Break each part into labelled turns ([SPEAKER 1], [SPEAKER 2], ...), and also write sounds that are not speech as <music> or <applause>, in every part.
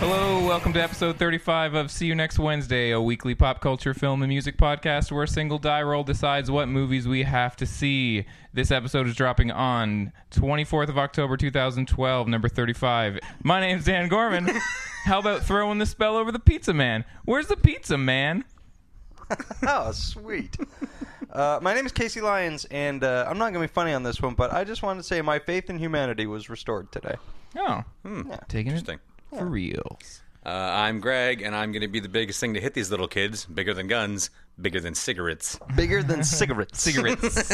[SPEAKER 1] welcome to episode 35 of See You Next Wednesday, a weekly pop culture, film, and music podcast where a single die roll decides what movies we have to see. This episode is dropping on 24th of October 2012, number 35. My name's Dan Gorman. How about throwing the spell over the pizza man? Where's the pizza man?
[SPEAKER 2] Oh, sweet. Uh, my name is Casey Lyons, and uh, I'm not going to be funny on this one, but I just wanted to say my faith in humanity was restored today.
[SPEAKER 1] Oh,
[SPEAKER 2] Yeah.
[SPEAKER 1] taking
[SPEAKER 3] Interesting.
[SPEAKER 1] it for real.
[SPEAKER 3] Uh, I'm Greg, and I'm going to be the biggest thing to hit these little kids. Bigger than guns, bigger than cigarettes.
[SPEAKER 2] Bigger
[SPEAKER 1] <laughs>
[SPEAKER 2] than cigarettes.
[SPEAKER 1] cigarettes.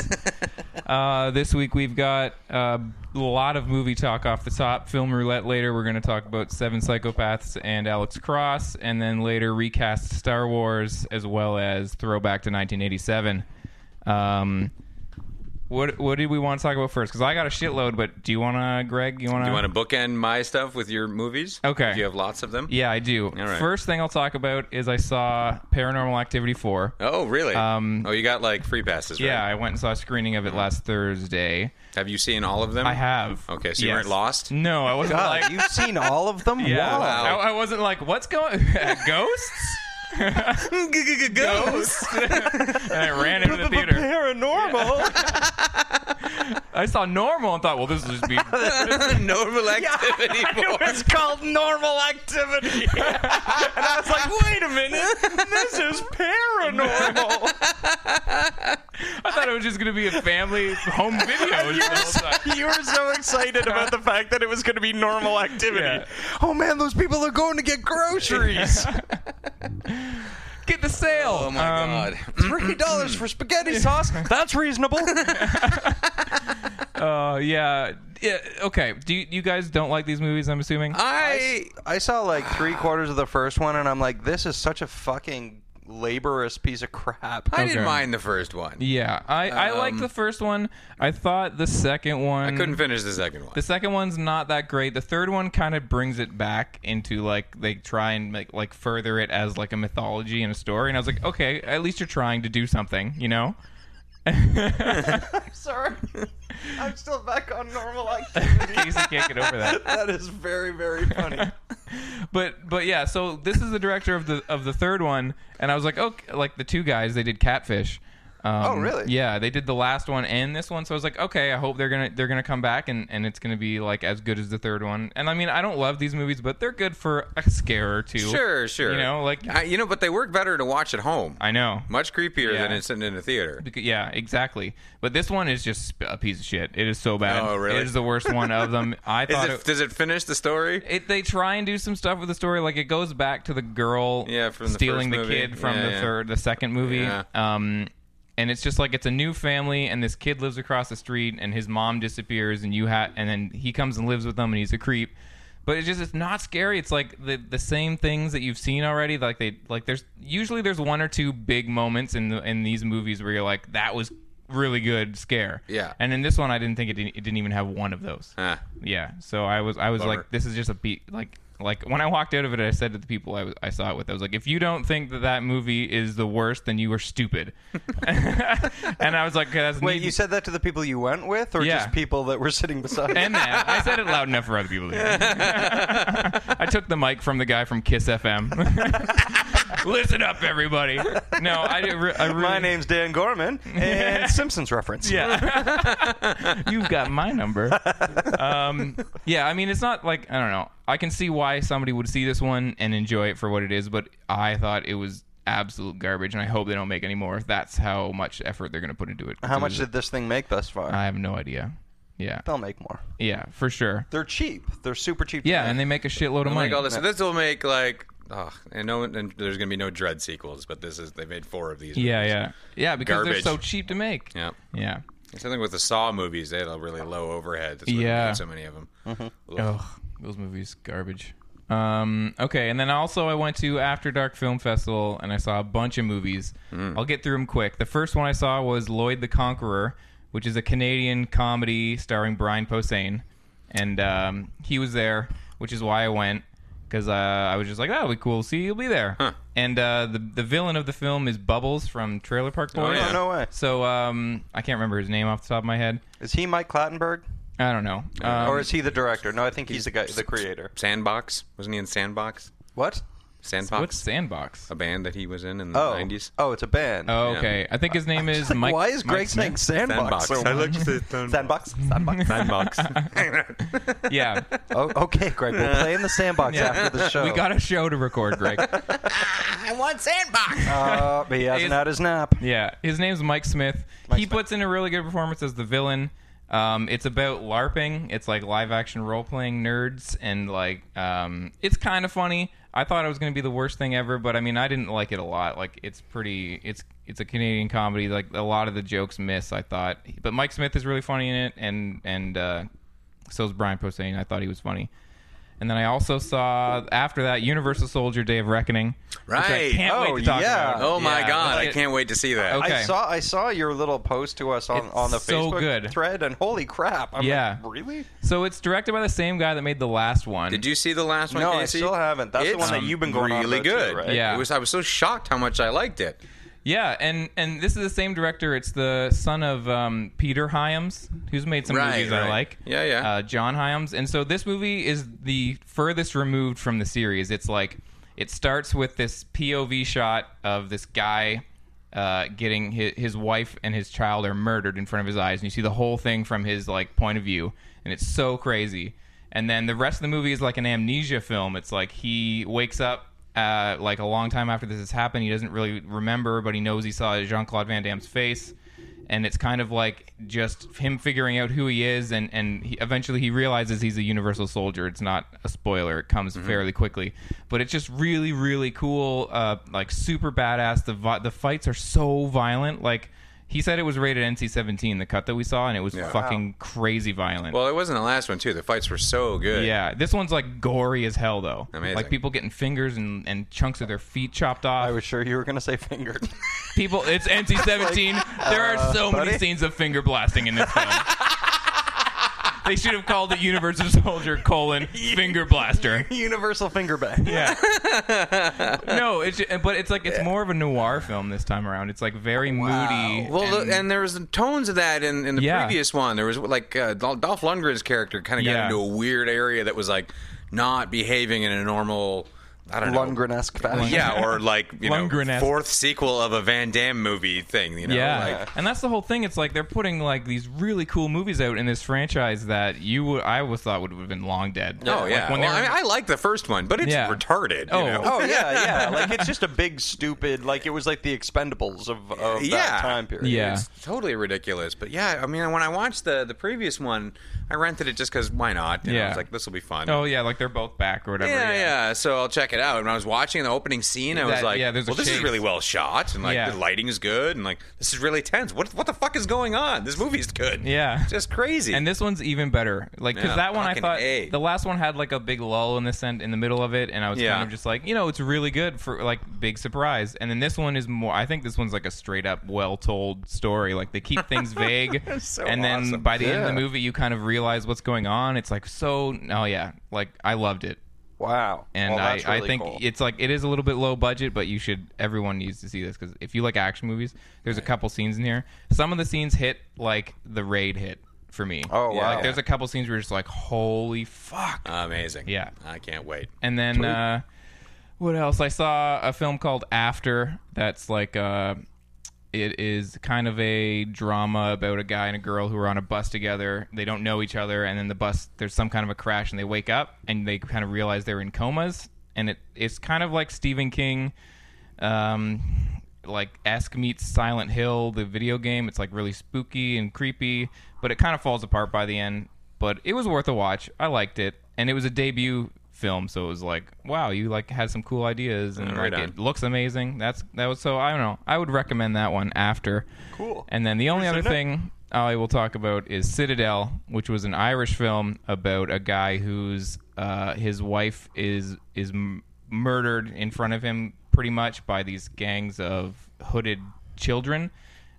[SPEAKER 1] uh, this week we've got uh, a lot of movie talk off the top. Film roulette later. We're going to talk about Seven Psychopaths and Alex Cross, and then later recast Star Wars as well as throwback to 1987. Um, what what did we want to talk about first? Because I got a shitload, but do you want to, Greg? You want
[SPEAKER 3] Do you want to bookend my stuff with your movies?
[SPEAKER 1] Okay.
[SPEAKER 3] Do you have lots of them?
[SPEAKER 1] Yeah, I do.
[SPEAKER 3] right.
[SPEAKER 1] First thing I'll talk about is I saw Paranormal Activity 4.
[SPEAKER 3] Oh, really?
[SPEAKER 1] Um,
[SPEAKER 3] oh, you got like free passes, right?
[SPEAKER 1] Yeah,
[SPEAKER 3] Mm-hmm.
[SPEAKER 1] I went and saw a screening of it last Thursday.
[SPEAKER 3] Have you seen all of them?
[SPEAKER 1] I have.
[SPEAKER 3] Okay, so you weren't lost?
[SPEAKER 1] No, I wasn't
[SPEAKER 2] <laughs> God,
[SPEAKER 1] like.
[SPEAKER 2] you've seen all of them?
[SPEAKER 1] yeah,
[SPEAKER 2] Wow.
[SPEAKER 3] Wow.
[SPEAKER 1] I, I wasn't like, what's going? <laughs> ghosts? <laughs>
[SPEAKER 3] Ghosts.
[SPEAKER 1] And I ran into the theater. <laughs>
[SPEAKER 2] Paranormal.
[SPEAKER 1] I saw normal and thought, well, this will
[SPEAKER 3] <laughs>
[SPEAKER 1] just be.
[SPEAKER 3] Normal activity. boy.
[SPEAKER 2] it's called normal activity. and I was like, wait a minute. This
[SPEAKER 3] <laughs>
[SPEAKER 2] is paranormal.
[SPEAKER 1] <laughs> I thought it was just going to be a family
[SPEAKER 3] <laughs>
[SPEAKER 1] home video. the whole time.
[SPEAKER 2] <laughs> you were so excited about the fact that it was going to be normal activity.
[SPEAKER 1] Yeah.
[SPEAKER 2] Oh, man, those people are going to get
[SPEAKER 1] <laughs>
[SPEAKER 2] groceries.
[SPEAKER 1] Get the sale.
[SPEAKER 3] Oh my
[SPEAKER 1] Um,
[SPEAKER 3] god.
[SPEAKER 1] <clears throat>
[SPEAKER 2] Three dollars for spaghetti
[SPEAKER 1] <laughs>
[SPEAKER 2] sauce? That's reasonable.
[SPEAKER 1] <laughs> Uh, yeah. Yeah. Okay. Do you, you guys don't like these movies? I'm assuming.
[SPEAKER 3] Uh, I
[SPEAKER 2] I saw like <sighs> three quarters of the first one, and I'm like, this is such a fucking laborious piece of crap.
[SPEAKER 3] I didn't
[SPEAKER 1] Okay.
[SPEAKER 3] mind the first one.
[SPEAKER 1] yeah. I I liked
[SPEAKER 3] Um,
[SPEAKER 1] the first one. I thought the second one.
[SPEAKER 3] I couldn't finish the second one.
[SPEAKER 1] The second one's not that great. The third one kind of brings it back into like they try and make like further it as like a mythology and a story. And I was like, okay, at least you're trying to do something, you know? <laughs>
[SPEAKER 2] <laughs> Sorry, I'm still back on normal <laughs> activity.
[SPEAKER 1] Casey can't get over that.
[SPEAKER 2] that is very, very funny.
[SPEAKER 1] But but yeah, so this is the director of the of the third one, and I was like, okay, like the two guys they did Catfish. Um,
[SPEAKER 2] Oh, really?
[SPEAKER 1] Yeah, they did the last one and this one, so I was like, okay, I hope they're gonna they're gonna come back and, and it's gonna be like as good as the third one. And I mean, I don't love these movies, but they're good for a scare or two.
[SPEAKER 3] Sure, sure.
[SPEAKER 1] You know, like
[SPEAKER 3] I, you know, but they work better to watch at home.
[SPEAKER 1] I know.
[SPEAKER 3] Much creepier
[SPEAKER 1] Yeah.
[SPEAKER 3] than it's in, in a theater.
[SPEAKER 1] Because, yeah, exactly. But this one is just a piece of shit. It is so bad.
[SPEAKER 3] Oh, really?
[SPEAKER 1] It is the worst one of them. I
[SPEAKER 3] <laughs> Is
[SPEAKER 1] thought
[SPEAKER 3] it,
[SPEAKER 1] it,
[SPEAKER 3] does it finish the story?
[SPEAKER 1] it- They try and do some stuff with the story, like it goes back to the girl
[SPEAKER 3] Yeah, from the
[SPEAKER 1] stealing the
[SPEAKER 3] first movie.
[SPEAKER 1] kid from
[SPEAKER 3] Yeah,
[SPEAKER 1] the
[SPEAKER 3] yeah.
[SPEAKER 1] third, the second movie.
[SPEAKER 3] Yeah.
[SPEAKER 1] Um, and it's just like it's a new family, and this kid lives across the street, and his mom disappears, and you ha- and then he comes and lives with them, and he's a creep. But it's just it's not scary. It's like the the same things that you've seen already. Like they like there's usually there's one or two big moments in the in these movies where you're like that was really good scare.
[SPEAKER 3] Yeah.
[SPEAKER 1] And in this one, I didn't think it didn't, it didn't even have one of those.
[SPEAKER 3] Huh.
[SPEAKER 1] Yeah. So I was I was
[SPEAKER 3] Bummer.
[SPEAKER 1] like, this is just a beat. Like like when I walked out of it, I said to the people I, was, I saw it with, I was like, if you don't think that that movie is the worst, then you are
[SPEAKER 2] <laughs>
[SPEAKER 1] stupid. and I was like, 'Cause that's
[SPEAKER 2] <laughs> Wait,
[SPEAKER 1] neat-
[SPEAKER 2] you said that to the people you went with, or
[SPEAKER 1] Yeah.
[SPEAKER 2] just people that were sitting
[SPEAKER 1] <laughs>
[SPEAKER 2] beside?
[SPEAKER 1] And then I said it loud enough for other people to
[SPEAKER 2] <laughs>
[SPEAKER 1] hear. <laughs> I took the mic from the guy from Kiss FM. <laughs> Listen up, everybody. No, I, didn't re- I really.
[SPEAKER 2] My name's Dan Gorman,
[SPEAKER 1] <laughs>
[SPEAKER 2] and Simpsons reference.
[SPEAKER 1] Yeah. <laughs> You've got my number. Um, yeah, I mean, it's not like, I don't know. I can see why somebody would see this one and enjoy it for what it is, but I thought it was absolute garbage, and I hope they don't make any more if that's how much effort they're going to put into it. 'Cause
[SPEAKER 2] How
[SPEAKER 1] it
[SPEAKER 2] much
[SPEAKER 1] was-
[SPEAKER 2] did this thing make thus far?
[SPEAKER 1] I have no idea. Yeah.
[SPEAKER 2] They'll make more.
[SPEAKER 1] Yeah, for sure.
[SPEAKER 2] They're cheap. They're super cheap. to
[SPEAKER 1] Yeah,
[SPEAKER 2] make.
[SPEAKER 1] and they make a shitload of
[SPEAKER 3] They'll
[SPEAKER 1] money.
[SPEAKER 3] Make all this. So this will make like, oh, and no, and there's gonna be no Dread sequels. But this is they made four of these.
[SPEAKER 1] Yeah,
[SPEAKER 3] movies.
[SPEAKER 1] yeah. Yeah, because
[SPEAKER 3] Garbage.
[SPEAKER 1] they're so cheap to make.
[SPEAKER 3] yeah.
[SPEAKER 1] Yeah.
[SPEAKER 3] Something with the Saw movies. They had a really low overhead. That's why
[SPEAKER 1] Yeah.
[SPEAKER 3] yeah, so many of them.
[SPEAKER 2] Mm-hmm.
[SPEAKER 1] Ugh, those movies garbage. Um, okay, and then also I went to After Dark Film Festival and I saw a bunch of movies.
[SPEAKER 3] Hmm.
[SPEAKER 1] I'll get through them quick. The first one I saw was Lloyd the Conqueror, which is a Canadian comedy starring Brian Posehn, and um, he was there, which is why I went because uh, I was just like, "That'll be cool. See, you'll be there." And uh, the the villain of the film is Bubbles from Trailer Park Boys.
[SPEAKER 3] yeah.
[SPEAKER 2] Oh, no way.
[SPEAKER 1] So um, I can't remember his name off the top of my head.
[SPEAKER 2] Is he Mike Clattenburg,
[SPEAKER 1] I don't know. Um,
[SPEAKER 2] or is he the director? No, I think he's the guy, the creator.
[SPEAKER 3] Sandbox wasn't he in Sandbox?
[SPEAKER 2] What?
[SPEAKER 3] Sandbox,
[SPEAKER 1] What's Sandbox?
[SPEAKER 3] a band that he was in in the
[SPEAKER 2] Oh,
[SPEAKER 3] 90es.
[SPEAKER 2] oh, it's a band.
[SPEAKER 1] Oh,
[SPEAKER 3] Yeah.
[SPEAKER 1] okay. I think his
[SPEAKER 2] <laughs>
[SPEAKER 1] name is
[SPEAKER 2] Like,
[SPEAKER 1] Mike.
[SPEAKER 2] why is Greg
[SPEAKER 1] Mike
[SPEAKER 2] saying
[SPEAKER 1] Smith.
[SPEAKER 2] sandbox?
[SPEAKER 3] Sandbox.
[SPEAKER 2] so
[SPEAKER 4] I
[SPEAKER 2] much?
[SPEAKER 4] like to say sandbox.
[SPEAKER 3] <laughs>
[SPEAKER 1] <laughs>
[SPEAKER 2] sandbox, sandbox.
[SPEAKER 3] Sandbox. <laughs>
[SPEAKER 1] Yeah.
[SPEAKER 2] oh, okay, Greg, we'll play in the sandbox
[SPEAKER 1] Yeah.
[SPEAKER 2] after the show.
[SPEAKER 1] We got a show to record,
[SPEAKER 2] <laughs>
[SPEAKER 1] Greg.
[SPEAKER 3] I want sandbox.
[SPEAKER 2] Uh, but he hasn't
[SPEAKER 1] Is-
[SPEAKER 2] had his nap.
[SPEAKER 1] yeah. His name's Mike Smith. he
[SPEAKER 2] Smith.
[SPEAKER 1] puts in a really good performance as the villain. Um, it's about LARPing. It's like live action role playing nerds, and like um, it's kind of funny. I thought it was going to be the worst thing ever, but I mean, I didn't like it a lot. Like it's pretty. It's it's a Canadian comedy. Like a lot of the jokes miss. I thought, but Mike Smith is really funny in it, and and uh, so is Brian Posehn. I thought he was funny. And then I also saw after that Universal Soldier: Day of Reckoning. which I
[SPEAKER 3] Right.
[SPEAKER 1] can't
[SPEAKER 2] Oh,
[SPEAKER 1] wait to talk
[SPEAKER 2] yeah.
[SPEAKER 1] about.
[SPEAKER 3] Oh my
[SPEAKER 1] Yeah,
[SPEAKER 3] god,
[SPEAKER 1] let's
[SPEAKER 3] I
[SPEAKER 1] get-
[SPEAKER 3] can't wait to see that.
[SPEAKER 1] Okay.
[SPEAKER 2] I saw I saw your little post to us on,
[SPEAKER 1] It's
[SPEAKER 2] on the
[SPEAKER 1] so
[SPEAKER 2] Facebook
[SPEAKER 1] good.
[SPEAKER 2] thread, and holy crap! I'm
[SPEAKER 1] Yeah.
[SPEAKER 2] like, really?
[SPEAKER 1] So it's directed by the same guy that made the last one.
[SPEAKER 3] Did you see the last one?
[SPEAKER 2] No, I
[SPEAKER 3] Casey?
[SPEAKER 2] still haven't. That's the
[SPEAKER 3] It's
[SPEAKER 2] one that you've been going on
[SPEAKER 3] really
[SPEAKER 2] about too,
[SPEAKER 3] good.
[SPEAKER 2] right?
[SPEAKER 1] Yeah.
[SPEAKER 3] It was. I was so shocked how much I liked it.
[SPEAKER 1] Yeah, and and this is the same director. It's the son of um, Peter Hyams, who's made some
[SPEAKER 3] Right,
[SPEAKER 1] movies I
[SPEAKER 3] right.
[SPEAKER 1] like.
[SPEAKER 3] Yeah, yeah.
[SPEAKER 1] Uh, John Hyams, and so this movie is the furthest removed from the series. It's like it starts with this POV shot of this guy. Uh, getting his, his wife and his child are murdered in front of his eyes, and you see the whole thing from his like point of view, and it's so crazy. And then the rest of the movie is like an amnesia film. It's like he wakes up uh, like a long time after this has happened. He doesn't really remember, but he knows he saw Jean Claude Van Damme's face, and it's kind of like just him figuring out who he is, and and he, eventually he realizes he's a Universal Soldier. It's not a spoiler; it comes
[SPEAKER 3] Mm-hmm.
[SPEAKER 1] fairly quickly, but it's just really, really cool. Uh, like super badass. The vi- the fights are so violent. Like he said, it was rated NC-17. The cut that we saw, and it was fucking crazy violent.
[SPEAKER 3] Well, it wasn't the last one too. The fights were so good.
[SPEAKER 1] Yeah, this one's like gory as hell though.
[SPEAKER 3] Amazing.
[SPEAKER 1] Like people getting fingers and, and chunks of their feet chopped off.
[SPEAKER 2] I was sure you were going to say fingered.
[SPEAKER 1] people,
[SPEAKER 3] <laughs>
[SPEAKER 1] it's NC seventeen. there are
[SPEAKER 3] uh,
[SPEAKER 1] so many
[SPEAKER 2] buddy?
[SPEAKER 1] scenes of finger blasting in
[SPEAKER 3] <laughs>
[SPEAKER 1] this film. they should have called it Universal Soldier colon finger blaster.
[SPEAKER 2] <laughs> Universal finger bang.
[SPEAKER 3] <laughs>
[SPEAKER 1] Yeah. <laughs> no, it's ju- but it's like it's more of a noir film this time around. It's like very moody.
[SPEAKER 3] Well, Uh, and, and there was the tones of that in, in the
[SPEAKER 1] Yeah.
[SPEAKER 3] previous one. There was like uh, Dol- Dolph Lundgren's character kind of got
[SPEAKER 1] Yeah.
[SPEAKER 3] into a weird area that was like not behaving in a normal. I don't know.
[SPEAKER 2] Lundgren-esque fashion.
[SPEAKER 3] Yeah, or like you know,
[SPEAKER 1] Lundgren-esque.
[SPEAKER 3] fourth sequel of a Van Damme movie thing. You know,
[SPEAKER 1] yeah,
[SPEAKER 3] like,
[SPEAKER 1] and that's the whole thing. It's like they're putting like these really cool movies out in this franchise that you would I always thought would have been long dead.
[SPEAKER 3] oh
[SPEAKER 1] Like,
[SPEAKER 3] yeah.
[SPEAKER 1] when they
[SPEAKER 3] well, I
[SPEAKER 1] were-
[SPEAKER 3] mean, I like the first one, but it's
[SPEAKER 1] Yeah.
[SPEAKER 3] retarded.
[SPEAKER 1] Oh.
[SPEAKER 3] you know?
[SPEAKER 2] <laughs> Oh yeah, yeah. Like it's just a big stupid. Like it was like the Expendables of, of that
[SPEAKER 3] Yeah.
[SPEAKER 2] time period.
[SPEAKER 1] Yeah.
[SPEAKER 3] It's totally ridiculous. But yeah, I mean, when I watched the the previous one, I rented it just because why not? You know,
[SPEAKER 1] Yeah.
[SPEAKER 3] I was like, this will be fun.
[SPEAKER 1] Oh yeah, like they're both back or whatever.
[SPEAKER 3] yeah, yeah, So I'll check it out. And when I was watching the opening scene, I was
[SPEAKER 1] That-
[SPEAKER 3] like,
[SPEAKER 1] yeah, there's a
[SPEAKER 3] well, this is
[SPEAKER 1] chase.
[SPEAKER 3] really well shot, and like
[SPEAKER 1] Yeah.
[SPEAKER 3] the lighting is good, and like this is really tense. What what the fuck is going on? This movie's good.
[SPEAKER 1] Yeah.
[SPEAKER 3] It's just crazy.
[SPEAKER 1] And this one's even better, like because
[SPEAKER 3] Yeah,
[SPEAKER 1] that one I
[SPEAKER 3] fucking
[SPEAKER 1] thought
[SPEAKER 3] A.
[SPEAKER 1] the last one had like a big lull in the sen- in the middle of it, and I was
[SPEAKER 3] Yeah.
[SPEAKER 1] kind of just like, you know, it's really good for like big surprise. And then this one is more. I think this one's like a straight up well told story. Like they keep
[SPEAKER 3] <laughs>
[SPEAKER 1] things vague,
[SPEAKER 3] So
[SPEAKER 1] and then
[SPEAKER 3] awesome.
[SPEAKER 1] by the end of the
[SPEAKER 2] Yeah.
[SPEAKER 1] movie, you kind of realize what's going on. It's like so. Oh yeah, like I loved it.
[SPEAKER 2] Wow.
[SPEAKER 1] and
[SPEAKER 2] Well,
[SPEAKER 1] I,
[SPEAKER 2] that's
[SPEAKER 1] I
[SPEAKER 2] really
[SPEAKER 1] think
[SPEAKER 2] cool.
[SPEAKER 1] it's like it is a little bit low budget, but you should everyone needs to see this because if you like action movies, there's a couple scenes in here. Some of the scenes hit like the raid hit for me.
[SPEAKER 2] Oh,
[SPEAKER 1] Yeah.
[SPEAKER 2] wow.
[SPEAKER 1] Like there's a couple scenes where you're just like, holy fuck!
[SPEAKER 3] amazing.
[SPEAKER 1] Yeah.
[SPEAKER 3] I can't wait.
[SPEAKER 1] And then uh, what else? I saw a film called After. That's like uh, it is kind of a drama about a guy and a girl who are on a bus together. They don't know each other, and then the bus there's some kind of a crash, and they wake up and they kind of realize they're in comas. And it it's kind of like Stephen King, um, like esque meets Silent Hill, the video game. It's like really spooky and creepy, but it kind of falls apart by the end. But it was worth a watch. I liked it, and it was a debut film, so it was like, wow, you like had some cool ideas, and
[SPEAKER 3] right
[SPEAKER 1] like,
[SPEAKER 3] on.
[SPEAKER 1] it looks amazing. That's that was so. I don't know. I would recommend that one after.
[SPEAKER 2] Cool.
[SPEAKER 1] And then the only other
[SPEAKER 2] Isn't it?
[SPEAKER 1] thing I will talk about is Citadel, which was an Irish film about a guy whose uh, his wife is is m- murdered in front of him, pretty much by these gangs of hooded children.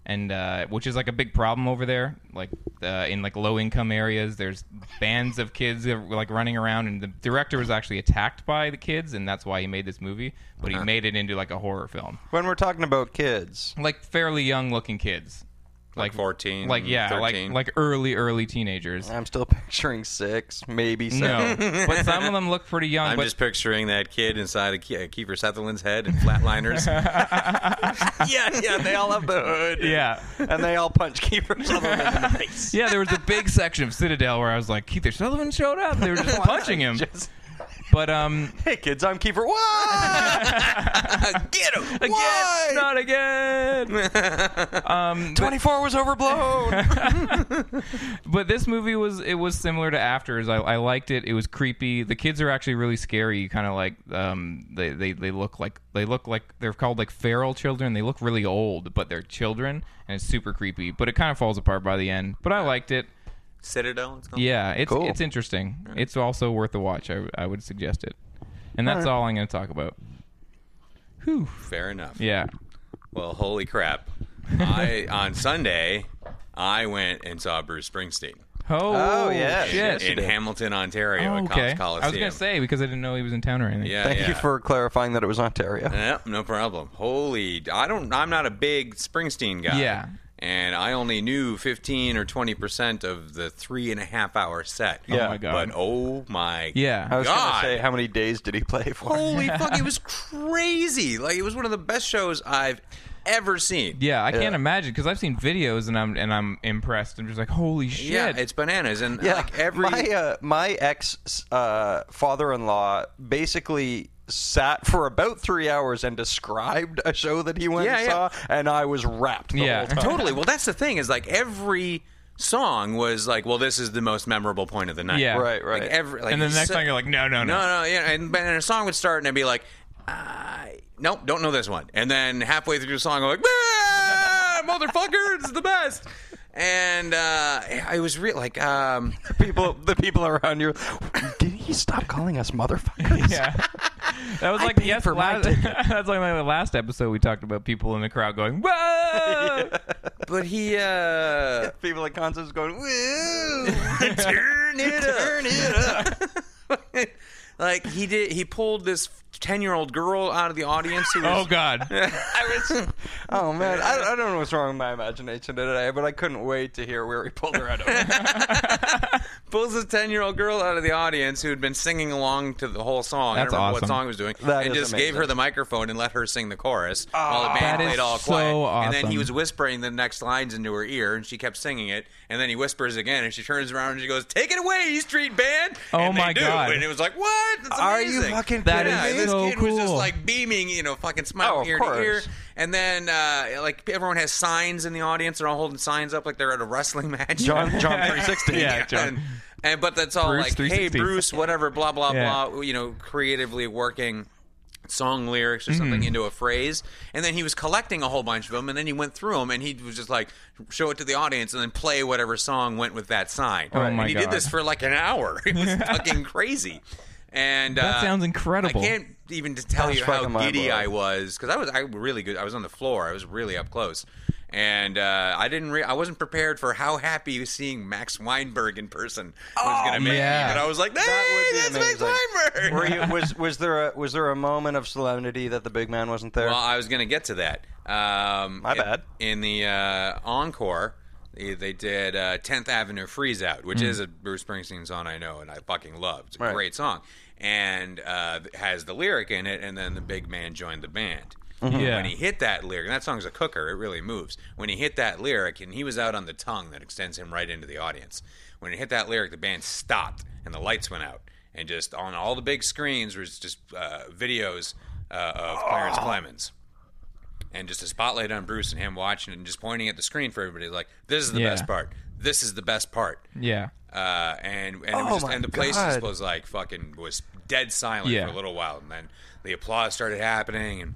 [SPEAKER 1] And uh, which is like a big problem over there, like uh, in like low income areas. There's bands of kids that were, like running around, and the director was actually attacked by the kids, and that's why he made this movie. But he made it into like a horror film
[SPEAKER 2] when we're talking about kids,
[SPEAKER 1] like fairly young looking kids.
[SPEAKER 3] Like 14,
[SPEAKER 1] like yeah,
[SPEAKER 3] 13.
[SPEAKER 1] like like early early teenagers.
[SPEAKER 2] I'm still <laughs> picturing six, maybe
[SPEAKER 1] <laughs> No,
[SPEAKER 2] seven.
[SPEAKER 1] but some of them look pretty young.
[SPEAKER 3] I'm
[SPEAKER 1] but
[SPEAKER 3] just picturing that kid inside of Ke- uh, Kiefer Sutherland's head and flatliners. yeah, yeah, they all have the hood.
[SPEAKER 1] <laughs>
[SPEAKER 3] <laughs>
[SPEAKER 1] yeah,
[SPEAKER 2] and they all punch keepers in the face.
[SPEAKER 1] yeah. There was a big section of Citadel where I was like, Keith Sullivan showed up. They were
[SPEAKER 3] <laughs>
[SPEAKER 1] just punching him.
[SPEAKER 2] Just,
[SPEAKER 1] But um,
[SPEAKER 2] hey kids, I'm Keeper. What?
[SPEAKER 3] <laughs> Get him!
[SPEAKER 1] again,
[SPEAKER 2] Why?
[SPEAKER 1] not again.
[SPEAKER 2] Twenty-four was
[SPEAKER 3] <laughs>
[SPEAKER 2] overblown.
[SPEAKER 1] But this movie was it was similar to Afters. I, I liked it. It was creepy. The kids are actually really scary. You kind of like um, they, they they look like they look like they're called like feral children. They look really old, but they're children, and it's super creepy. But it kind of falls apart by the end. But I liked it.
[SPEAKER 3] Citadel. It's called.
[SPEAKER 1] Yeah, it's
[SPEAKER 2] Cool.
[SPEAKER 1] it's interesting. It's also worth a watch. I, I would suggest it. And that's all I'm going to talk about. Whew.
[SPEAKER 3] Fair enough.
[SPEAKER 1] Yeah.
[SPEAKER 3] Well, holy crap!
[SPEAKER 1] <laughs>
[SPEAKER 3] I on Sunday, I went and saw Bruce Springsteen
[SPEAKER 1] Oh,
[SPEAKER 2] yeah.
[SPEAKER 1] Shit.
[SPEAKER 2] Yes, you
[SPEAKER 3] in
[SPEAKER 2] did.
[SPEAKER 3] Hamilton, Ontario,
[SPEAKER 1] Oh,
[SPEAKER 3] at
[SPEAKER 1] okay.
[SPEAKER 3] Cops
[SPEAKER 1] I
[SPEAKER 3] Coliseum.
[SPEAKER 1] was going to say because I didn't know he was in town or anything.
[SPEAKER 3] Yeah,
[SPEAKER 2] Thank you
[SPEAKER 3] yeah.
[SPEAKER 2] for clarifying that it was Ontario.
[SPEAKER 3] Yep, no problem. Holy, I don't. I'm not a big Springsteen guy.
[SPEAKER 1] Yeah.
[SPEAKER 3] and I only knew 15 or 20 percent of the three and a half hour set.
[SPEAKER 1] Yeah. my God.
[SPEAKER 3] But oh my.
[SPEAKER 1] Yeah.
[SPEAKER 2] I was
[SPEAKER 3] God.
[SPEAKER 2] gonna say, how many days did he play
[SPEAKER 1] <laughs>
[SPEAKER 2] for?
[SPEAKER 3] Holy fuck! It was crazy. Like it was one of the best shows I've ever seen.
[SPEAKER 1] Yeah, I can't imagine because I've seen videos and I'm and I'm impressed. I'm just like, holy shit!
[SPEAKER 3] Yeah, it's bananas,
[SPEAKER 2] <laughs>
[SPEAKER 3] and
[SPEAKER 2] Yeah,
[SPEAKER 3] like every
[SPEAKER 2] my uh, my ex uh, father-in-law basically sat for about three hours and described a show that he went
[SPEAKER 3] Yeah,
[SPEAKER 2] and
[SPEAKER 3] yeah.
[SPEAKER 2] saw, and I was wrapped. The
[SPEAKER 1] Yeah.
[SPEAKER 2] whole time.
[SPEAKER 3] <laughs> totally. Well, that's the thing is like every song was like, well, this is the most memorable point of the night.
[SPEAKER 1] Yeah.
[SPEAKER 2] Right, right.
[SPEAKER 3] Like every like
[SPEAKER 1] and then the next
[SPEAKER 3] so-
[SPEAKER 1] time you're like, no, no, no.
[SPEAKER 3] no, no, yeah, and, and a song would start and I'd be like, uh, nope, don't know this one. And then halfway through the song, I'm like, "Ah, motherfucker, it's the best. And uh, I was real like, um,
[SPEAKER 2] people, the people around you. Did he stop calling us
[SPEAKER 1] <laughs>
[SPEAKER 2] motherfuckers?
[SPEAKER 1] Yeah. That was like
[SPEAKER 2] paid
[SPEAKER 1] yes,
[SPEAKER 2] for my
[SPEAKER 1] last, <laughs> that's like the last episode we talked about people in the crowd going, whoa!
[SPEAKER 2] <laughs>
[SPEAKER 3] but he. Uh,
[SPEAKER 2] <laughs> People at concerts going, woo!
[SPEAKER 3] turn it up. Turn it up. <laughs> like he did he pulled this 10-year-old girl out of the audience who
[SPEAKER 1] oh
[SPEAKER 3] was <laughs>
[SPEAKER 1] god!
[SPEAKER 2] I was, oh man, I, I don't know what's wrong with my imagination today, but I couldn't wait to hear where he pulled her out <laughs> of.
[SPEAKER 3] pulls this 10-year-old girl out of the audience who had been singing along to the whole song.
[SPEAKER 1] That's
[SPEAKER 3] I don't remember
[SPEAKER 1] awesome.
[SPEAKER 3] what song he was doing.
[SPEAKER 2] That
[SPEAKER 3] and
[SPEAKER 2] is
[SPEAKER 3] just gave
[SPEAKER 2] amazing.
[SPEAKER 3] her the microphone and let her sing the chorus while the
[SPEAKER 1] That
[SPEAKER 3] band
[SPEAKER 1] is
[SPEAKER 3] played all
[SPEAKER 1] so
[SPEAKER 3] quiet. And then
[SPEAKER 1] awesome.
[SPEAKER 3] he was whispering the next lines into her ear and she kept singing it and then he whispers again and she turns around and she goes, "Take it away, Street Band."
[SPEAKER 1] Oh
[SPEAKER 3] and they
[SPEAKER 1] my
[SPEAKER 3] do.
[SPEAKER 1] God.
[SPEAKER 3] And it was like, "What? That's
[SPEAKER 2] Are you
[SPEAKER 3] amazing."
[SPEAKER 2] fucking
[SPEAKER 1] That
[SPEAKER 2] kidding
[SPEAKER 1] is
[SPEAKER 3] yeah,
[SPEAKER 2] me?
[SPEAKER 3] this
[SPEAKER 1] so
[SPEAKER 3] kid was just
[SPEAKER 1] cool.
[SPEAKER 3] like beaming, you know, fucking
[SPEAKER 2] Oh,
[SPEAKER 3] smiling
[SPEAKER 2] of
[SPEAKER 3] ear to ear.
[SPEAKER 2] course.
[SPEAKER 3] And then, uh, like, everyone has signs in the audience. They're all holding signs up like they're at a wrestling match.
[SPEAKER 2] John, John
[SPEAKER 3] <laughs>
[SPEAKER 2] 360.
[SPEAKER 1] Yeah, John.
[SPEAKER 3] And, and- but that's all
[SPEAKER 1] Bruce
[SPEAKER 3] like, hey,
[SPEAKER 1] 360. <laughs>
[SPEAKER 3] Bruce, whatever, blah, blah,
[SPEAKER 1] Yeah.
[SPEAKER 3] blah, you know, creatively working song lyrics or
[SPEAKER 1] Mm.
[SPEAKER 3] something into a phrase. And then he was collecting a whole bunch of them. And then he went through them and he was just like, show it to the audience and then play whatever song went with that sign.
[SPEAKER 1] Oh my
[SPEAKER 3] and he
[SPEAKER 1] God.
[SPEAKER 3] did this for like an hour. <laughs>
[SPEAKER 1] <laughs>
[SPEAKER 3] It was fucking crazy. And
[SPEAKER 1] That
[SPEAKER 3] uh,
[SPEAKER 1] sounds incredible.
[SPEAKER 3] I can't even to tell
[SPEAKER 2] That's
[SPEAKER 3] you how
[SPEAKER 2] fucking mind
[SPEAKER 3] giddy
[SPEAKER 2] blowing.
[SPEAKER 3] I was because I was I really good. I was on the floor. I was really up close, and uh, I didn't. Re- I wasn't prepared for how happy seeing Max Weinberg in person was going to make
[SPEAKER 1] yeah.
[SPEAKER 3] me. But I was like, hey,
[SPEAKER 2] Oh, That
[SPEAKER 3] that's
[SPEAKER 2] would be
[SPEAKER 3] Max Weinberg.
[SPEAKER 2] amazing. Were you, was was there a was there a moment of solemnity that the big man wasn't there?
[SPEAKER 3] Well, I was going to get to that. Um,
[SPEAKER 2] My
[SPEAKER 3] in-
[SPEAKER 2] bad.
[SPEAKER 3] In the uh, encore, they, they did uh, 10th Avenue Freeze Out, which is a Bruce Springsteen song I know and I fucking love. It's a
[SPEAKER 2] Hmm. Right.
[SPEAKER 3] great song and uh, has the lyric in it, and then the big man joined the band.
[SPEAKER 2] Hmm.
[SPEAKER 1] Yeah.
[SPEAKER 3] When he hit that lyric, and that song's a cooker, it really moves. When he hit that lyric, and he was out on the tongue that extends him right into the audience. When he hit that lyric, the band stopped and the lights went out, and just on all the big screens was just uh, videos uh, of Clarence Clemens and just a spotlight on Bruce and him watching it and just pointing at the screen for everybody. Like, this is the
[SPEAKER 1] Yeah.
[SPEAKER 3] best part. This is the best part.
[SPEAKER 1] Yeah,
[SPEAKER 3] Uh, and and, it was
[SPEAKER 2] Oh
[SPEAKER 3] just,
[SPEAKER 2] my
[SPEAKER 3] and the place just
[SPEAKER 2] God.
[SPEAKER 3] was like fucking was dead silent
[SPEAKER 1] Yeah.
[SPEAKER 3] for a little while, and then the applause started happening and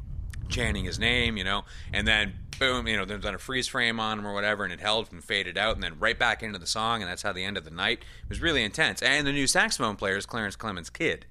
[SPEAKER 3] chanting his name, you know, and then boom, you know, they've done a freeze frame on him or whatever, and it held and faded out, and then right back into the song, and that's how the end of the night it was really intense. And the new saxophone player is Clarence Clemens' kid.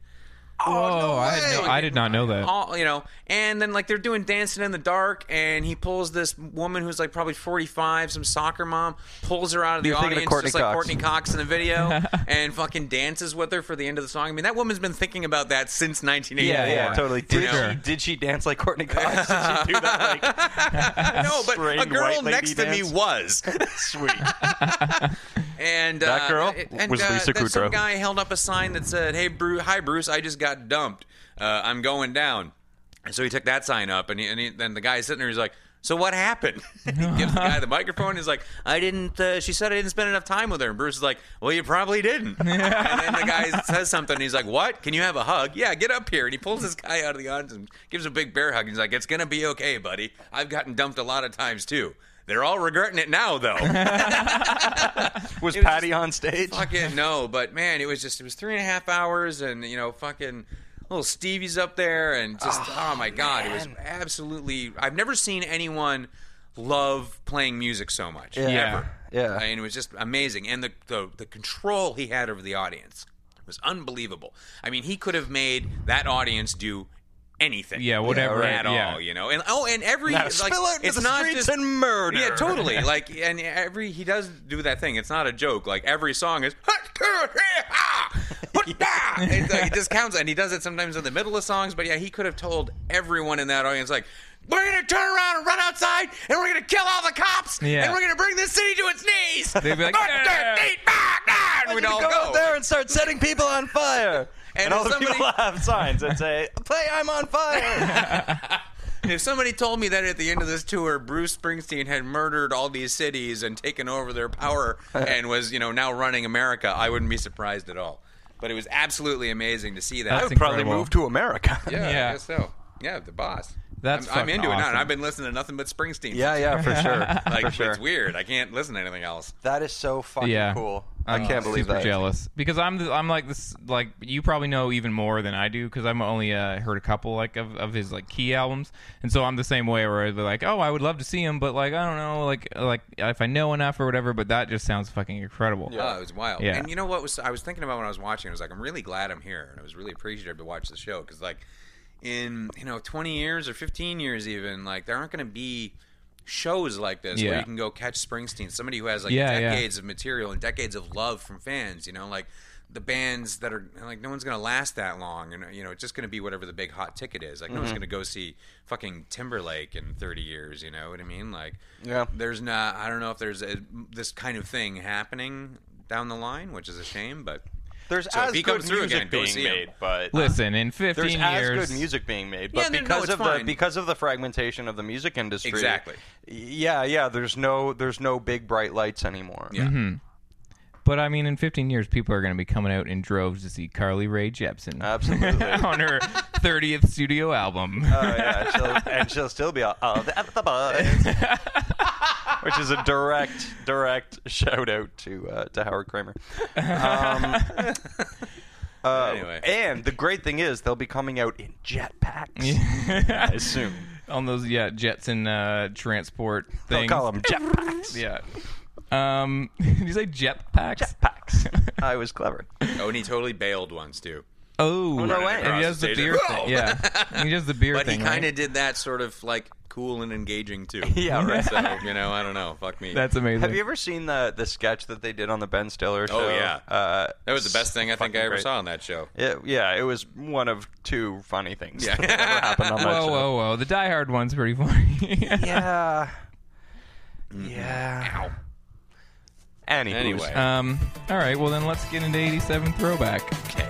[SPEAKER 2] Oh,
[SPEAKER 1] Whoa,
[SPEAKER 3] no
[SPEAKER 1] Oh, I, had no,
[SPEAKER 3] way.
[SPEAKER 1] I did not know that.
[SPEAKER 3] all you know and then like they're doing dancing in the dark and he pulls this woman who's like probably 45 some soccer mom pulls her out of the
[SPEAKER 2] You're thinking of
[SPEAKER 3] audience
[SPEAKER 2] Courtney
[SPEAKER 3] just like
[SPEAKER 2] Cox.
[SPEAKER 3] courtney cox in
[SPEAKER 2] <laughs>
[SPEAKER 3] the video and fucking dances with her for the end of the song i mean that woman's been thinking about that since 1984
[SPEAKER 2] Yeah, yeah, totally.
[SPEAKER 1] For
[SPEAKER 2] Did,
[SPEAKER 1] sure.
[SPEAKER 2] she, did she dance like Courtney Cox? Did she
[SPEAKER 3] <laughs>
[SPEAKER 2] do that like
[SPEAKER 3] no but a
[SPEAKER 2] Strained
[SPEAKER 3] girl
[SPEAKER 2] white lady
[SPEAKER 3] next to me
[SPEAKER 2] dance.
[SPEAKER 3] was
[SPEAKER 2] <laughs> Sweet.
[SPEAKER 3] and
[SPEAKER 2] That
[SPEAKER 3] uh,
[SPEAKER 2] girl
[SPEAKER 3] and,
[SPEAKER 2] was
[SPEAKER 3] uh,
[SPEAKER 2] Lisa
[SPEAKER 3] that Some
[SPEAKER 2] Kudrow.
[SPEAKER 3] guy held up a sign that said, "Hey, Bruce, hi, Bruce. I just got dumped. Uh, I'm going down." And so he took that sign up, and, he, and he, then the guy sitting there, he's like. So what happened? <laughs> he gives the guy the microphone. He's like, "I didn't." Uh, she said I didn't spend enough time with her. And Bruce is like, "Well, you
[SPEAKER 2] <laughs>
[SPEAKER 3] probably didn't." and then the guy says something. He's like, "What? Can you have a hug?" Yeah, get up here. And he pulls this guy out of the audience and gives a big bear hug. He's like, "It's gonna be okay, buddy. I've gotten dumped a lot of times too. They're all regretting it
[SPEAKER 2] <laughs>
[SPEAKER 3] now, though."
[SPEAKER 2] Was
[SPEAKER 3] It was
[SPEAKER 2] Patty on stage?
[SPEAKER 3] Fucking no, but man, it was just it was three and a half hours, and you know, fucking little Stevie's up there, and just oh, my god, it was absolutely. I've never seen anyone love playing music so much.
[SPEAKER 1] Yeah.
[SPEAKER 3] ever.
[SPEAKER 2] Yeah.
[SPEAKER 3] and it was just amazing, and the, the the control he had over the audience was unbelievable. I mean, he could have made that audience do. Anything,
[SPEAKER 1] Yeah, whatever,
[SPEAKER 3] at
[SPEAKER 1] yeah.
[SPEAKER 3] all, you know, and oh, and every
[SPEAKER 2] Now
[SPEAKER 3] like,
[SPEAKER 2] spill out into
[SPEAKER 3] it's
[SPEAKER 2] the
[SPEAKER 3] not
[SPEAKER 2] streets
[SPEAKER 3] just,
[SPEAKER 2] and murder.
[SPEAKER 3] yeah,
[SPEAKER 1] <laughs>
[SPEAKER 3] totally. Like, and every he does do that thing. It's not a joke. Like every song is.
[SPEAKER 1] <laughs>
[SPEAKER 3] It's like, it just counts, and he does it sometimes in the middle of songs. But yeah, he could have told everyone in that audience like. We're gonna turn around and run outside, and we're gonna kill all the cops,
[SPEAKER 1] Yeah.
[SPEAKER 3] and we're gonna bring this city to its knees.
[SPEAKER 1] They'd be like,
[SPEAKER 3] March their
[SPEAKER 1] "Yeah."
[SPEAKER 3] feet back, ah, and
[SPEAKER 2] We'd
[SPEAKER 3] we'd all
[SPEAKER 2] go,
[SPEAKER 3] go.
[SPEAKER 2] out there and start setting people on fire. <laughs>
[SPEAKER 3] And
[SPEAKER 2] And,
[SPEAKER 3] if
[SPEAKER 2] all the people <laughs>
[SPEAKER 3] somebody-
[SPEAKER 2] have signs that
[SPEAKER 3] <laughs>
[SPEAKER 2] say, "Play, I'm on fire."
[SPEAKER 3] If somebody told me that at the end of this tour, Bruce Springsteen had murdered all these cities and taken over
[SPEAKER 2] <laughs>
[SPEAKER 3] their power and was, you know, now running America, I wouldn't be surprised at all. But it was absolutely amazing to see that.
[SPEAKER 1] That's
[SPEAKER 2] I'd <laughs> probably
[SPEAKER 1] incredible.
[SPEAKER 2] move to America.
[SPEAKER 3] <laughs> yeah,
[SPEAKER 1] Yeah.
[SPEAKER 3] I guess so. Yeah, the boss.
[SPEAKER 1] That's
[SPEAKER 3] I'm, I'm
[SPEAKER 1] fucking
[SPEAKER 3] into it now, and
[SPEAKER 1] awesome.
[SPEAKER 3] I've been listening to nothing but Springsteen.
[SPEAKER 2] yeah, yeah, for
[SPEAKER 3] <laughs>
[SPEAKER 2] sure,
[SPEAKER 3] like
[SPEAKER 2] for sure.
[SPEAKER 3] it's weird. I can't listen to anything else.
[SPEAKER 2] That is so fucking
[SPEAKER 1] yeah,
[SPEAKER 2] cool.
[SPEAKER 1] I'm
[SPEAKER 2] I can't believe
[SPEAKER 1] super
[SPEAKER 2] that.
[SPEAKER 1] Jealous because I'm the, I'm like this like you probably know even more than I do because I've only uh, heard a couple like of, of his like key albums and so I'm the same way where they're like oh I would love to see him but like I don't know like like if I know enough or whatever but that just sounds fucking incredible.
[SPEAKER 3] Oh, it was wild.
[SPEAKER 1] Yeah.
[SPEAKER 3] And you know what was I was thinking about when I was watching? I was like, I'm really glad I'm here, and I was really appreciative to watch the show because, like, in you know, 20 years or 15 years, even like there aren't going to be shows like this where
[SPEAKER 1] Yeah.
[SPEAKER 3] you can go catch Springsteen, somebody who has like
[SPEAKER 1] Yeah, yeah.
[SPEAKER 3] decades of material and decades of love from fans. You know, like the bands that are like no one's going to last that long, and you know, it's just going to be whatever the big hot ticket is. Like no
[SPEAKER 1] Mm-hmm.
[SPEAKER 3] one's going to go see fucking Timberlake in 30 years. You know what I mean? Like
[SPEAKER 2] Yeah.
[SPEAKER 3] there's not i don't know if there's a, this kind of thing happening down the line which is a shame but
[SPEAKER 2] There's
[SPEAKER 3] So if
[SPEAKER 2] as
[SPEAKER 3] he
[SPEAKER 2] good
[SPEAKER 3] comes through
[SPEAKER 2] music
[SPEAKER 3] again, go
[SPEAKER 2] being
[SPEAKER 3] see him.
[SPEAKER 2] made, but
[SPEAKER 1] Listen, in 15
[SPEAKER 2] there's
[SPEAKER 1] years,
[SPEAKER 2] as good music being made,
[SPEAKER 3] Yeah,
[SPEAKER 2] but
[SPEAKER 3] no, no,
[SPEAKER 2] because
[SPEAKER 3] it's
[SPEAKER 2] of the
[SPEAKER 3] fine.
[SPEAKER 2] because of the fragmentation of the music industry,
[SPEAKER 3] Exactly.
[SPEAKER 2] Yeah, yeah. There's no there's no big bright lights anymore.
[SPEAKER 3] yeah
[SPEAKER 1] Mm-hmm. but I mean in 15 years people are going to be coming out in droves to see Carly Rae Jepsen
[SPEAKER 2] absolutely.
[SPEAKER 3] <laughs>
[SPEAKER 2] oh,
[SPEAKER 1] <laughs> on her 30th studio album.
[SPEAKER 2] yeah, she'll, and she'll still be all, "Oh, the- the
[SPEAKER 3] <laughs>
[SPEAKER 2] boys," which is a direct direct shout out to uh, to Howard Kramer.
[SPEAKER 3] <laughs>
[SPEAKER 2] Um,
[SPEAKER 1] <laughs>
[SPEAKER 2] uh,
[SPEAKER 3] Anyway.
[SPEAKER 2] and the great thing is they'll be coming out in jetpacks soon.
[SPEAKER 1] on those yeah Jetson uh, transport
[SPEAKER 2] They'll
[SPEAKER 1] things.
[SPEAKER 2] call
[SPEAKER 3] <laughs>
[SPEAKER 2] them jetpacks.
[SPEAKER 1] Yeah. Um, <laughs> did you say jetpacks? <laughs>
[SPEAKER 2] Jetpacks. I was clever.
[SPEAKER 3] oh and he totally bailed once too
[SPEAKER 1] Oh,
[SPEAKER 2] no way.
[SPEAKER 1] and he does the
[SPEAKER 3] Across the
[SPEAKER 1] beer
[SPEAKER 3] stage.
[SPEAKER 1] thing. Yeah, he does the beer
[SPEAKER 3] but he
[SPEAKER 1] thing.
[SPEAKER 3] kind of
[SPEAKER 1] right?
[SPEAKER 3] did that sort of like cool and engaging too
[SPEAKER 2] <laughs> Yeah, right.
[SPEAKER 3] so you know i don't know fuck me
[SPEAKER 1] That's amazing.
[SPEAKER 2] Have you ever seen the the sketch that they did on the Ben Stiller show?
[SPEAKER 3] Oh, yeah.
[SPEAKER 2] uh,
[SPEAKER 3] that was the best thing i think i
[SPEAKER 2] fucking
[SPEAKER 3] ever
[SPEAKER 2] great.
[SPEAKER 3] saw on that show
[SPEAKER 2] It, yeah, it was one of two funny things
[SPEAKER 3] Yeah.
[SPEAKER 2] that ever happened on that
[SPEAKER 1] Whoa,
[SPEAKER 2] show.
[SPEAKER 1] whoa, whoa! The Die Hard one's pretty funny. <laughs>
[SPEAKER 2] Yeah. Yeah. Anywho.
[SPEAKER 3] Anyway.
[SPEAKER 1] Um. All right. Well, then let's get into '87 throwback.
[SPEAKER 2] Okay.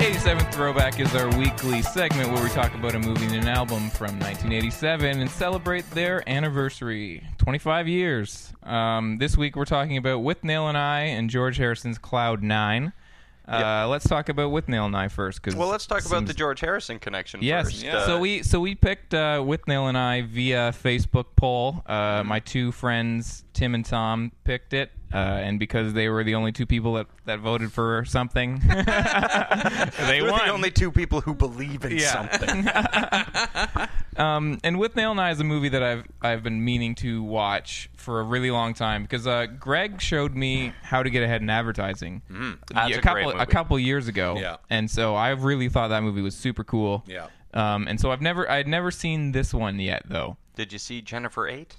[SPEAKER 1] '87 throwback is our weekly segment where we talk about a movie and an album from 1987 and celebrate their anniversary, 25 years. Um, this week we're talking about With Nail and I and George Harrison's Cloud Nine. Uh, Let's talk about With Nail and I first, because
[SPEAKER 2] Well, let's talk about the George Harrison connection
[SPEAKER 1] Yes.
[SPEAKER 2] first. Uh,
[SPEAKER 3] Yeah.
[SPEAKER 2] <laughs>
[SPEAKER 1] So we so we picked uh, Withnail
[SPEAKER 2] Mm-hmm.
[SPEAKER 1] and I via Facebook poll. Uh, my two friends Tim and Tom picked it, uh, and because they were the only two people that, that voted for something, <laughs> they
[SPEAKER 2] We're
[SPEAKER 1] won.
[SPEAKER 2] the only two people who believe in
[SPEAKER 1] Yeah.
[SPEAKER 2] something.
[SPEAKER 3] <laughs>
[SPEAKER 1] Um, and with Nail and I is a movie that I've I've been meaning to watch for a really long time because uh, Greg showed me how to get ahead in advertising
[SPEAKER 2] Mm, That's
[SPEAKER 1] Uh, a
[SPEAKER 2] a
[SPEAKER 1] couple
[SPEAKER 2] great
[SPEAKER 1] a
[SPEAKER 2] movie.
[SPEAKER 1] couple years ago.
[SPEAKER 3] Yeah.
[SPEAKER 1] And so I really thought that movie was super cool.
[SPEAKER 3] Yeah.
[SPEAKER 1] Um, and so I've never I had never seen this one yet though.
[SPEAKER 2] Did you see Jennifer Eight?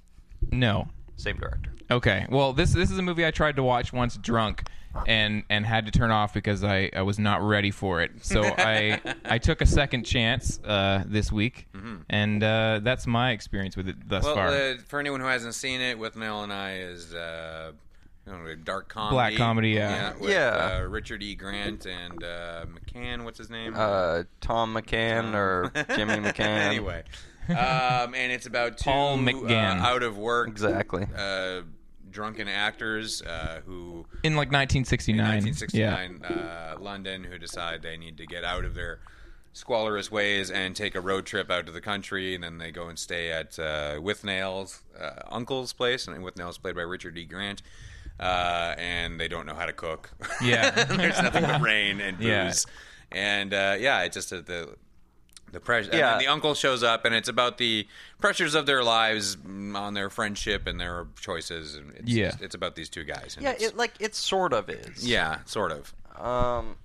[SPEAKER 1] No.
[SPEAKER 2] Same director.
[SPEAKER 1] Okay. Well, this this is a movie I tried to watch once drunk and and had to turn off because I, I was not ready for it.
[SPEAKER 3] <laughs>
[SPEAKER 1] So I I took a second chance uh, this week, and uh, that's my experience with it thus
[SPEAKER 3] Mm-hmm. Well,
[SPEAKER 1] far.
[SPEAKER 3] uh, for anyone who hasn't seen it, with Mel and I is uh, you know, a dark comedy,
[SPEAKER 1] Black comedy, yeah.
[SPEAKER 3] with,
[SPEAKER 2] Yeah.
[SPEAKER 3] Uh, Richard E. Grant and uh, McCann. What's his name?
[SPEAKER 2] Uh, Tom McCann or
[SPEAKER 3] <laughs>
[SPEAKER 2] Jimmy McCann.
[SPEAKER 3] anyway, um, and it's about two
[SPEAKER 1] Paul McGann.
[SPEAKER 3] uh, out of work,
[SPEAKER 2] Exactly.
[SPEAKER 3] uh, drunken actors uh, who
[SPEAKER 1] in like 1969. Yeah.
[SPEAKER 3] 1969 uh, London who decide they need to get out of their squalorous ways and take a road trip out to the country. And then they go and stay at uh, Withnail's uh, uncle's place. And Withnail's played by Richard D. Grant. Uh, and they don't know how to cook.
[SPEAKER 1] Yeah.
[SPEAKER 3] <laughs> There's nothing but rain and booze.
[SPEAKER 1] Yeah.
[SPEAKER 3] And uh, yeah, it's just a, the the pressure.
[SPEAKER 2] Yeah.
[SPEAKER 3] And then the uncle shows up, and it's about the pressures of their lives mm, on their friendship and their choices. And it's,
[SPEAKER 1] Yeah.
[SPEAKER 3] just- it's about these two guys. And
[SPEAKER 2] Yeah,
[SPEAKER 3] it's-
[SPEAKER 2] it, like it sort of is.
[SPEAKER 3] yeah, sort of.
[SPEAKER 2] Um,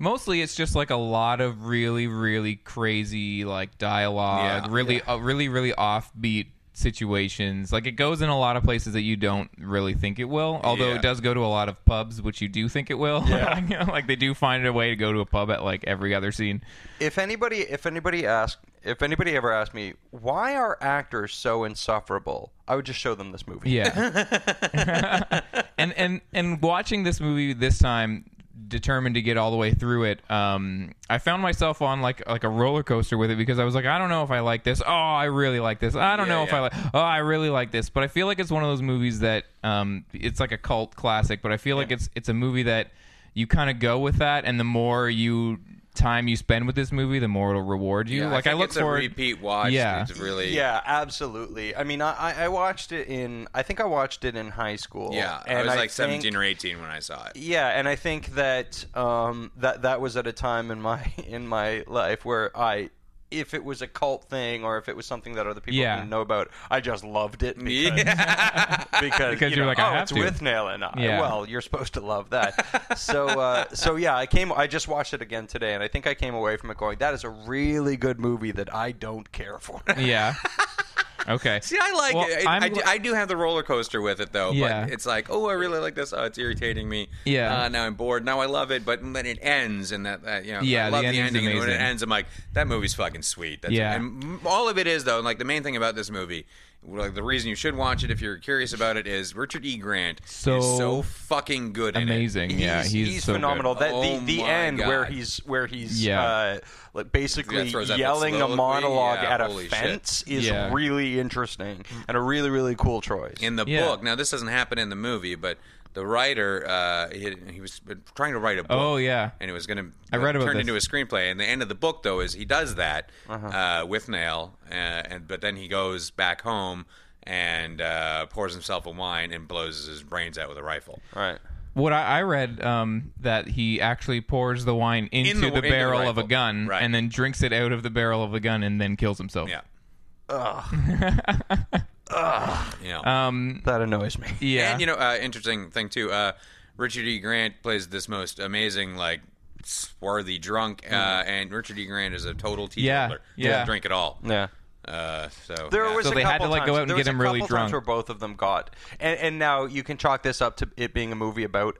[SPEAKER 1] Mostly, it's just like a lot of really, really crazy like dialogue,
[SPEAKER 3] Yeah.
[SPEAKER 1] really, Uh, really, really offbeat situations. Like it goes in a lot of places that you don't really think it will. Although
[SPEAKER 3] Yeah.
[SPEAKER 1] it does go to a lot of pubs, which you do think it will. <laughs> Yeah. like they do find a way to go to a pub at like every other scene.
[SPEAKER 2] if anybody, if anybody asked, if anybody ever asked me why are actors so insufferable, I would just show them this movie.
[SPEAKER 1] Yeah.
[SPEAKER 3] <laughs>
[SPEAKER 1] and and and watching this movie this time determined to get all the way through it um i found myself on like like a roller coaster with it because i was like i don't know if i like this oh i really like this i don't
[SPEAKER 3] Yeah,
[SPEAKER 1] know if
[SPEAKER 3] yeah.
[SPEAKER 1] i like oh i really like this but i feel like it's one of those movies that um it's like a cult classic but i feel like it's it's a movie that you kind of go with that and the more you time you spend with this movie the more it'll reward you
[SPEAKER 3] Yeah,
[SPEAKER 1] like i,
[SPEAKER 3] think
[SPEAKER 1] look
[SPEAKER 3] it's a
[SPEAKER 1] forward
[SPEAKER 3] repeat watch.
[SPEAKER 1] Yeah.
[SPEAKER 3] it's really
[SPEAKER 2] Yeah, absolutely. I mean, I, I- I watched it in. I think I watched it in high school.
[SPEAKER 3] Yeah,
[SPEAKER 2] and
[SPEAKER 3] I was like
[SPEAKER 2] think-
[SPEAKER 3] seventeen or eighteen when I saw it.
[SPEAKER 2] Yeah, and I think that um, that that was at a time in my <laughs> in my life where I, if it was a cult thing or if it was something that other people
[SPEAKER 1] Yeah.
[SPEAKER 2] didn't know about, I just loved it because <laughs>
[SPEAKER 3] <laughs> Yeah,
[SPEAKER 2] because,
[SPEAKER 1] Because
[SPEAKER 2] you
[SPEAKER 1] you're
[SPEAKER 2] know,
[SPEAKER 1] like,
[SPEAKER 2] oh,
[SPEAKER 1] I have
[SPEAKER 2] it's
[SPEAKER 1] to."
[SPEAKER 2] with Nail and I.
[SPEAKER 1] Yeah.
[SPEAKER 2] Well, you're supposed to love that. so uh, so yeah, I came. I just watched it again today, and I think I came away from it going, that is a really good movie that I don't
[SPEAKER 1] <laughs>
[SPEAKER 2] care for.
[SPEAKER 3] <laughs>
[SPEAKER 1] yeah okay
[SPEAKER 3] see, I like
[SPEAKER 1] Well,
[SPEAKER 3] it. I,
[SPEAKER 1] I'm
[SPEAKER 3] I do,
[SPEAKER 1] gl-
[SPEAKER 3] I do have the roller coaster with it though.
[SPEAKER 1] Yeah.
[SPEAKER 3] but it's like, oh, I really like this. Oh, it's irritating me.
[SPEAKER 1] Yeah.
[SPEAKER 3] uh, now I'm bored. Now I love it, but then it ends, and that, that you know,
[SPEAKER 1] Yeah,
[SPEAKER 3] I
[SPEAKER 1] the
[SPEAKER 3] love
[SPEAKER 1] ending's
[SPEAKER 3] ending. And when it
[SPEAKER 1] amazing.
[SPEAKER 3] ends, I'm like, that movie's fucking sweet. That's
[SPEAKER 1] Yeah.
[SPEAKER 3] and m- all of it is though. Like the main thing about this movie. Like the reason you should watch it if you're curious about it is Richard E. Grant
[SPEAKER 1] So
[SPEAKER 3] is so fucking good, in it.
[SPEAKER 1] amazing yeah
[SPEAKER 2] he's,
[SPEAKER 1] he's, so good.
[SPEAKER 2] phenomenal. That
[SPEAKER 3] Oh
[SPEAKER 2] the, the
[SPEAKER 3] my
[SPEAKER 2] end where
[SPEAKER 3] God.
[SPEAKER 2] he's where he's
[SPEAKER 1] Yeah.
[SPEAKER 2] uh, like basically
[SPEAKER 3] Yeah, throws up
[SPEAKER 2] yelling
[SPEAKER 3] that
[SPEAKER 2] a
[SPEAKER 3] soliloquy.
[SPEAKER 2] monologue
[SPEAKER 3] Yeah,
[SPEAKER 2] at a
[SPEAKER 3] holy shit.
[SPEAKER 2] fence is
[SPEAKER 1] Yeah.
[SPEAKER 2] really interesting and a really really cool choice.
[SPEAKER 3] in the
[SPEAKER 1] Yeah.
[SPEAKER 3] book. Now this doesn't happen in the movie, but the writer uh, he, he was trying to write a book.
[SPEAKER 1] oh yeah
[SPEAKER 3] and it was going to
[SPEAKER 1] I read about
[SPEAKER 3] turned
[SPEAKER 1] this.
[SPEAKER 3] into a screenplay. And the end of the book though is he does that uh
[SPEAKER 2] Uh-huh.
[SPEAKER 3] with Nail, uh, and but then he goes back home and uh, pours himself a wine and blows his brains out with a rifle.
[SPEAKER 2] right.
[SPEAKER 1] What I, I read um, that he actually pours the wine into
[SPEAKER 3] the-
[SPEAKER 1] the,
[SPEAKER 3] into the
[SPEAKER 1] barrel of a
[SPEAKER 3] rifle.
[SPEAKER 1] gun
[SPEAKER 3] Right.
[SPEAKER 1] and then drinks it out of the barrel of a gun and then kills himself.
[SPEAKER 3] Yeah,
[SPEAKER 2] Ugh,
[SPEAKER 3] you know.
[SPEAKER 1] Um.
[SPEAKER 2] that annoys
[SPEAKER 3] <laughs>
[SPEAKER 2] me.
[SPEAKER 1] Yeah.
[SPEAKER 3] And you know, uh, interesting thing too. Uh, Richard E. Grant plays this most amazing, like swarthy drunk, uh, and Richard E. Grant is a total teetotaler.
[SPEAKER 1] Mm-hmm. Yeah,
[SPEAKER 3] Doesn't
[SPEAKER 1] yeah.
[SPEAKER 3] drink at all.
[SPEAKER 2] Yeah.
[SPEAKER 3] Uh, so
[SPEAKER 2] There
[SPEAKER 3] yeah.
[SPEAKER 2] was
[SPEAKER 1] So
[SPEAKER 2] a
[SPEAKER 1] they had
[SPEAKER 2] couple
[SPEAKER 1] to, like, go
[SPEAKER 2] times-
[SPEAKER 1] out and
[SPEAKER 2] there was
[SPEAKER 1] get
[SPEAKER 2] a
[SPEAKER 1] him really
[SPEAKER 2] couple
[SPEAKER 1] drunk.
[SPEAKER 2] times where both of them got. And and now you can chalk this up to it being a movie about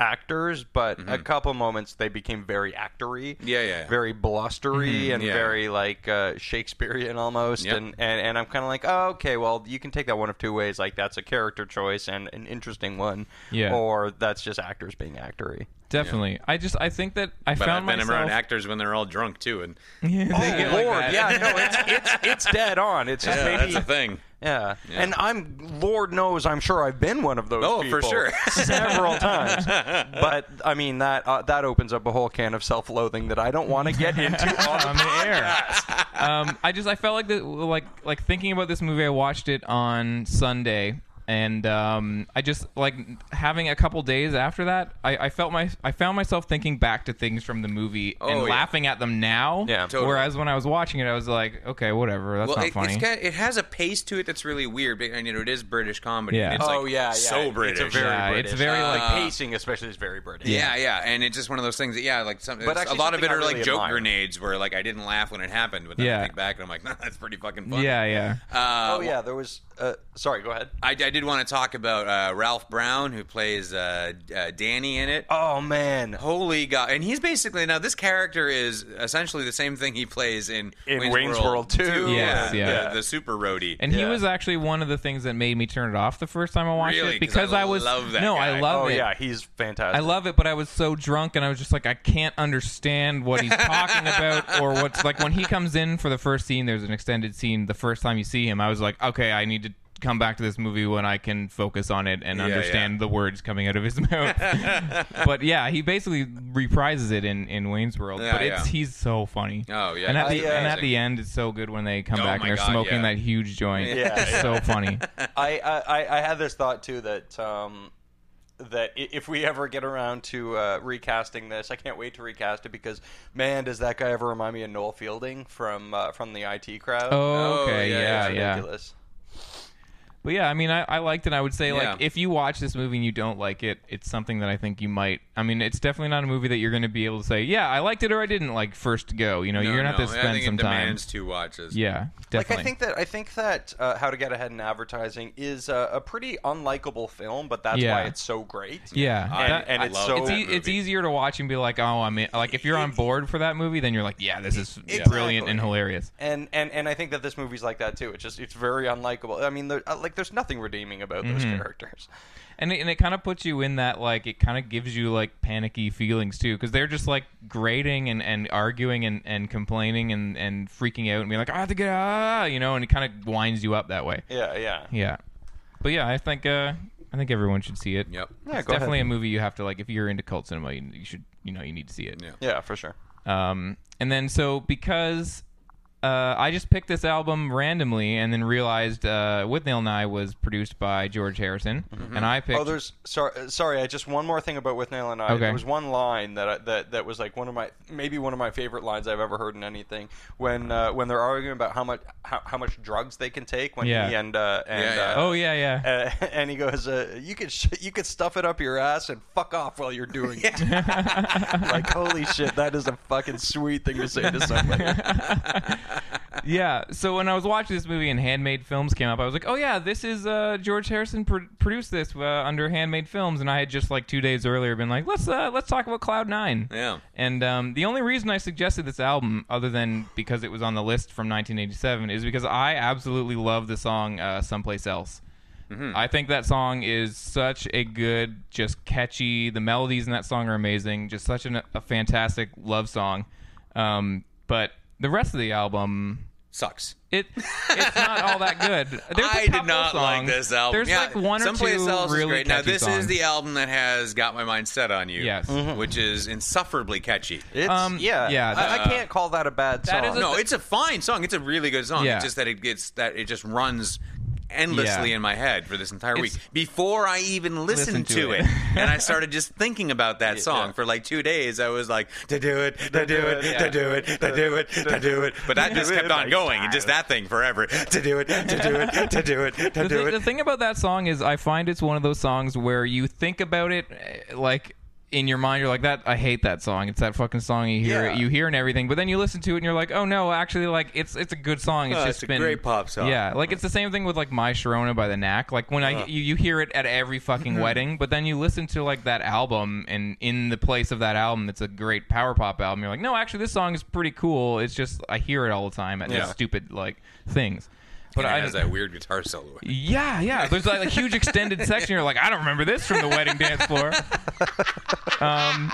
[SPEAKER 2] actors, but a couple moments they became very actory.
[SPEAKER 3] Mm-hmm. Yeah, yeah, yeah.
[SPEAKER 2] Very blustery and
[SPEAKER 3] yeah.
[SPEAKER 2] very like uh, Shakespearean almost.
[SPEAKER 3] Yep.
[SPEAKER 2] And, and and I'm kind of like, oh, okay, well you can take that one of two ways. Like that's a character choice and an interesting one.
[SPEAKER 1] Yeah.
[SPEAKER 2] Or that's just actors being actory.
[SPEAKER 1] Definitely. I just I think that I
[SPEAKER 3] But uh, I've
[SPEAKER 1] found
[SPEAKER 3] been around
[SPEAKER 1] myself.
[SPEAKER 3] actors when they're all drunk too, and
[SPEAKER 1] <laughs> Yeah.
[SPEAKER 3] get like that.
[SPEAKER 2] yeah, no, it's it's it's dead on. It's just
[SPEAKER 3] yeah,
[SPEAKER 2] maybe
[SPEAKER 3] <laughs> that's a thing.
[SPEAKER 2] Yeah. And I'm, Lord knows, I'm sure I've been one of those.
[SPEAKER 3] Oh, for
[SPEAKER 2] people
[SPEAKER 3] sure.
[SPEAKER 2] <laughs> several times. But I mean that uh, that opens up a whole can of self-loathing that I don't want to get
[SPEAKER 3] <laughs>
[SPEAKER 2] into. on
[SPEAKER 1] on
[SPEAKER 2] the-
[SPEAKER 1] the air. Um, I just I felt like the, like like thinking about this movie. I watched it on Sunday, and um, I just like having a couple days after that, I, I felt my I found myself thinking back to things from the movie and
[SPEAKER 3] Oh, yeah.
[SPEAKER 1] laughing at them now.
[SPEAKER 2] Yeah. Totally.
[SPEAKER 1] Whereas when I was watching it, I was like, okay, whatever, that's
[SPEAKER 3] Well,
[SPEAKER 1] not
[SPEAKER 3] it,
[SPEAKER 1] funny.
[SPEAKER 3] it's got, it has a pace to it that's really weird, but and, you know it is British comedy.
[SPEAKER 1] Yeah.
[SPEAKER 3] and it's
[SPEAKER 2] oh
[SPEAKER 3] like,
[SPEAKER 2] yeah, yeah.
[SPEAKER 3] so British.
[SPEAKER 2] It's a very
[SPEAKER 1] Yeah, it's
[SPEAKER 2] British.
[SPEAKER 1] very, like-
[SPEAKER 2] Uh, pacing, especially is very British.
[SPEAKER 3] yeah, yeah, and it's just one of those things that yeah, like some,
[SPEAKER 2] But
[SPEAKER 3] it's-
[SPEAKER 2] actually
[SPEAKER 3] a lot of it
[SPEAKER 2] something I
[SPEAKER 3] are like
[SPEAKER 2] really
[SPEAKER 3] joke
[SPEAKER 2] admire.
[SPEAKER 3] grenades where like I didn't laugh when it happened, but then
[SPEAKER 1] Yeah.
[SPEAKER 3] I think back and I'm like, <laughs> nah, that's pretty fucking funny.
[SPEAKER 1] yeah, yeah.
[SPEAKER 3] Uh,
[SPEAKER 2] oh yeah, there was. Uh, sorry, go ahead.
[SPEAKER 3] I, I did want to talk about uh, Ralph Brown who plays uh, uh, Danny in it.
[SPEAKER 2] Oh man.
[SPEAKER 3] Holy God! And he's basically now this character is essentially the same thing he plays in
[SPEAKER 2] In Wayne's World 2.
[SPEAKER 1] Yes,
[SPEAKER 3] uh,
[SPEAKER 1] yeah.
[SPEAKER 3] the, the super roadie.
[SPEAKER 1] And he
[SPEAKER 2] Yeah.
[SPEAKER 1] was actually one of the things that made me turn it off the first time I watched
[SPEAKER 3] Really?
[SPEAKER 1] it
[SPEAKER 3] 'Cause I
[SPEAKER 1] because I, was
[SPEAKER 3] love that
[SPEAKER 1] no, I
[SPEAKER 3] guy.
[SPEAKER 1] love
[SPEAKER 2] Oh
[SPEAKER 1] it.
[SPEAKER 2] yeah, he's fantastic.
[SPEAKER 1] I love it, but I was so drunk and I was just like, I can't understand what he's talking about or what's like when he comes in for the first scene. There's an extended scene the first time you see him. I was like, okay, I need to come back to this movie when I can focus on it and
[SPEAKER 3] Yeah,
[SPEAKER 1] understand
[SPEAKER 3] yeah.
[SPEAKER 1] the words coming out of his <laughs> mouth.
[SPEAKER 3] <laughs>
[SPEAKER 1] but yeah, he basically reprises it in, in Wayne's World,
[SPEAKER 3] Yeah,
[SPEAKER 1] but it's
[SPEAKER 3] yeah.
[SPEAKER 1] he's so funny.
[SPEAKER 3] <laughs> Oh, yeah,
[SPEAKER 1] and at,
[SPEAKER 2] he's
[SPEAKER 1] the, and at
[SPEAKER 3] amazing.
[SPEAKER 1] the end, it's so good when they come
[SPEAKER 3] Oh,
[SPEAKER 1] back
[SPEAKER 3] my
[SPEAKER 1] and they're
[SPEAKER 3] God,
[SPEAKER 1] smoking
[SPEAKER 3] yeah.
[SPEAKER 1] that huge joint.
[SPEAKER 2] Yeah,
[SPEAKER 1] it's so
[SPEAKER 3] <laughs>
[SPEAKER 1] funny.
[SPEAKER 2] I, I, I- I had this thought too that um, that i- if we ever get around to uh, recasting this, I can't wait to recast it because man, does that guy ever remind me of Noel Fielding from uh, from the IT crowd?
[SPEAKER 1] Oh, okay,
[SPEAKER 3] yeah,
[SPEAKER 1] yeah,
[SPEAKER 2] It's
[SPEAKER 1] yeah.
[SPEAKER 2] ridiculous.
[SPEAKER 1] But yeah, I mean, I, I liked it. I would say, like,
[SPEAKER 3] Yeah.
[SPEAKER 1] if you watch this movie and you don't like it, it's something that I think you might. I mean, it's definitely not a movie that you're going to be able to say, yeah, I liked it or I didn't like first go. You know,
[SPEAKER 3] No,
[SPEAKER 1] you're going to
[SPEAKER 3] no,
[SPEAKER 1] have to
[SPEAKER 3] I
[SPEAKER 1] spend
[SPEAKER 3] think
[SPEAKER 1] some
[SPEAKER 3] it
[SPEAKER 1] time.
[SPEAKER 3] demands two watches.
[SPEAKER 1] Yeah, definitely.
[SPEAKER 2] Like I think that I think that uh, How to Get Ahead in Advertising is a, a pretty unlikable film, but that's
[SPEAKER 1] Yeah.
[SPEAKER 2] why it's so great.
[SPEAKER 1] yeah,
[SPEAKER 3] I-
[SPEAKER 1] that-
[SPEAKER 2] and
[SPEAKER 3] I
[SPEAKER 2] it's
[SPEAKER 3] love
[SPEAKER 2] so-
[SPEAKER 1] it's,
[SPEAKER 3] that
[SPEAKER 1] e- it's
[SPEAKER 3] movie.
[SPEAKER 1] easier to watch and be like, oh, I'm in. like if you're on board for that movie, then you're like, yeah, this is brilliant
[SPEAKER 2] Exactly.
[SPEAKER 1] and hilarious.
[SPEAKER 2] and and and I think that this movie's like that too. It's just it's very unlikable. I mean, there, uh, like there's nothing redeeming about those
[SPEAKER 1] Mm-hmm.
[SPEAKER 2] characters.
[SPEAKER 1] and it, and it kind of puts you in that like it kind of gives you like panicky feelings too because they're just like grating and, and arguing and, and complaining and, and freaking out and being like I have to get out you know and it kind of winds you up that way
[SPEAKER 2] Yeah, yeah.
[SPEAKER 1] yeah but yeah I think uh, I think everyone should see it
[SPEAKER 3] Yep.
[SPEAKER 2] Yeah,
[SPEAKER 1] it's
[SPEAKER 2] go ahead.
[SPEAKER 1] definitely a movie you have to like if you're into cult cinema you, you should you know you need to see it
[SPEAKER 3] Yeah.
[SPEAKER 2] Yeah, for sure.
[SPEAKER 1] um, and then so because uh, I just picked this album randomly and then realized uh, With Nail and I was produced by George Harrison and I picked
[SPEAKER 2] Oh, there's sorry, sorry. I just one more thing about with Nail and I.
[SPEAKER 1] Okay.
[SPEAKER 2] There was one line that I, that that was like one of my maybe one of my favorite lines I've ever heard in anything. When uh, when they're arguing about how much how, how much drugs they can take when
[SPEAKER 1] Yeah.
[SPEAKER 2] he and uh, and
[SPEAKER 3] Yeah, yeah.
[SPEAKER 2] Uh,
[SPEAKER 1] oh yeah yeah
[SPEAKER 2] Uh, <laughs> and he goes, uh, "You could sh- you could stuff it up your ass and fuck off while you're
[SPEAKER 1] <laughs>
[SPEAKER 2] doing it." like, holy shit, that is a fucking sweet thing to say to somebody.
[SPEAKER 1] <laughs> Yeah. So when I was watching this movie and Handmade Films came up, I was like, "Oh yeah, this is uh, George Harrison pro- produced this uh, under Handmade Films." And I had just like two days earlier been like, "Let's uh, let's talk about Cloud Nine.
[SPEAKER 3] Yeah.
[SPEAKER 1] And um, the only reason I suggested this album, other than because it was on the list from 1987, is because I absolutely love the song uh, "Someplace Else."
[SPEAKER 3] Mm-hmm.
[SPEAKER 1] I think that song is such a good, just catchy. The melodies in that song are amazing. Just such an, a fantastic love song. Um, but the rest of the album,
[SPEAKER 3] Sucks.
[SPEAKER 1] it it's not all that
[SPEAKER 3] <laughs>
[SPEAKER 1] good. There's a
[SPEAKER 3] I did
[SPEAKER 1] couple
[SPEAKER 3] not like
[SPEAKER 1] songs.
[SPEAKER 3] this album.
[SPEAKER 1] There's
[SPEAKER 3] Yeah,
[SPEAKER 1] like one or two
[SPEAKER 3] Someplace else
[SPEAKER 1] really
[SPEAKER 3] is great. Now
[SPEAKER 1] catchy
[SPEAKER 3] this
[SPEAKER 1] songs.
[SPEAKER 3] is the album that has got my mind set on you.
[SPEAKER 1] Yes. Mhm.
[SPEAKER 3] which is insufferably catchy.
[SPEAKER 2] It's,
[SPEAKER 1] Um,
[SPEAKER 2] yeah,
[SPEAKER 1] yeah,
[SPEAKER 2] I, I
[SPEAKER 1] that-
[SPEAKER 2] can't call that a bad
[SPEAKER 1] That
[SPEAKER 2] song.
[SPEAKER 1] is a-
[SPEAKER 3] No, it's a fine song. It's a really good song.
[SPEAKER 1] Yeah.
[SPEAKER 3] It's just that it gets that it just runs endlessly
[SPEAKER 1] Yeah.
[SPEAKER 3] in my head for this entire week
[SPEAKER 1] It's-
[SPEAKER 3] before I even listened
[SPEAKER 1] Listen to
[SPEAKER 3] to
[SPEAKER 1] it.
[SPEAKER 3] it. and
[SPEAKER 1] <laughs>
[SPEAKER 3] I started just thinking about that song
[SPEAKER 2] yeah.
[SPEAKER 3] for like two days. I was like, to do it, to do it,
[SPEAKER 2] yeah.
[SPEAKER 3] to do it, to do it, to do it.
[SPEAKER 1] <laughs>
[SPEAKER 3] But that just
[SPEAKER 2] Do
[SPEAKER 3] kept
[SPEAKER 2] it
[SPEAKER 3] on
[SPEAKER 2] like
[SPEAKER 3] going. and Just that thing forever. To do it, to do it, to do it, <laughs> to
[SPEAKER 1] the,
[SPEAKER 3] do
[SPEAKER 1] thi-
[SPEAKER 3] it.
[SPEAKER 1] the thing about that song is, I find it's one of those songs where you think about it, eh, like in your mind, you're like, "That I hate that song." It's that fucking song you hear,
[SPEAKER 2] Yeah.
[SPEAKER 1] you hear and everything. But then you listen to it, and you're like, "Oh no, actually, like it's it's a good song. It's
[SPEAKER 3] Oh,
[SPEAKER 1] just
[SPEAKER 3] it's a
[SPEAKER 1] been
[SPEAKER 3] great pop song.
[SPEAKER 1] Yeah, like it's the same thing with like My Sharona by the Knack. Like when I you, you hear it at every fucking
[SPEAKER 3] Mm-hmm.
[SPEAKER 1] wedding, but then you listen to like that album, and in the place of that album, it's a great power pop album. You're like, "No, actually, this song is pretty cool. It's just I hear it all the time at
[SPEAKER 2] Yeah.
[SPEAKER 1] these stupid like things." But
[SPEAKER 3] And it
[SPEAKER 1] I
[SPEAKER 3] has that weird guitar solo.
[SPEAKER 1] yeah, yeah. There's like a huge extended section. You're like, I don't remember this from the wedding dance floor. Um,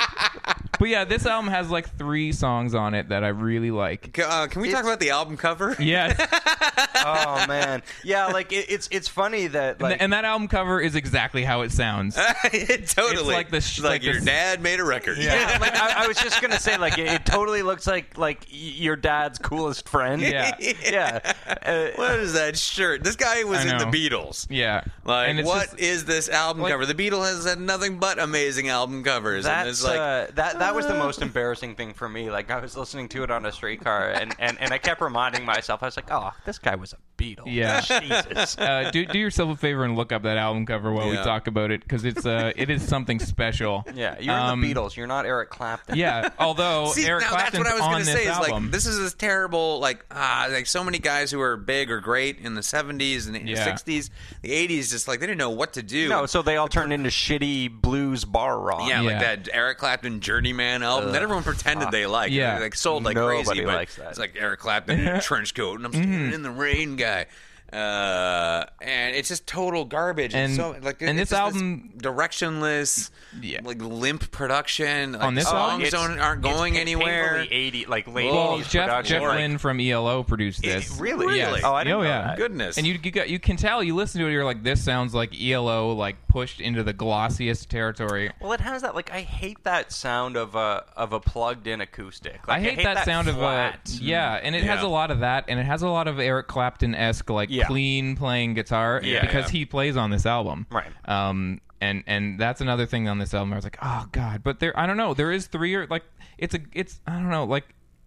[SPEAKER 1] But yeah, this album has like three songs on it that I really like.
[SPEAKER 3] C- Uh, can we talk about the album cover? <laughs>
[SPEAKER 1] Yes,
[SPEAKER 2] oh man, yeah. Like it, it's it's funny that like
[SPEAKER 1] and that album cover is exactly how it sounds.
[SPEAKER 3] totally.
[SPEAKER 1] like the sh- like
[SPEAKER 3] your
[SPEAKER 1] the-
[SPEAKER 3] dad made a record.
[SPEAKER 2] yeah. like I, I was just gonna say like it, it totally looks like like y- your dad's coolest friend.
[SPEAKER 1] Yeah.
[SPEAKER 2] <laughs>
[SPEAKER 3] <laughs>
[SPEAKER 2] yeah. Uh,
[SPEAKER 3] What is that shirt? This guy was
[SPEAKER 1] I
[SPEAKER 3] in the
[SPEAKER 1] know.
[SPEAKER 3] Beatles.
[SPEAKER 1] Yeah,
[SPEAKER 3] Like,
[SPEAKER 1] and
[SPEAKER 3] what is
[SPEAKER 1] it's just-
[SPEAKER 3] this album
[SPEAKER 1] like-
[SPEAKER 3] cover? The Beatles has had nothing but amazing album covers, and
[SPEAKER 2] That's
[SPEAKER 3] it's like,
[SPEAKER 2] uh, that. That <laughs> was the most embarrassing thing for me. Like I was listening to it on a streetcar, and, and, and I kept reminding myself, I was like, "Oh, this guy was a Beatle."
[SPEAKER 1] Yeah.
[SPEAKER 2] <laughs> Jesus.
[SPEAKER 1] uh, do do yourself a favor and look up that album cover while we
[SPEAKER 3] Yeah.
[SPEAKER 1] talk about it because it's uh it is something
[SPEAKER 3] <laughs>
[SPEAKER 1] special.
[SPEAKER 2] Yeah, you're
[SPEAKER 1] Um,
[SPEAKER 2] the Beatles. You're not Eric Clapton.
[SPEAKER 1] Yeah, although
[SPEAKER 3] See,
[SPEAKER 1] Eric
[SPEAKER 3] now that's
[SPEAKER 1] Clapton's
[SPEAKER 3] what I was
[SPEAKER 1] on
[SPEAKER 3] gonna
[SPEAKER 1] this
[SPEAKER 3] say. Is
[SPEAKER 1] album.
[SPEAKER 3] like this is this terrible, like ah, like so many guys who were big or great in the '70s and the
[SPEAKER 1] Yeah.
[SPEAKER 3] '60s, the '80s, just like they didn't know what to do.
[SPEAKER 2] No, so they all turned into shitty blues bar rock.
[SPEAKER 3] yeah, like
[SPEAKER 1] Yeah. Uh,
[SPEAKER 3] that Eric Clapton Journeyman album that everyone pretended they liked.
[SPEAKER 1] Yeah.
[SPEAKER 3] They, like sold like
[SPEAKER 2] Nobody
[SPEAKER 3] crazy, but
[SPEAKER 2] likes that.
[SPEAKER 3] it's like Eric Clapton
[SPEAKER 1] <laughs>
[SPEAKER 3] in a trench coat
[SPEAKER 1] Mm-hmm.
[SPEAKER 3] and I'm standing in the rain guy. Uh, and it's just total garbage.
[SPEAKER 1] And-
[SPEAKER 3] it's so, like,
[SPEAKER 1] and
[SPEAKER 3] it's
[SPEAKER 1] this
[SPEAKER 3] just
[SPEAKER 1] album-
[SPEAKER 3] directionless,
[SPEAKER 1] Yeah.
[SPEAKER 3] like limp production. Like,
[SPEAKER 1] On this
[SPEAKER 3] the
[SPEAKER 1] album?
[SPEAKER 3] songs don't, aren't going anywhere.
[SPEAKER 2] Eighty, like late
[SPEAKER 1] well,
[SPEAKER 2] 80s
[SPEAKER 1] Jeff
[SPEAKER 2] production.
[SPEAKER 1] Jeff Lynne from ELO produced this.
[SPEAKER 2] Really?
[SPEAKER 1] Yes.
[SPEAKER 2] Oh, I didn't
[SPEAKER 1] oh,
[SPEAKER 2] know
[SPEAKER 1] yeah.
[SPEAKER 2] that.
[SPEAKER 3] Goodness.
[SPEAKER 1] And you you, got, you can tell you listen to it you're like this sounds like ELO like pushed into the glossiest territory.
[SPEAKER 2] Well, it has that. Like, I hate that sound of a of a plugged in acoustic. Like,
[SPEAKER 1] I hate, that, sound
[SPEAKER 2] flat.
[SPEAKER 1] of a yeah, and it has
[SPEAKER 3] Yeah.
[SPEAKER 1] a lot of that, and it has a lot of Eric Clapton esque like
[SPEAKER 2] Yeah.
[SPEAKER 1] clean playing guitar
[SPEAKER 3] Yeah,
[SPEAKER 1] because
[SPEAKER 3] yeah.
[SPEAKER 1] he plays on this album,
[SPEAKER 2] Right.
[SPEAKER 1] Um, and and that's another thing on this album. I was like, oh god, but there I don't know. There is three or like it's a it's I don't know like.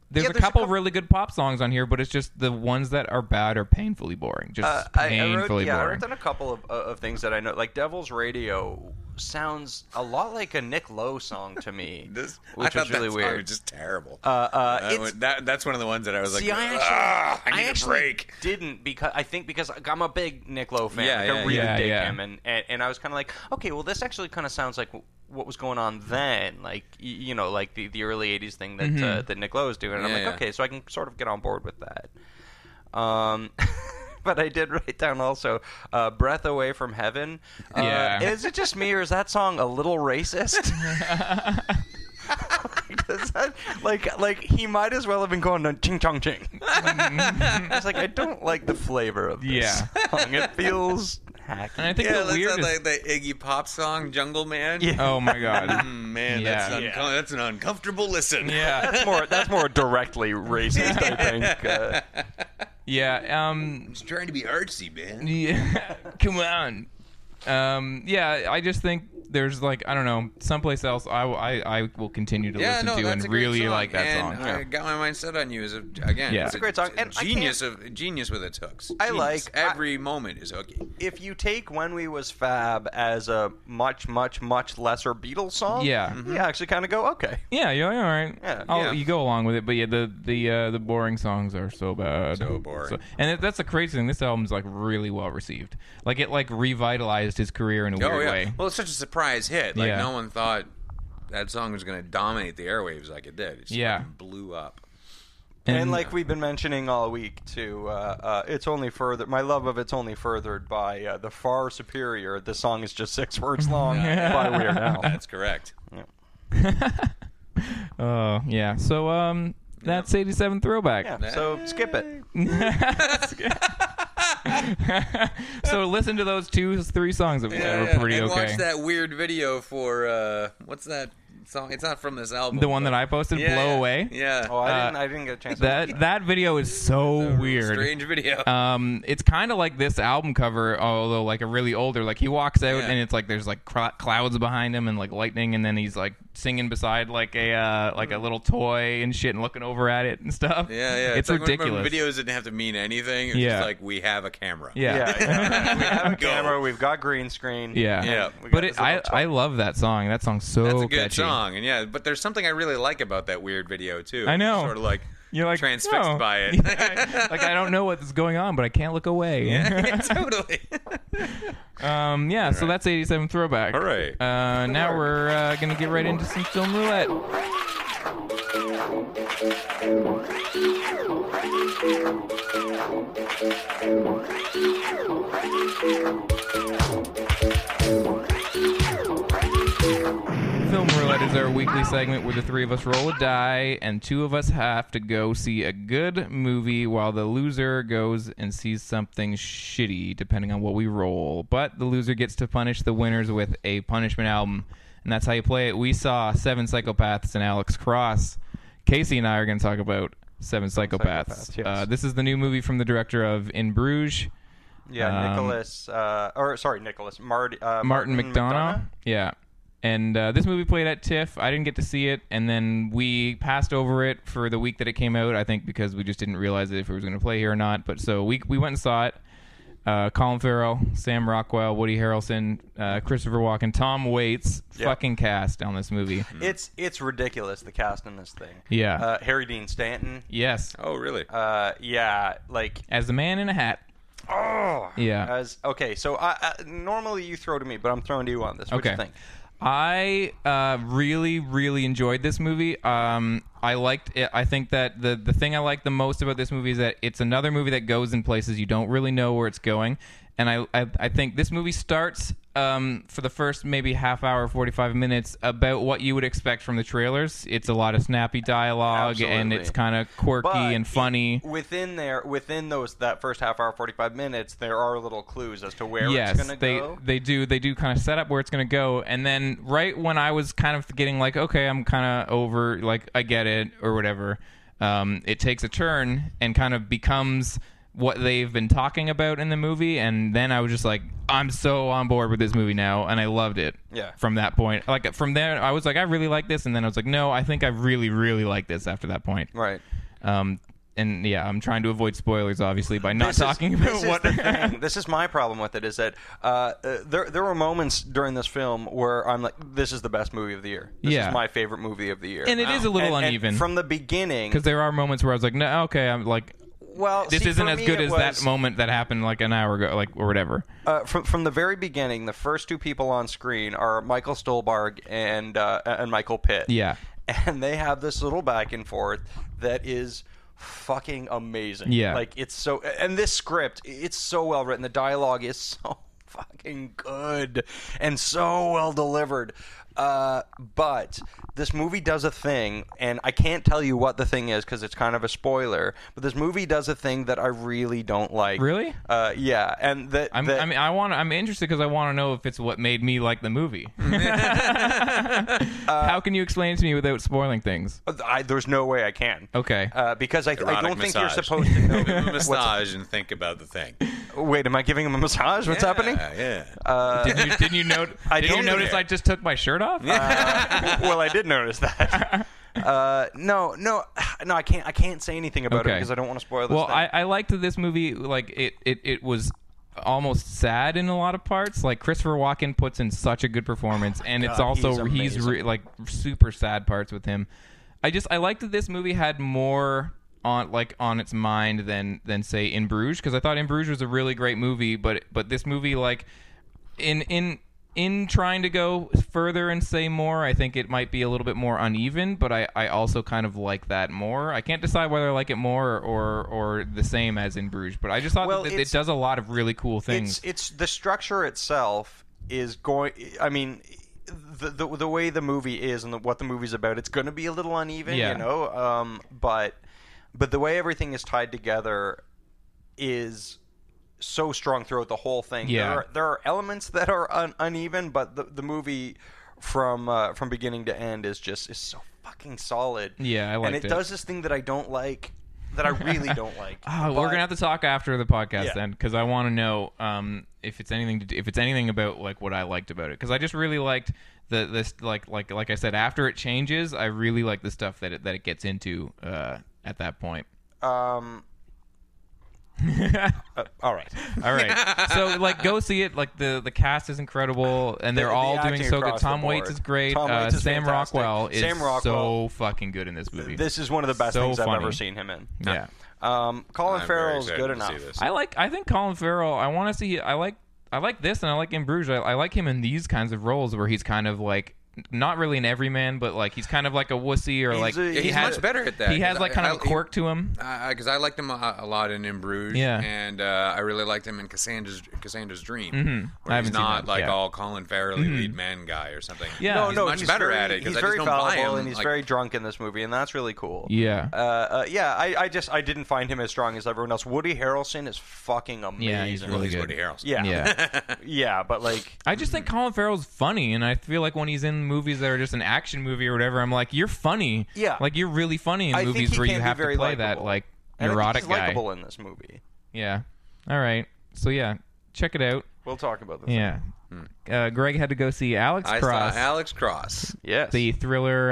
[SPEAKER 1] There's,
[SPEAKER 3] Yeah,
[SPEAKER 1] a,
[SPEAKER 3] there's a
[SPEAKER 1] couple
[SPEAKER 3] couple-
[SPEAKER 1] really good pop songs on here, but it's just the ones that are bad are painfully boring. Just
[SPEAKER 2] Uh, I, I wrote,
[SPEAKER 1] painfully
[SPEAKER 2] yeah, I
[SPEAKER 1] boring.
[SPEAKER 2] wrote down a couple of, of of things that I know. Like Devil's Radio sounds a lot like a Nick Lowe song to me,
[SPEAKER 3] <laughs> This,
[SPEAKER 2] which
[SPEAKER 3] I
[SPEAKER 2] was
[SPEAKER 3] thought that
[SPEAKER 2] really
[SPEAKER 3] song
[SPEAKER 2] weird.
[SPEAKER 3] was just terrible.
[SPEAKER 2] uh, uh,
[SPEAKER 3] That
[SPEAKER 2] it's-
[SPEAKER 3] was- that- that's one of the ones that I was
[SPEAKER 2] See,
[SPEAKER 3] like,
[SPEAKER 2] I
[SPEAKER 3] "Ugh,
[SPEAKER 2] actually,
[SPEAKER 3] I need a
[SPEAKER 2] actually
[SPEAKER 3] break.
[SPEAKER 2] Didn't because I think because like, I'm a big Nick Lowe fan.
[SPEAKER 3] Yeah,
[SPEAKER 2] like,
[SPEAKER 3] yeah,
[SPEAKER 2] I really
[SPEAKER 1] yeah.
[SPEAKER 2] dig
[SPEAKER 1] Yeah, yeah.
[SPEAKER 2] him, and, and and I was kind of like, okay, well, this actually kind of sounds like w- what was going on then, like y- you know, like the, the early '80s thing that uh, that Nick Lowe was doing. And I'm
[SPEAKER 3] Mm-hmm. Yeah,
[SPEAKER 2] like,
[SPEAKER 3] yeah.
[SPEAKER 2] okay, so I can sort of get on board with that. Um. <laughs> But I did write down also uh, "Breath Away from Heaven." Uh,
[SPEAKER 1] Yeah.
[SPEAKER 2] Is it just me, or is that song a little
[SPEAKER 3] <laughs>
[SPEAKER 2] racist? <laughs> Does that- like, like he might as well have been going on ching chong ching. <laughs> It's like I don't like the flavor of this
[SPEAKER 1] Mm. Yeah.
[SPEAKER 2] song. It feels hacky.
[SPEAKER 1] and I think
[SPEAKER 3] Yeah,
[SPEAKER 1] the
[SPEAKER 3] that's
[SPEAKER 1] weirdest.
[SPEAKER 3] like the Iggy Pop song, Jungle Man.
[SPEAKER 2] Yeah.
[SPEAKER 1] oh my
[SPEAKER 3] <laughs>
[SPEAKER 1] god.
[SPEAKER 3] Mm, man, that's,
[SPEAKER 1] Yeah.
[SPEAKER 3] uncom- that's an uncomfortable listen.
[SPEAKER 1] yeah.
[SPEAKER 2] that's more that's more directly racist. I think. Uh,
[SPEAKER 1] Yeah. Um.
[SPEAKER 3] It's trying to be artsy, man.
[SPEAKER 1] Yeah, <laughs> come on. Um, yeah, I just think there's like I don't know someplace else I, w- I- I will continue to
[SPEAKER 3] Yeah,
[SPEAKER 1] listen
[SPEAKER 3] no,
[SPEAKER 1] to
[SPEAKER 3] that's
[SPEAKER 1] and
[SPEAKER 3] a great
[SPEAKER 1] really
[SPEAKER 3] song,
[SPEAKER 1] like that
[SPEAKER 3] and
[SPEAKER 1] song.
[SPEAKER 3] I got my mind set on you is a, again.
[SPEAKER 1] Yeah. It's
[SPEAKER 3] it's
[SPEAKER 2] a great song, and I
[SPEAKER 3] genius of genius with its hooks.
[SPEAKER 2] I
[SPEAKER 3] Genius.
[SPEAKER 2] like- I-
[SPEAKER 3] every moment is hooky.
[SPEAKER 2] <laughs> if you take "When We Was Fab" as a much, much, much lesser Beatles song,
[SPEAKER 1] Yeah.
[SPEAKER 2] you actually kind of go okay.
[SPEAKER 1] Yeah, yeah, all right.
[SPEAKER 2] Yeah,
[SPEAKER 1] I'll,
[SPEAKER 3] yeah.
[SPEAKER 1] you go along with it, but yeah, the the uh, the boring songs are so bad,
[SPEAKER 3] So boring.
[SPEAKER 1] and it, that's the crazy thing. This album's like really well received. Like it like revitalized his career in a
[SPEAKER 3] Oh
[SPEAKER 1] weird
[SPEAKER 3] yeah.
[SPEAKER 1] way.
[SPEAKER 3] Well, it's such a surprise hit. Like
[SPEAKER 1] Yeah.
[SPEAKER 3] no one thought that song was going to dominate the airwaves like it did. It just
[SPEAKER 1] Yeah.
[SPEAKER 3] fucking blew up.
[SPEAKER 1] <laughs>
[SPEAKER 2] And, like we've been mentioning all week, too, uh, uh, it's only further. My love of it's only furthered by uh, the far superior. The song is just six words
[SPEAKER 1] <laughs>
[SPEAKER 2] long by Weird Al.
[SPEAKER 3] That's correct.
[SPEAKER 1] oh yeah. So um, that's eighty seven throwback.
[SPEAKER 2] Yeah, so skip it.
[SPEAKER 1] <laughs> so listen to those two three songs that we said were pretty
[SPEAKER 3] and
[SPEAKER 1] okay.
[SPEAKER 3] watch that weird video for uh, what's that song? It's not from this album.
[SPEAKER 1] The one that I posted,
[SPEAKER 3] Yeah,
[SPEAKER 1] blow
[SPEAKER 3] yeah.
[SPEAKER 1] away.
[SPEAKER 3] Yeah.
[SPEAKER 2] Oh, I
[SPEAKER 1] Uh,
[SPEAKER 2] didn't. I didn't get a chance. to
[SPEAKER 1] That that video is so weird.
[SPEAKER 3] Strange <laughs> video.
[SPEAKER 1] Um, it's kind of like this album cover, although like a really older. Like he walks out
[SPEAKER 3] Yeah.
[SPEAKER 1] and it's like there's like cro- clouds behind him and like lightning, and then he's like singing beside like a uh, like a little toy and shit, and looking over at it and stuff.
[SPEAKER 3] Mm-hmm. yeah, yeah.
[SPEAKER 1] It's,
[SPEAKER 3] like when- when
[SPEAKER 1] ridiculous.
[SPEAKER 3] videos didn't have to mean anything. It was
[SPEAKER 1] Yeah.
[SPEAKER 3] just like we have a camera.
[SPEAKER 1] yeah. <laughs>
[SPEAKER 2] yeah, yeah. we have a
[SPEAKER 3] Go.
[SPEAKER 2] camera. We've got green screen.
[SPEAKER 1] Yeah.
[SPEAKER 3] Yeah.
[SPEAKER 2] We got
[SPEAKER 1] But it,
[SPEAKER 2] this little
[SPEAKER 1] I I love that song. That song's so
[SPEAKER 3] That's a good
[SPEAKER 1] Oh, catchy.
[SPEAKER 3] song, and yeah, but there's something I really like about that weird video too.
[SPEAKER 1] I know.
[SPEAKER 3] sort of like
[SPEAKER 1] You're like
[SPEAKER 3] transfixed
[SPEAKER 1] "Oh."
[SPEAKER 3] by
[SPEAKER 1] <laughs>
[SPEAKER 3] it. <laughs>
[SPEAKER 1] Yeah. like I don't know what's going on, but I can't look away.
[SPEAKER 3] yeah, <laughs> totally.
[SPEAKER 1] <laughs> Um, yeah, so that's 87 throwback.
[SPEAKER 3] All right.
[SPEAKER 1] Uh, now we're uh, going to get right into some film roulette. Film roulette. That is our weekly segment where the three of us roll a die, and two of us have to go see a good movie while the loser goes and sees something shitty, depending on what we roll. But the loser gets to punish the winners with a punishment album, and that's how you play it. We saw Seven Psychopaths and Alex Cross. Casey and I are going to talk about Seven Psychopaths.
[SPEAKER 2] Psychopaths, yes.
[SPEAKER 1] uh, this is the new movie from the director of In Bruges.
[SPEAKER 2] Yeah,
[SPEAKER 1] Um,
[SPEAKER 2] Nicholas, uh, or sorry, Nicholas, Marty, uh,
[SPEAKER 1] Martin, McDonough.
[SPEAKER 2] McDonough?
[SPEAKER 1] Yeah. And uh, this movie played at TIFF. I didn't get to see it, and then we passed over it for the week that it came out. I think because we just didn't realize if it was going to play here or not. But so we we went and saw it. Uh, Colin Farrell, Sam Rockwell, Woody Harrelson, uh, Christopher Walken, Tom Waits,
[SPEAKER 2] Yeah. Mm-hmm.
[SPEAKER 1] fucking cast on this movie.
[SPEAKER 2] It's it's ridiculous the cast in this thing.
[SPEAKER 1] Yeah.
[SPEAKER 2] uh, Harry Dean Stanton.
[SPEAKER 1] Yes,
[SPEAKER 3] Oh, really?
[SPEAKER 2] Uh, yeah, like
[SPEAKER 1] as the man in a hat.
[SPEAKER 2] oh
[SPEAKER 1] Yeah.
[SPEAKER 2] As okay, so I, I, normally you throw to me, but I'm throwing to you on this. What do
[SPEAKER 1] Okay.
[SPEAKER 2] you think?
[SPEAKER 1] I uh, really, really enjoyed this movie. Um, I liked it. I think that the, the thing I like the most about this movie is that it's another movie that goes in places you don't really know where it's going. And I, I, I think this movie starts um, for the first maybe half hour, 45 minutes, about what you would expect from the trailers. It's a lot of snappy dialogue and
[SPEAKER 2] Absolutely.
[SPEAKER 1] it's kind of quirky
[SPEAKER 2] But
[SPEAKER 1] and funny.
[SPEAKER 2] Within there, within those that first half hour, 45 minutes, there are little clues as to where
[SPEAKER 1] yes,
[SPEAKER 2] it's going to
[SPEAKER 1] they
[SPEAKER 2] go.
[SPEAKER 1] they do they do kind of set up where it's going to go, and then right when I was kind of getting like, okay, I'm kind of over, like I get it or whatever, um, it takes a turn and kind of becomes what they've been talking about in the movie, and then I was just like, I'm so on board with this movie now, and I loved it.
[SPEAKER 2] Yeah.
[SPEAKER 1] From that point, like from there, I was like, I really like this, and then I was like, no, I think I really really like this after that point.
[SPEAKER 2] right.
[SPEAKER 1] Um, and yeah, I'm trying to avoid spoilers, obviously, by not
[SPEAKER 2] This is-
[SPEAKER 1] talking
[SPEAKER 2] this
[SPEAKER 1] about
[SPEAKER 2] is
[SPEAKER 1] what.
[SPEAKER 2] the
[SPEAKER 1] <laughs>
[SPEAKER 2] thing. this is my problem with it is that uh, uh, there there were moments during this film where I'm like, this is the best movie of the year. This
[SPEAKER 1] Yeah.
[SPEAKER 2] is my favorite movie of the year.
[SPEAKER 1] and it is a little
[SPEAKER 2] And- and
[SPEAKER 1] uneven
[SPEAKER 2] from the beginning.
[SPEAKER 1] because there are moments where I was like, no, okay, I'm like,
[SPEAKER 2] well,
[SPEAKER 1] this
[SPEAKER 2] see,
[SPEAKER 1] isn't
[SPEAKER 2] for
[SPEAKER 1] as
[SPEAKER 2] me
[SPEAKER 1] good
[SPEAKER 2] it
[SPEAKER 1] as
[SPEAKER 2] was-
[SPEAKER 1] that moment that happened like an hour ago, like or whatever.
[SPEAKER 2] Uh, from from the very beginning, the first two people on screen are Michael Stolbarg and uh, and Michael Pitt.
[SPEAKER 1] Yeah.
[SPEAKER 2] and they have this little back and forth that is fucking amazing.
[SPEAKER 1] Yeah.
[SPEAKER 2] like it's so. And this script, it's so well written. The dialogue is <laughs> so fucking good and so well delivered. Uh, but this movie does a thing, and I can't tell you what the thing is because it's kind of a spoiler. But this movie does a thing that I really don't like.
[SPEAKER 1] Really?
[SPEAKER 2] Uh, yeah, and that
[SPEAKER 1] I'm,
[SPEAKER 2] that-
[SPEAKER 1] I mean, I want, I'm interested because I want to know if it's what made me like the
[SPEAKER 2] <laughs>
[SPEAKER 1] movie.
[SPEAKER 2] Uh,
[SPEAKER 1] How can you explain it to me without spoiling things?
[SPEAKER 2] I, there's no way I can.
[SPEAKER 1] Okay.
[SPEAKER 2] Uh, because I, I don't think you're
[SPEAKER 3] massage.
[SPEAKER 2] supposed to know.
[SPEAKER 3] Give him a <laughs> massage and think about the thing.
[SPEAKER 2] Wait, am I giving him a massage? What's <laughs> happening?
[SPEAKER 3] Yeah, yeah.
[SPEAKER 1] did you
[SPEAKER 2] <laughs>
[SPEAKER 1] didn't you note?
[SPEAKER 2] uh, I
[SPEAKER 1] did you
[SPEAKER 2] don't
[SPEAKER 1] notice
[SPEAKER 3] care.
[SPEAKER 1] I just took my shirt
[SPEAKER 2] <laughs>
[SPEAKER 1] off?
[SPEAKER 2] well, I did notice that. <laughs> Uh, no, no, <sighs> no. I can't. I can't say anything about it
[SPEAKER 1] Okay.
[SPEAKER 2] because I don't want to spoil this.
[SPEAKER 1] well,
[SPEAKER 2] thing.
[SPEAKER 1] I, I liked that this movie. Like it, it, it was almost sad in a lot of parts. Like Christopher Walken puts in such a good
[SPEAKER 2] <sighs>
[SPEAKER 1] performance, and it's
[SPEAKER 2] Oh God,
[SPEAKER 1] also
[SPEAKER 2] he's
[SPEAKER 1] he's, re- like super sad parts with him. I just I liked that this movie had more on like on its mind than than say In Bruges because I thought In Bruges was a really great movie, but but this movie like in in in trying to go further and say more, I think it might be a little bit more uneven, but I, I also kind of like that more. I can't decide whether I like it more or or, the same as in Bruges, but I just thought
[SPEAKER 2] Well,
[SPEAKER 1] that
[SPEAKER 2] it's-
[SPEAKER 1] it does a lot of really cool things.
[SPEAKER 2] it's it's the structure itself is going. I mean. The, the the way the movie is and the, what the movie's about, it's going to be a little uneven,
[SPEAKER 1] Yeah.
[SPEAKER 2] you know. Um, but but the way everything is tied together is so strong throughout the whole thing.
[SPEAKER 1] Yeah.
[SPEAKER 2] There are, there are elements that are un- uneven, but the, the movie from uh, from beginning to end is just is so fucking solid.
[SPEAKER 1] Yeah, I
[SPEAKER 2] And
[SPEAKER 1] liked
[SPEAKER 2] it,
[SPEAKER 1] it.
[SPEAKER 2] does this thing that I don't like, that I really
[SPEAKER 1] <laughs>
[SPEAKER 2] don't like.
[SPEAKER 1] Oh, we're
[SPEAKER 2] But-
[SPEAKER 1] gonna have to talk after the podcast
[SPEAKER 2] Yeah.
[SPEAKER 1] then, because I want to know um, if it's anything to do, if it's anything about like what I liked about it. Because I just really liked the this like like like I said after it changes, I really like the stuff that it, that it gets into uh, at that point. <laughs>
[SPEAKER 2] Um, uh, all right.
[SPEAKER 1] All right. so like go see it. Like the the cast is incredible and they're
[SPEAKER 2] The- the
[SPEAKER 1] all doing
[SPEAKER 2] acting
[SPEAKER 1] so good.
[SPEAKER 2] across
[SPEAKER 1] Tom
[SPEAKER 2] the
[SPEAKER 1] Waits
[SPEAKER 2] board.
[SPEAKER 1] is great.
[SPEAKER 2] Tom
[SPEAKER 1] uh,
[SPEAKER 2] Waits is
[SPEAKER 1] Sam
[SPEAKER 2] fantastic.
[SPEAKER 1] Rockwell is
[SPEAKER 2] Sam Rockwell-
[SPEAKER 1] so fucking good in this movie.
[SPEAKER 2] This is one of the best
[SPEAKER 1] So
[SPEAKER 2] things I've
[SPEAKER 1] funny.
[SPEAKER 2] ever seen him in.
[SPEAKER 1] yeah.
[SPEAKER 2] Um, Colin
[SPEAKER 3] I'm very
[SPEAKER 2] Farrell's
[SPEAKER 3] excited
[SPEAKER 2] good
[SPEAKER 3] to see
[SPEAKER 2] enough.
[SPEAKER 3] this.
[SPEAKER 1] I like I think Colin Farrell, I want to see I like I like this and I like in Bruges. I, I like him in these kinds of roles where he's kind of like not really an everyman, but like he's kind of like a wussy or like
[SPEAKER 2] a- Yeah,
[SPEAKER 1] he
[SPEAKER 3] he's
[SPEAKER 1] has-
[SPEAKER 3] much better at that.
[SPEAKER 1] He has like kind
[SPEAKER 3] I-
[SPEAKER 1] of a quirk to him.
[SPEAKER 3] because I liked him a, a lot in In Bruges,
[SPEAKER 1] Yeah.
[SPEAKER 3] and uh, I really liked him in Cassandra's Cassandra's Dream,
[SPEAKER 1] Mm-hmm. I
[SPEAKER 3] where he's
[SPEAKER 1] haven't seen
[SPEAKER 3] not
[SPEAKER 1] that,
[SPEAKER 3] like
[SPEAKER 1] yeah. Mm-hmm.
[SPEAKER 3] all Colin Farrelly lead man guy or something.
[SPEAKER 1] Yeah. No,
[SPEAKER 3] he's
[SPEAKER 1] no,
[SPEAKER 3] much better
[SPEAKER 2] very,
[SPEAKER 3] at it because
[SPEAKER 2] Oh, He's
[SPEAKER 3] I just
[SPEAKER 2] very
[SPEAKER 3] don't
[SPEAKER 2] fallible
[SPEAKER 3] buy him.
[SPEAKER 2] and he's
[SPEAKER 3] like,
[SPEAKER 2] very drunk in this movie, and that's really cool.
[SPEAKER 1] Yeah.
[SPEAKER 2] Uh, uh, yeah, I, I just I didn't find him as strong as everyone else. Woody Harrelson is fucking amazing.
[SPEAKER 1] Yeah, he's
[SPEAKER 3] well,
[SPEAKER 1] really
[SPEAKER 3] he's
[SPEAKER 1] good.
[SPEAKER 3] Woody Harrelson.
[SPEAKER 2] yeah,
[SPEAKER 1] Yeah.
[SPEAKER 2] Yeah, But like,
[SPEAKER 1] I just think Colin Farrell's funny, and I feel like when he's in movies that are just an action movie or whatever, I'm like, you're funny.
[SPEAKER 2] Yeah.
[SPEAKER 1] Like you're really funny in
[SPEAKER 2] I think
[SPEAKER 1] movies
[SPEAKER 2] he
[SPEAKER 1] where you
[SPEAKER 2] can be
[SPEAKER 1] have to
[SPEAKER 2] very
[SPEAKER 1] play that
[SPEAKER 2] likable.
[SPEAKER 1] like
[SPEAKER 2] and I think
[SPEAKER 1] neurotic
[SPEAKER 2] he's
[SPEAKER 1] guy.
[SPEAKER 2] likable in this movie.
[SPEAKER 1] Yeah. All right. So yeah, check it out.
[SPEAKER 2] We'll talk about this.
[SPEAKER 1] Yeah. Uh, Greg had to go see Alex
[SPEAKER 3] <laughs> Hmm. I
[SPEAKER 1] Cross,
[SPEAKER 3] saw Alex Cross.
[SPEAKER 2] Yes.
[SPEAKER 1] the thriller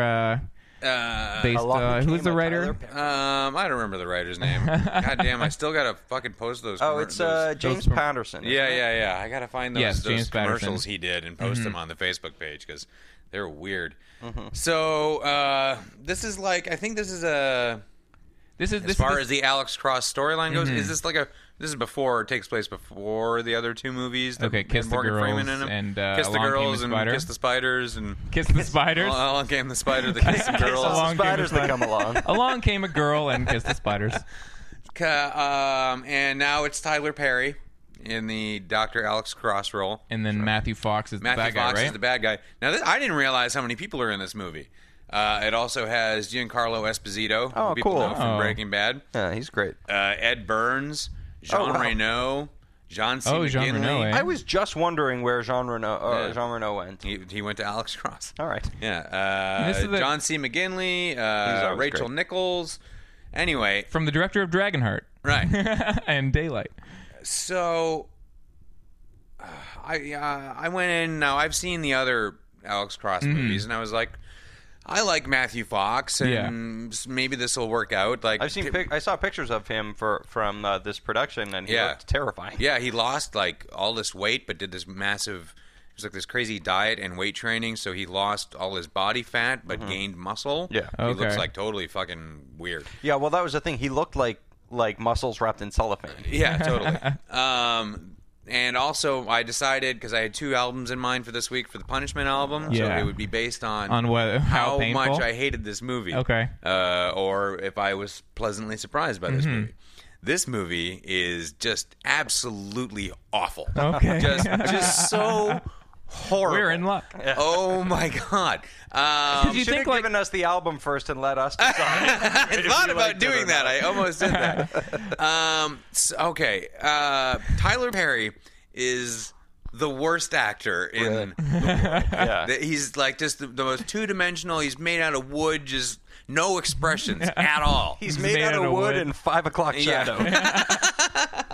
[SPEAKER 1] uh,
[SPEAKER 3] Uh,
[SPEAKER 1] based.
[SPEAKER 2] A lot
[SPEAKER 1] Uh,
[SPEAKER 2] that
[SPEAKER 1] who's
[SPEAKER 2] came
[SPEAKER 1] the
[SPEAKER 2] out,
[SPEAKER 1] writer?
[SPEAKER 2] Tyler Perry.
[SPEAKER 3] um, I don't remember the
[SPEAKER 1] <laughs>
[SPEAKER 3] writer's name. God damn, I still gotta fucking post those.
[SPEAKER 2] Oh,
[SPEAKER 3] commer-
[SPEAKER 2] it's
[SPEAKER 3] those-
[SPEAKER 2] uh, James
[SPEAKER 1] from-
[SPEAKER 2] Patterson. isn't
[SPEAKER 3] yeah,
[SPEAKER 2] it?
[SPEAKER 3] yeah, yeah. I gotta find those,
[SPEAKER 1] Yes,
[SPEAKER 3] those
[SPEAKER 1] James Patterson. Mm-hmm.
[SPEAKER 3] commercials he did and post them on the Facebook page because they're weird.
[SPEAKER 2] Mm-hmm.
[SPEAKER 3] So uh, this is like, I think this is a
[SPEAKER 1] This is Mm-hmm. this.
[SPEAKER 3] as far
[SPEAKER 1] this
[SPEAKER 3] as the Alex Cross storyline goes. Is this like a this is before takes place before the other two movies? that
[SPEAKER 1] Okay,
[SPEAKER 3] had
[SPEAKER 1] Kiss the
[SPEAKER 3] Morgan
[SPEAKER 1] Girls
[SPEAKER 3] Freeman in 'em?
[SPEAKER 1] and, uh,
[SPEAKER 3] Kiss the
[SPEAKER 1] Along Came
[SPEAKER 3] girls
[SPEAKER 1] the
[SPEAKER 3] and
[SPEAKER 1] Spider.
[SPEAKER 3] Kiss the spiders and
[SPEAKER 1] <laughs> Kiss the spiders.
[SPEAKER 3] Well, uh, along came the spider, the
[SPEAKER 1] <laughs>
[SPEAKER 3] Kiss the
[SPEAKER 2] It's all
[SPEAKER 3] girls.
[SPEAKER 1] Along
[SPEAKER 2] the
[SPEAKER 1] came
[SPEAKER 2] spiders
[SPEAKER 1] the
[SPEAKER 2] that
[SPEAKER 3] <laughs> Oh.
[SPEAKER 2] come along.
[SPEAKER 1] Along came a girl and kissed the spiders.
[SPEAKER 3] Ca- um, and now it's Tyler Perry in the Dr. Alex Cross role.
[SPEAKER 1] And then Matthew Fox is
[SPEAKER 3] Matthew
[SPEAKER 1] the bad guy,
[SPEAKER 3] Fox
[SPEAKER 1] right?
[SPEAKER 3] is the bad guy. Now, this, I didn't realize how many people are in this movie. Uh, it also has Giancarlo Esposito,
[SPEAKER 2] Oh,
[SPEAKER 3] who people
[SPEAKER 2] cool.
[SPEAKER 3] know from
[SPEAKER 1] Oh.
[SPEAKER 3] Breaking Bad,
[SPEAKER 2] Yeah, he's great.
[SPEAKER 3] uh, Ed Burns, Jean
[SPEAKER 2] Oh, wow.
[SPEAKER 3] Reno, John C.
[SPEAKER 1] Oh, Jean
[SPEAKER 3] McGinley.
[SPEAKER 1] Reno, eh?
[SPEAKER 2] I was just wondering where Jean Reno uh,
[SPEAKER 3] Yeah.
[SPEAKER 2] Jean Reno went.
[SPEAKER 3] He, he went to Alex
[SPEAKER 2] <laughs>
[SPEAKER 3] Cross.
[SPEAKER 2] All right.
[SPEAKER 3] Yeah,
[SPEAKER 1] This
[SPEAKER 3] uh,
[SPEAKER 1] is the-
[SPEAKER 3] John C. McGinley, uh,
[SPEAKER 2] always
[SPEAKER 3] Rachel
[SPEAKER 2] great.
[SPEAKER 3] Nichols. Anyway,
[SPEAKER 1] From the director of Dragonheart <laughs>
[SPEAKER 3] right.
[SPEAKER 2] <laughs>
[SPEAKER 1] and Daylight.
[SPEAKER 3] So, uh, I uh, I went in. Now I've seen the other Alex Cross
[SPEAKER 2] Mm-hmm.
[SPEAKER 3] movies, and I was like, I like Matthew Fox, and s maybe this will work out. Like
[SPEAKER 2] I've seen. Pic- I saw pictures of him for from uh, this production, and he
[SPEAKER 3] Yeah.
[SPEAKER 2] looked terrifying.
[SPEAKER 3] Yeah, he lost like all this weight, but did this massive. It was like this crazy diet and weight training, so he lost all his body fat but gained muscle.
[SPEAKER 2] Mm-hmm. Yeah.
[SPEAKER 3] he looks
[SPEAKER 1] Okay.
[SPEAKER 3] like totally fucking weird.
[SPEAKER 2] Yeah, well, that was the thing. He looked like like muscles wrapped in cellophane.
[SPEAKER 1] <laughs>
[SPEAKER 3] Yeah, totally. um, and also, I decided because I had two albums in mind for this week for the Punishment album,
[SPEAKER 1] Yeah.
[SPEAKER 3] so it would be based on
[SPEAKER 1] On what? How,
[SPEAKER 3] how
[SPEAKER 1] painful?
[SPEAKER 3] much I hated this movie.
[SPEAKER 1] Okay.
[SPEAKER 3] Uh, or if I was pleasantly surprised by
[SPEAKER 1] Mm-hmm.
[SPEAKER 3] this movie. This movie is just absolutely awful.
[SPEAKER 2] <laughs>
[SPEAKER 1] Okay. <laughs>
[SPEAKER 3] Just, just so horrible.
[SPEAKER 1] Oh. We're in luck.
[SPEAKER 3] Oh my
[SPEAKER 1] <laughs>
[SPEAKER 3] god! Um,
[SPEAKER 1] You
[SPEAKER 2] Um, Should
[SPEAKER 1] think,
[SPEAKER 2] have
[SPEAKER 1] like-
[SPEAKER 2] given us the album first and let us decide.
[SPEAKER 3] I thought about
[SPEAKER 2] liked it or
[SPEAKER 3] doing that. I almost
[SPEAKER 1] <laughs>
[SPEAKER 3] did that. um, s- okay, uh, Tyler Perry is the worst actor in
[SPEAKER 2] yeah.
[SPEAKER 3] That He's like just the, the most two dimensional. He's made out of wood, just no expressions
[SPEAKER 1] <laughs>
[SPEAKER 3] at all.
[SPEAKER 2] He's made, out, of wood and five o'clock
[SPEAKER 3] Yeah.
[SPEAKER 2] <laughs> shadow.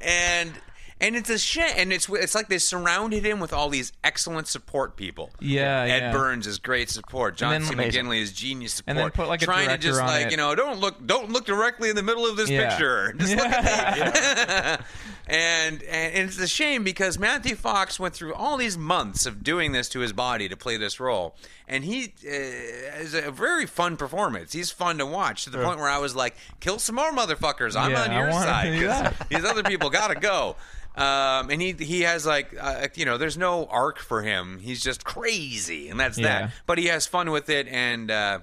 [SPEAKER 3] and and it's a shit. And it's it's like they surrounded him with all these excellent support people.
[SPEAKER 1] Yeah,
[SPEAKER 3] Ed
[SPEAKER 1] yeah.
[SPEAKER 3] Burns is great support. John
[SPEAKER 1] then-
[SPEAKER 3] C.
[SPEAKER 2] Amazing.
[SPEAKER 3] McGinley is genius support.
[SPEAKER 1] And then put, like, a
[SPEAKER 3] trying to
[SPEAKER 1] director
[SPEAKER 3] just
[SPEAKER 1] on
[SPEAKER 3] like
[SPEAKER 1] it.
[SPEAKER 3] you know don't look don't look directly in the middle of this
[SPEAKER 1] Yeah. <laughs>
[SPEAKER 3] picture. <laughs> Just look at me. <laughs> and, and and it's a shame because Matthew Fox went through all these months of doing this to his body to play this role, and he uh, is a very fun performance. He's fun to watch to the point where I was like, "Kill some more motherfuckers! I'm
[SPEAKER 1] Yeah,
[SPEAKER 3] on
[SPEAKER 1] I
[SPEAKER 3] your
[SPEAKER 1] wanna
[SPEAKER 3] side."
[SPEAKER 1] do
[SPEAKER 3] <laughs> 'cause
[SPEAKER 1] that.
[SPEAKER 3] these other people gotta go. Um, and he he has like uh, you know, there's no arc for him. He's just crazy, and that's
[SPEAKER 1] Yeah.
[SPEAKER 3] that. But he has fun with it, and. Uh,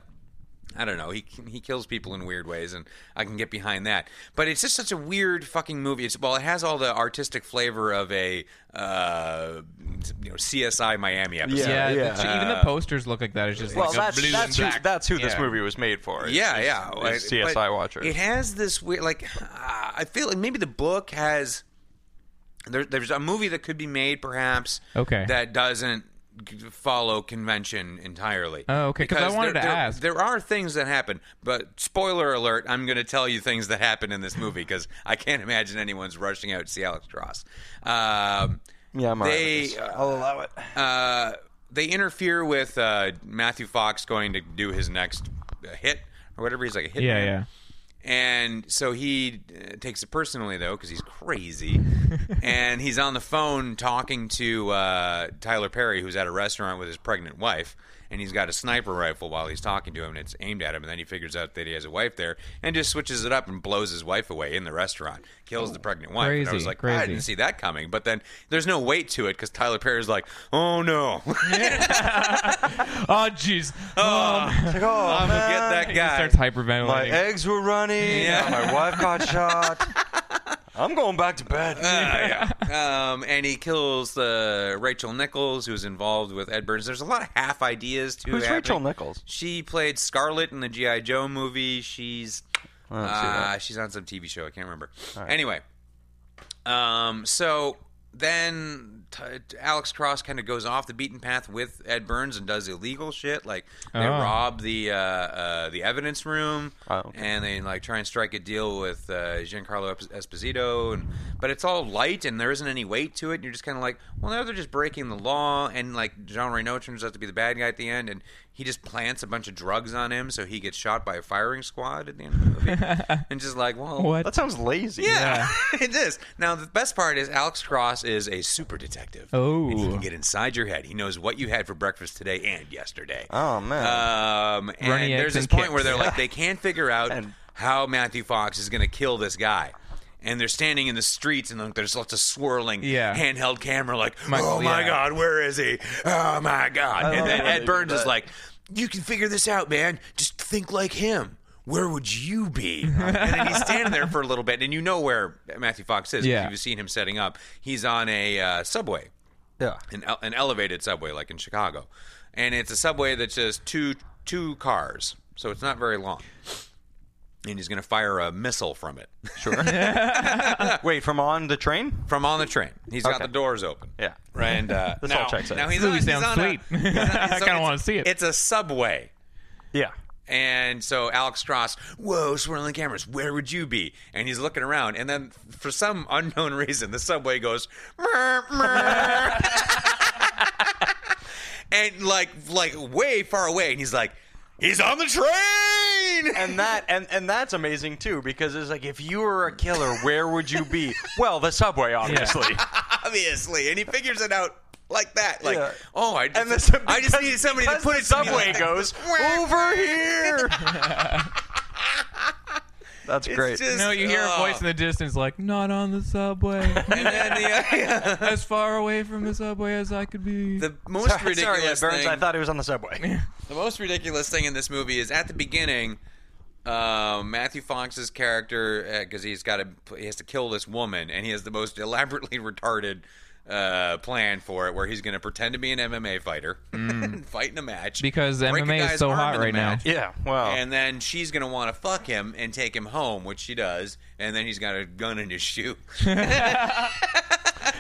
[SPEAKER 3] I don't know. He he kills people in weird ways, and I can get behind that. But it's just such a weird fucking movie. It's well, it has all the artistic flavor of a uh, you know CSI Miami episode.
[SPEAKER 1] Yeah,
[SPEAKER 2] Yeah,
[SPEAKER 1] the-
[SPEAKER 2] yeah.
[SPEAKER 1] even the posters look like that. It's just
[SPEAKER 2] Well,
[SPEAKER 1] like a
[SPEAKER 2] that's
[SPEAKER 1] blue
[SPEAKER 2] that's
[SPEAKER 1] and
[SPEAKER 2] who,
[SPEAKER 1] black.
[SPEAKER 2] that's who this
[SPEAKER 1] Yeah.
[SPEAKER 2] movie was made for. is-
[SPEAKER 3] Yeah,
[SPEAKER 2] is-
[SPEAKER 3] yeah.
[SPEAKER 2] is
[SPEAKER 3] It- but
[SPEAKER 2] CSI Watchers.
[SPEAKER 3] It has this weird, like, uh, I feel like maybe the book has. There, there's a movie that could be made, perhaps.
[SPEAKER 1] Okay.
[SPEAKER 3] That doesn't g- follow convention entirely.
[SPEAKER 1] Oh, okay, 'cause I
[SPEAKER 3] Because
[SPEAKER 1] wanted
[SPEAKER 3] there,
[SPEAKER 1] to
[SPEAKER 3] there-
[SPEAKER 1] ask.
[SPEAKER 3] There are things that happen, but spoiler alert: I'm going to tell you things that happen in this movie because I can't imagine anyone's rushing out to see Alex Cross. Um,
[SPEAKER 2] Yeah, I'm all right with
[SPEAKER 3] They,
[SPEAKER 2] this. I'll allow it.
[SPEAKER 3] uh, they interfere with uh, Matthew Fox going to do his next uh, hit or whatever. He's like a hit.
[SPEAKER 1] Yeah,
[SPEAKER 3] man.
[SPEAKER 1] yeah.
[SPEAKER 3] And so he uh, takes it personally though because
[SPEAKER 1] <laughs>
[SPEAKER 3] he's crazy, and he's on the phone talking to uh, Tyler Perry, who's at a restaurant with his pregnant wife, and he's got a sniper rifle while he's talking to him, and it's aimed at him. And then he figures out that he has a wife there, and just switches it up and blows his wife away in the restaurant, kills the pregnant wife. and I
[SPEAKER 1] Crazy,
[SPEAKER 3] was like, I
[SPEAKER 1] crazy.
[SPEAKER 3] didn't see that coming. But then there's no weight to it because Tyler Perry's like, oh no, <laughs>
[SPEAKER 1] Oh, jeez.
[SPEAKER 2] It's like, oh,
[SPEAKER 3] I'm gonna get that
[SPEAKER 1] <laughs> He
[SPEAKER 3] guy.
[SPEAKER 1] just starts
[SPEAKER 2] My
[SPEAKER 1] hyperventilating.
[SPEAKER 2] eggs were <laughs> running.
[SPEAKER 3] Yeah.
[SPEAKER 2] My wife got shot. I'm going back to bed. <laughs>
[SPEAKER 3] <laughs> um, and he kills uh, Rachel Nichols, who's involved with Ed Burns. There's a lot of half ideas to
[SPEAKER 2] Who's
[SPEAKER 3] happening.
[SPEAKER 2] Rachel Nichols?
[SPEAKER 3] She played Scarlet in the GI Joe movie. She's
[SPEAKER 2] I don't see
[SPEAKER 3] uh,
[SPEAKER 2] that.
[SPEAKER 3] she's on some TV show. I can't remember. Anyway, um, so then t- Alex Cross kind of goes off the beaten path with Ed Burns and does illegal shit. Like they
[SPEAKER 1] Oh.
[SPEAKER 3] rob the uh, uh, the evidence room,
[SPEAKER 2] Oh, okay.
[SPEAKER 3] and they like try and strike a deal with uh, Giancarlo Esp- Esposito. And but it's all light, and there isn't any weight to it. And you're just kind of like, well, now they're just breaking the law. And like Jean Reno turns out to be the bad guy at the end, and he just plants a bunch of drugs on him, so he gets shot by a firing squad at the end of the movie. and just like, well,
[SPEAKER 1] What?
[SPEAKER 2] That sounds lazy.
[SPEAKER 3] <laughs> yeah, <laughs> it is. Now the best part is Alex Cross is a super detective.
[SPEAKER 1] Oh.
[SPEAKER 3] and he can get inside your head. He knows what you had for breakfast today and yesterday.
[SPEAKER 2] Oh, man.
[SPEAKER 3] Um, and
[SPEAKER 1] Runny
[SPEAKER 3] there's
[SPEAKER 1] eggs
[SPEAKER 3] this
[SPEAKER 1] and
[SPEAKER 3] point
[SPEAKER 1] kicks.
[SPEAKER 3] where they're like they can't figure out
[SPEAKER 2] And-
[SPEAKER 3] how Matthew Fox is going to kill this guy. And they're standing in the streets, and like, there's lots of swirling
[SPEAKER 1] Yeah.
[SPEAKER 3] handheld camera, like,
[SPEAKER 1] My-
[SPEAKER 3] oh my
[SPEAKER 1] yeah.
[SPEAKER 3] god, where is he? Oh my god!
[SPEAKER 2] love
[SPEAKER 3] And then
[SPEAKER 2] when they
[SPEAKER 3] Ed
[SPEAKER 2] do
[SPEAKER 3] Burns is
[SPEAKER 2] that.
[SPEAKER 3] like, you can figure this out, man. Just think like him. Where would you be? and then he's standing there for a little bit, and you know where Matthew Fox is. 'cause
[SPEAKER 1] Yeah.
[SPEAKER 3] You've seen him setting up. He's on a uh, subway
[SPEAKER 2] Yeah.
[SPEAKER 3] an, ele- an elevated subway like in Chicago, and it's a subway that's just two two cars, so it's not very long. And he's going to fire a missile from it
[SPEAKER 2] Sure. Wait, from on the train?
[SPEAKER 3] <laughs> from on the train. He's got
[SPEAKER 2] Okay.
[SPEAKER 3] the doors open.
[SPEAKER 2] Yeah.
[SPEAKER 3] Right. And uh,
[SPEAKER 2] This
[SPEAKER 3] now,
[SPEAKER 2] all checks out.
[SPEAKER 3] now he's
[SPEAKER 1] This
[SPEAKER 3] on,
[SPEAKER 1] movie
[SPEAKER 3] he's
[SPEAKER 1] sounds
[SPEAKER 3] on a-
[SPEAKER 1] sweet. <laughs>
[SPEAKER 3] he's on-
[SPEAKER 1] I kinda
[SPEAKER 3] it's-
[SPEAKER 1] wanna see it.
[SPEAKER 3] It's a subway.
[SPEAKER 2] Yeah.
[SPEAKER 3] And so Alex Cross, whoa, swirling cameras, where would you be? And he's looking around. And then for some unknown <laughs> reason, the subway goes, "Mer, mer." <laughs> and like, like way far away. And he's like, he's on the train. <laughs>
[SPEAKER 2] And that and, and that's amazing too because it's like if you were a killer, where would you be? Well, the subway, <laughs> obviously.
[SPEAKER 3] Obviously. And he figures it out like that. Like,
[SPEAKER 2] Yeah.
[SPEAKER 3] oh, I just,
[SPEAKER 2] And this,
[SPEAKER 3] I just needed somebody to
[SPEAKER 2] because
[SPEAKER 3] put
[SPEAKER 2] the
[SPEAKER 3] it to me
[SPEAKER 2] subway
[SPEAKER 3] like-
[SPEAKER 2] goes over here. <laughs> That's great.
[SPEAKER 3] just-
[SPEAKER 1] No, you hear a voice in the distance like, not on the subway.
[SPEAKER 2] <laughs>
[SPEAKER 3] And then the,
[SPEAKER 1] as far away from the subway as I could be.
[SPEAKER 3] the <laughs> most
[SPEAKER 2] Sorry,
[SPEAKER 3] ridiculous
[SPEAKER 2] Ed Burns,
[SPEAKER 3] thing.
[SPEAKER 2] I thought he was on the subway.
[SPEAKER 3] The most ridiculous thing in this movie is at the beginning, uh, Matthew Fox's character because he's got to he has to kill this woman, and he has the most <laughs> elaborately retarded uh, plan for it, where he's going to pretend to be an MMA fighter, <laughs> and fight in a match
[SPEAKER 1] Mm. Because
[SPEAKER 3] break a
[SPEAKER 1] MMA is
[SPEAKER 3] guy's
[SPEAKER 1] so
[SPEAKER 3] arm
[SPEAKER 1] hot
[SPEAKER 3] in the
[SPEAKER 1] right now.
[SPEAKER 3] match,
[SPEAKER 2] <laughs> yeah. Wow.
[SPEAKER 3] And then she's gonna want to fuck him and take him home, which she does. And then he's got a gun in his shoe. <laughs>
[SPEAKER 1] a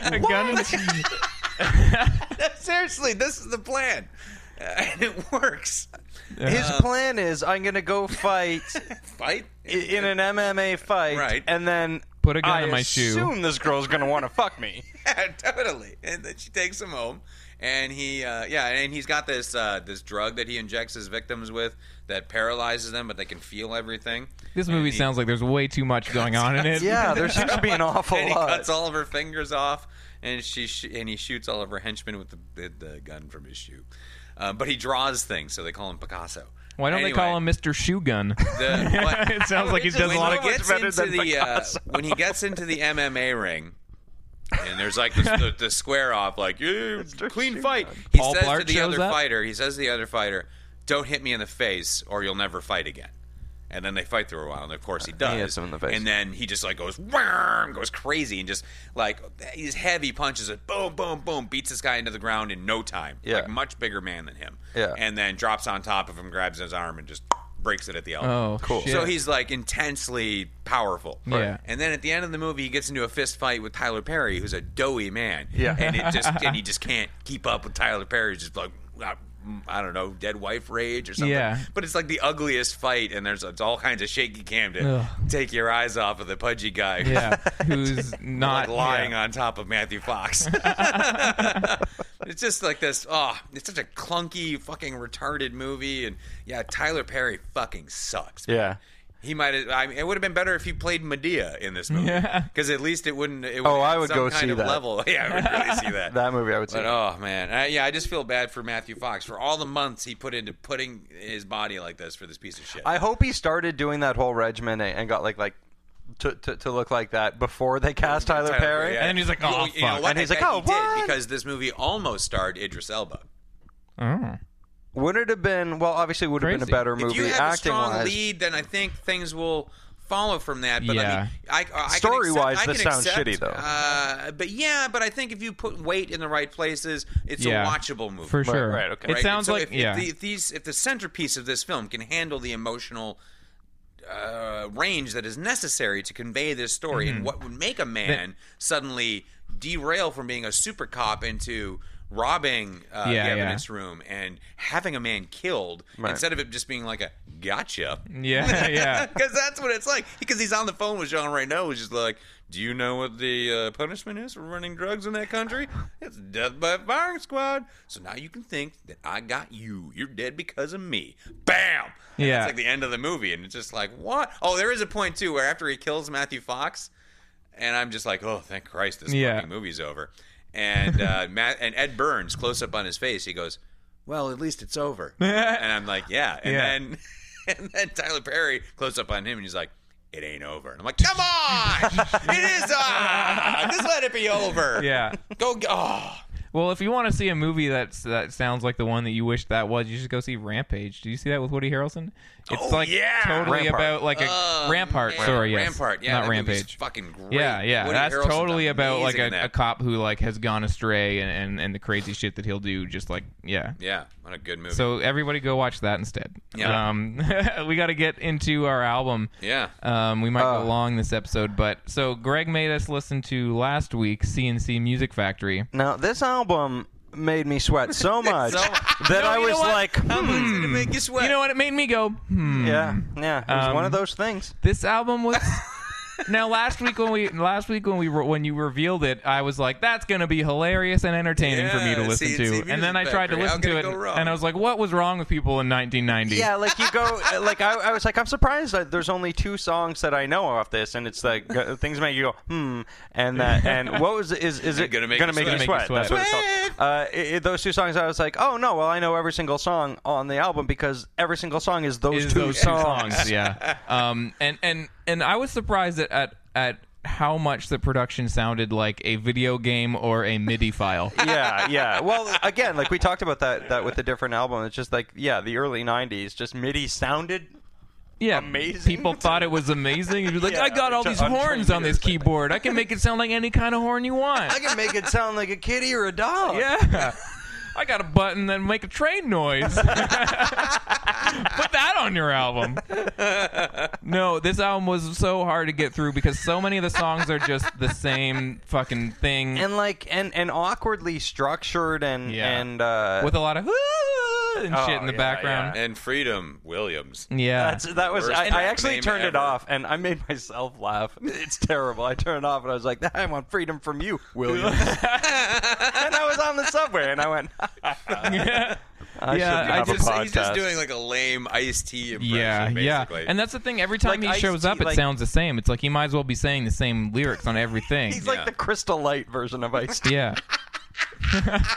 [SPEAKER 1] gun in the-
[SPEAKER 3] Seriously, this is the plan, <laughs> Uh, and it works.
[SPEAKER 2] His
[SPEAKER 1] Uh,
[SPEAKER 2] plan is I'm going to go fight <laughs>
[SPEAKER 3] Fight
[SPEAKER 2] i- in an MMA fight,
[SPEAKER 3] Right.
[SPEAKER 2] and then
[SPEAKER 1] Put a gun
[SPEAKER 2] I
[SPEAKER 1] in my shoe.
[SPEAKER 2] assume this girl's going to want to fuck
[SPEAKER 3] <laughs>
[SPEAKER 2] me.
[SPEAKER 3] yeah, totally. And then she takes him home, and he, uh, yeah, and he's got this uh, this drug that he injects his victims with that paralyzes them, but they can feel everything.
[SPEAKER 1] <laughs> this movie
[SPEAKER 3] And he-
[SPEAKER 1] sounds like there's way too much going on in it.
[SPEAKER 2] Yeah, there seems to be an awful
[SPEAKER 3] and he
[SPEAKER 2] lot.
[SPEAKER 3] cuts all of her fingers off, and she sh- and he shoots all of her henchmen with the, the, the gun from his shoe. Uh, but he draws things, so they call him Picasso.
[SPEAKER 1] Why don't they call
[SPEAKER 3] Anyway.
[SPEAKER 1] him Mr. Shoe Gun? <laughs>
[SPEAKER 3] The- what-
[SPEAKER 1] it sounds like he
[SPEAKER 2] It's
[SPEAKER 1] does a
[SPEAKER 2] just
[SPEAKER 1] lot
[SPEAKER 2] so
[SPEAKER 1] of
[SPEAKER 2] much
[SPEAKER 3] gets
[SPEAKER 2] better
[SPEAKER 3] into
[SPEAKER 2] than
[SPEAKER 3] the, uh,
[SPEAKER 2] Picasso.
[SPEAKER 3] <laughs> when he gets into the MMA ring. And there's like this, the, the square off, like yeah, clean
[SPEAKER 2] Shoe
[SPEAKER 3] fight.
[SPEAKER 2] Gun.
[SPEAKER 3] He
[SPEAKER 1] Paul
[SPEAKER 3] says to
[SPEAKER 1] Blart
[SPEAKER 3] the
[SPEAKER 1] shows
[SPEAKER 3] other
[SPEAKER 1] up?
[SPEAKER 3] fighter, he says to the other fighter, "Don't hit me in the face, or you'll never fight again." And then they fight through a while, and of course he does.
[SPEAKER 2] hits him in the face.
[SPEAKER 3] And then he just like goes, "Wham," goes crazy, and just like these heavy punches, like boom, boom, boom, beats this guy into the ground in no time.
[SPEAKER 2] Yeah.
[SPEAKER 3] like much bigger man than him.
[SPEAKER 2] Yeah.
[SPEAKER 3] and then drops on top of him, grabs his arm, and just breaks it at the elbow.
[SPEAKER 1] Oh,
[SPEAKER 2] Cool.
[SPEAKER 1] Shit.
[SPEAKER 3] So he's like intensely powerful.
[SPEAKER 1] Yeah.
[SPEAKER 3] And then at the end of the movie, he gets into a fist fight with Tyler Perry, who's a doughy man.
[SPEAKER 2] Yeah.
[SPEAKER 3] And
[SPEAKER 1] <laughs>
[SPEAKER 3] it just and he just can't keep up with Tyler Perry. He's just like. I- I don't know, dead wife rage or something.
[SPEAKER 1] Yeah.
[SPEAKER 3] But it's like the ugliest fight, and there's it's all kinds of shaky cam to
[SPEAKER 1] Ugh.
[SPEAKER 3] take your eyes off of the pudgy guy who's <laughs>
[SPEAKER 1] yeah, who's
[SPEAKER 3] like
[SPEAKER 1] not
[SPEAKER 3] lying
[SPEAKER 1] yeah.
[SPEAKER 3] on top of
[SPEAKER 1] <laughs>
[SPEAKER 3] Matthew Fox. <laughs> it's just like this. Oh, it's such a clunky, fucking retarded movie, and yeah, Tyler Perry fucking sucks. man.
[SPEAKER 2] yeah.
[SPEAKER 3] He might. have I mean, It would have been better if he played Medea in this movie,
[SPEAKER 1] Yeah.
[SPEAKER 3] because at least it wouldn't. It
[SPEAKER 2] Oh,
[SPEAKER 3] would
[SPEAKER 2] I would
[SPEAKER 3] some
[SPEAKER 2] go
[SPEAKER 3] kind
[SPEAKER 2] see
[SPEAKER 3] of
[SPEAKER 2] that.
[SPEAKER 3] level. <laughs> Yeah, I would really see
[SPEAKER 2] <laughs>
[SPEAKER 3] that.
[SPEAKER 2] That movie I would say.
[SPEAKER 3] But oh man, I, yeah, I just feel bad for Matthew Fox for all the months he put into putting his body like this for this piece of shit.
[SPEAKER 2] I hope he started doing that whole regimen and, and got like like to, to, to look like that before they cast Tyler, Perry.
[SPEAKER 1] And then he's like,
[SPEAKER 3] Well,
[SPEAKER 1] "Aw,
[SPEAKER 3] you know
[SPEAKER 1] fuck."
[SPEAKER 3] what?
[SPEAKER 2] And he's
[SPEAKER 3] I
[SPEAKER 2] like,
[SPEAKER 3] bet
[SPEAKER 2] "Oh,
[SPEAKER 3] he did,"
[SPEAKER 2] what?"
[SPEAKER 3] because this movie almost starred Idris Elba.
[SPEAKER 1] Oh.
[SPEAKER 2] Would it have been well? Obviously, it would have been
[SPEAKER 1] Crazy.
[SPEAKER 2] a better
[SPEAKER 3] If
[SPEAKER 2] movie
[SPEAKER 3] you have a
[SPEAKER 2] acting
[SPEAKER 3] strong
[SPEAKER 2] wise.
[SPEAKER 3] lead, then I think things will follow from that. But
[SPEAKER 1] Yeah.
[SPEAKER 3] I mean, I, I, I
[SPEAKER 2] Story-wise,
[SPEAKER 3] can accept, I
[SPEAKER 2] this
[SPEAKER 3] can
[SPEAKER 2] sounds
[SPEAKER 3] accept,
[SPEAKER 2] shitty, though.
[SPEAKER 3] Uh, but yeah, but I think if you put weight in the right places, it's
[SPEAKER 1] Yeah.
[SPEAKER 3] a watchable movie.
[SPEAKER 1] For sure.
[SPEAKER 2] right, okay.
[SPEAKER 1] It
[SPEAKER 3] right?
[SPEAKER 1] sounds
[SPEAKER 3] So
[SPEAKER 1] like
[SPEAKER 3] if, if
[SPEAKER 1] yeah.
[SPEAKER 3] the, if these if the centerpiece of this film can handle the emotional uh, range that is necessary to convey this story
[SPEAKER 1] Mm-hmm.
[SPEAKER 3] and what would make a man suddenly derail from being a super cop into robbing
[SPEAKER 1] Yeah,
[SPEAKER 3] uh, the
[SPEAKER 1] yeah.
[SPEAKER 3] evidence room and having a man killed
[SPEAKER 2] Right.
[SPEAKER 3] instead of it just being like a gotcha
[SPEAKER 1] <laughs> yeah, <laughs>
[SPEAKER 3] <laughs>
[SPEAKER 1] yeah.
[SPEAKER 3] because that's what it's like. Because he's on the phone with Jean Reno, who's just like, "Do you know what the uh, punishment is for running drugs in that country? <laughs> It's death by firing squad. So now you can think that I got you. You're dead because of me. Bam. And
[SPEAKER 1] Yeah.
[SPEAKER 3] That's like the end of the movie, and it's just like, what? Oh, there is a point too where after he kills Matthew Fox, and I'm just like, oh, thank Christ, this
[SPEAKER 1] Yeah.
[SPEAKER 3] fucking movie's over. And uh, <laughs> Matt and Ed Burns, close up on his face, he goes, "Well, at least it's
[SPEAKER 1] <laughs>
[SPEAKER 3] over." and I'm like, "Yeah." And <laughs>
[SPEAKER 1] Yeah.
[SPEAKER 3] then, and then Tyler Perry, close up on him, and he's like, "It ain't over." And I'm like,
[SPEAKER 1] <laughs>
[SPEAKER 3] "Come on, it is. Uh, just let it be over."
[SPEAKER 1] Yeah.
[SPEAKER 3] Go. Oh.
[SPEAKER 1] Well, if you want to see a movie that's that sounds like the one that you wish that was, you should go see Rampage. Do you see that with Woody Harrelson? It's
[SPEAKER 3] Oh,
[SPEAKER 1] like
[SPEAKER 3] yeah!
[SPEAKER 1] totally
[SPEAKER 2] Rampart.
[SPEAKER 1] about like a
[SPEAKER 3] Oh,
[SPEAKER 1] Rampart.
[SPEAKER 3] man.
[SPEAKER 1] Sorry, yes.
[SPEAKER 3] Rampart. Yeah,
[SPEAKER 1] not
[SPEAKER 3] that movie's
[SPEAKER 1] Rampage.
[SPEAKER 3] Fucking great.
[SPEAKER 1] Yeah, yeah,
[SPEAKER 3] Woody
[SPEAKER 1] that's
[SPEAKER 3] Harrelson's
[SPEAKER 1] totally about like
[SPEAKER 3] amazing in
[SPEAKER 1] a,
[SPEAKER 3] that.
[SPEAKER 1] a cop who like has gone astray and, and and the crazy shit that he'll do. Just like yeah.
[SPEAKER 3] Yeah, what a good movie.
[SPEAKER 1] So everybody go watch that instead.
[SPEAKER 3] Yeah.
[SPEAKER 1] Um, <laughs> we got to get into our album.
[SPEAKER 3] yeah.
[SPEAKER 1] Um, we might
[SPEAKER 2] Uh.
[SPEAKER 3] Ah.
[SPEAKER 1] go long this episode, but so Greg made us listen to last week CNC Music Factory.
[SPEAKER 2] Now this album made me sweat
[SPEAKER 3] <laughs>
[SPEAKER 2] so much that
[SPEAKER 1] No,
[SPEAKER 2] I
[SPEAKER 1] you know
[SPEAKER 2] was
[SPEAKER 1] what?
[SPEAKER 2] like,
[SPEAKER 1] Um,
[SPEAKER 2] hmm,
[SPEAKER 3] <clears throat> It's gonna make you sweat.
[SPEAKER 1] You know what? It made me go, hmm.
[SPEAKER 2] yeah, yeah. It was
[SPEAKER 1] Um,
[SPEAKER 2] one of those things.
[SPEAKER 1] This album
[SPEAKER 3] <laughs>
[SPEAKER 1] was. now last week when we last week when we re- when you revealed it, I was like, that's gonna be hilarious and entertaining for me to
[SPEAKER 3] Yeah,
[SPEAKER 1] listen
[SPEAKER 3] CNC
[SPEAKER 1] to.
[SPEAKER 3] Music
[SPEAKER 1] and then I tried to
[SPEAKER 3] Factory. How
[SPEAKER 1] listen
[SPEAKER 3] could
[SPEAKER 1] to
[SPEAKER 3] it
[SPEAKER 1] it,
[SPEAKER 3] go wrong?
[SPEAKER 1] and I was like, what was wrong with people in 1990?
[SPEAKER 2] Yeah, like you go, like I, I was like, I'm surprised that there's only two songs that I know off this, and it's like uh, things make you go, hmm, and that, and what was is is it
[SPEAKER 3] Gonna Make You
[SPEAKER 2] you
[SPEAKER 1] Sweat.
[SPEAKER 2] sweat? That's what it's called. Uh, it, it- those two songs, I was like, oh no, well I know every single song on the album because every single song is those
[SPEAKER 1] is
[SPEAKER 2] two
[SPEAKER 1] those two
[SPEAKER 2] songs.
[SPEAKER 1] songs.
[SPEAKER 3] <laughs>
[SPEAKER 1] Yeah. Um. And and and I was surprised at at, at how much the production sounded like a video game or a MIDI
[SPEAKER 3] <laughs>
[SPEAKER 1] file.
[SPEAKER 2] <laughs> yeah, yeah. Well, again, like we talked about that that with the different album. It's just like, yeah, the early '90s, just MIDI sounded.
[SPEAKER 1] Yeah,
[SPEAKER 2] Amazing.
[SPEAKER 1] People thought it was amazing. You'd be like,
[SPEAKER 2] Yeah,
[SPEAKER 1] I got all
[SPEAKER 2] to
[SPEAKER 1] these horns
[SPEAKER 2] untrained
[SPEAKER 1] on this
[SPEAKER 2] ears, I think.
[SPEAKER 1] keyboard. I can make it sound like any kind of horn you want.
[SPEAKER 2] I can make it sound like a kitty or a dog.
[SPEAKER 1] Yeah. I got a button that make a train noise. <laughs> Put that on your album. No, this album was so hard to get through because so many of the songs are just the same fucking thing
[SPEAKER 2] and like and and awkwardly structured and
[SPEAKER 1] Yeah.
[SPEAKER 2] and uh,
[SPEAKER 1] with a lot of and
[SPEAKER 2] Oh,
[SPEAKER 1] shit in the
[SPEAKER 2] yeah,
[SPEAKER 1] background.
[SPEAKER 3] and Freedom Williams.
[SPEAKER 1] Yeah.
[SPEAKER 2] That's, that was
[SPEAKER 3] Worst
[SPEAKER 2] I, I
[SPEAKER 3] rap
[SPEAKER 2] actually
[SPEAKER 3] name
[SPEAKER 2] turned it
[SPEAKER 3] ever.
[SPEAKER 2] off and I made myself laugh. It's terrible. I turned it off and I was like, I want freedom from you,
[SPEAKER 1] <laughs>
[SPEAKER 2] William. and I was on the subway and I went,
[SPEAKER 1] <laughs>
[SPEAKER 2] <laughs>
[SPEAKER 1] yeah.
[SPEAKER 2] I
[SPEAKER 1] Yeah,
[SPEAKER 2] should
[SPEAKER 1] I
[SPEAKER 2] have
[SPEAKER 1] just-
[SPEAKER 2] a podcast.
[SPEAKER 3] He's just doing like a lame iced tea impression,
[SPEAKER 1] Yeah, yeah,
[SPEAKER 3] basically.
[SPEAKER 1] and that's the thing. Every time
[SPEAKER 2] Like
[SPEAKER 1] he
[SPEAKER 2] Ice-T,
[SPEAKER 1] shows up, it
[SPEAKER 2] like-
[SPEAKER 1] sounds the same. It's like he might as well be saying the same lyrics on everything.
[SPEAKER 2] <laughs> He's
[SPEAKER 3] Yeah.
[SPEAKER 2] like the crystal light version of Ice.
[SPEAKER 1] yeah.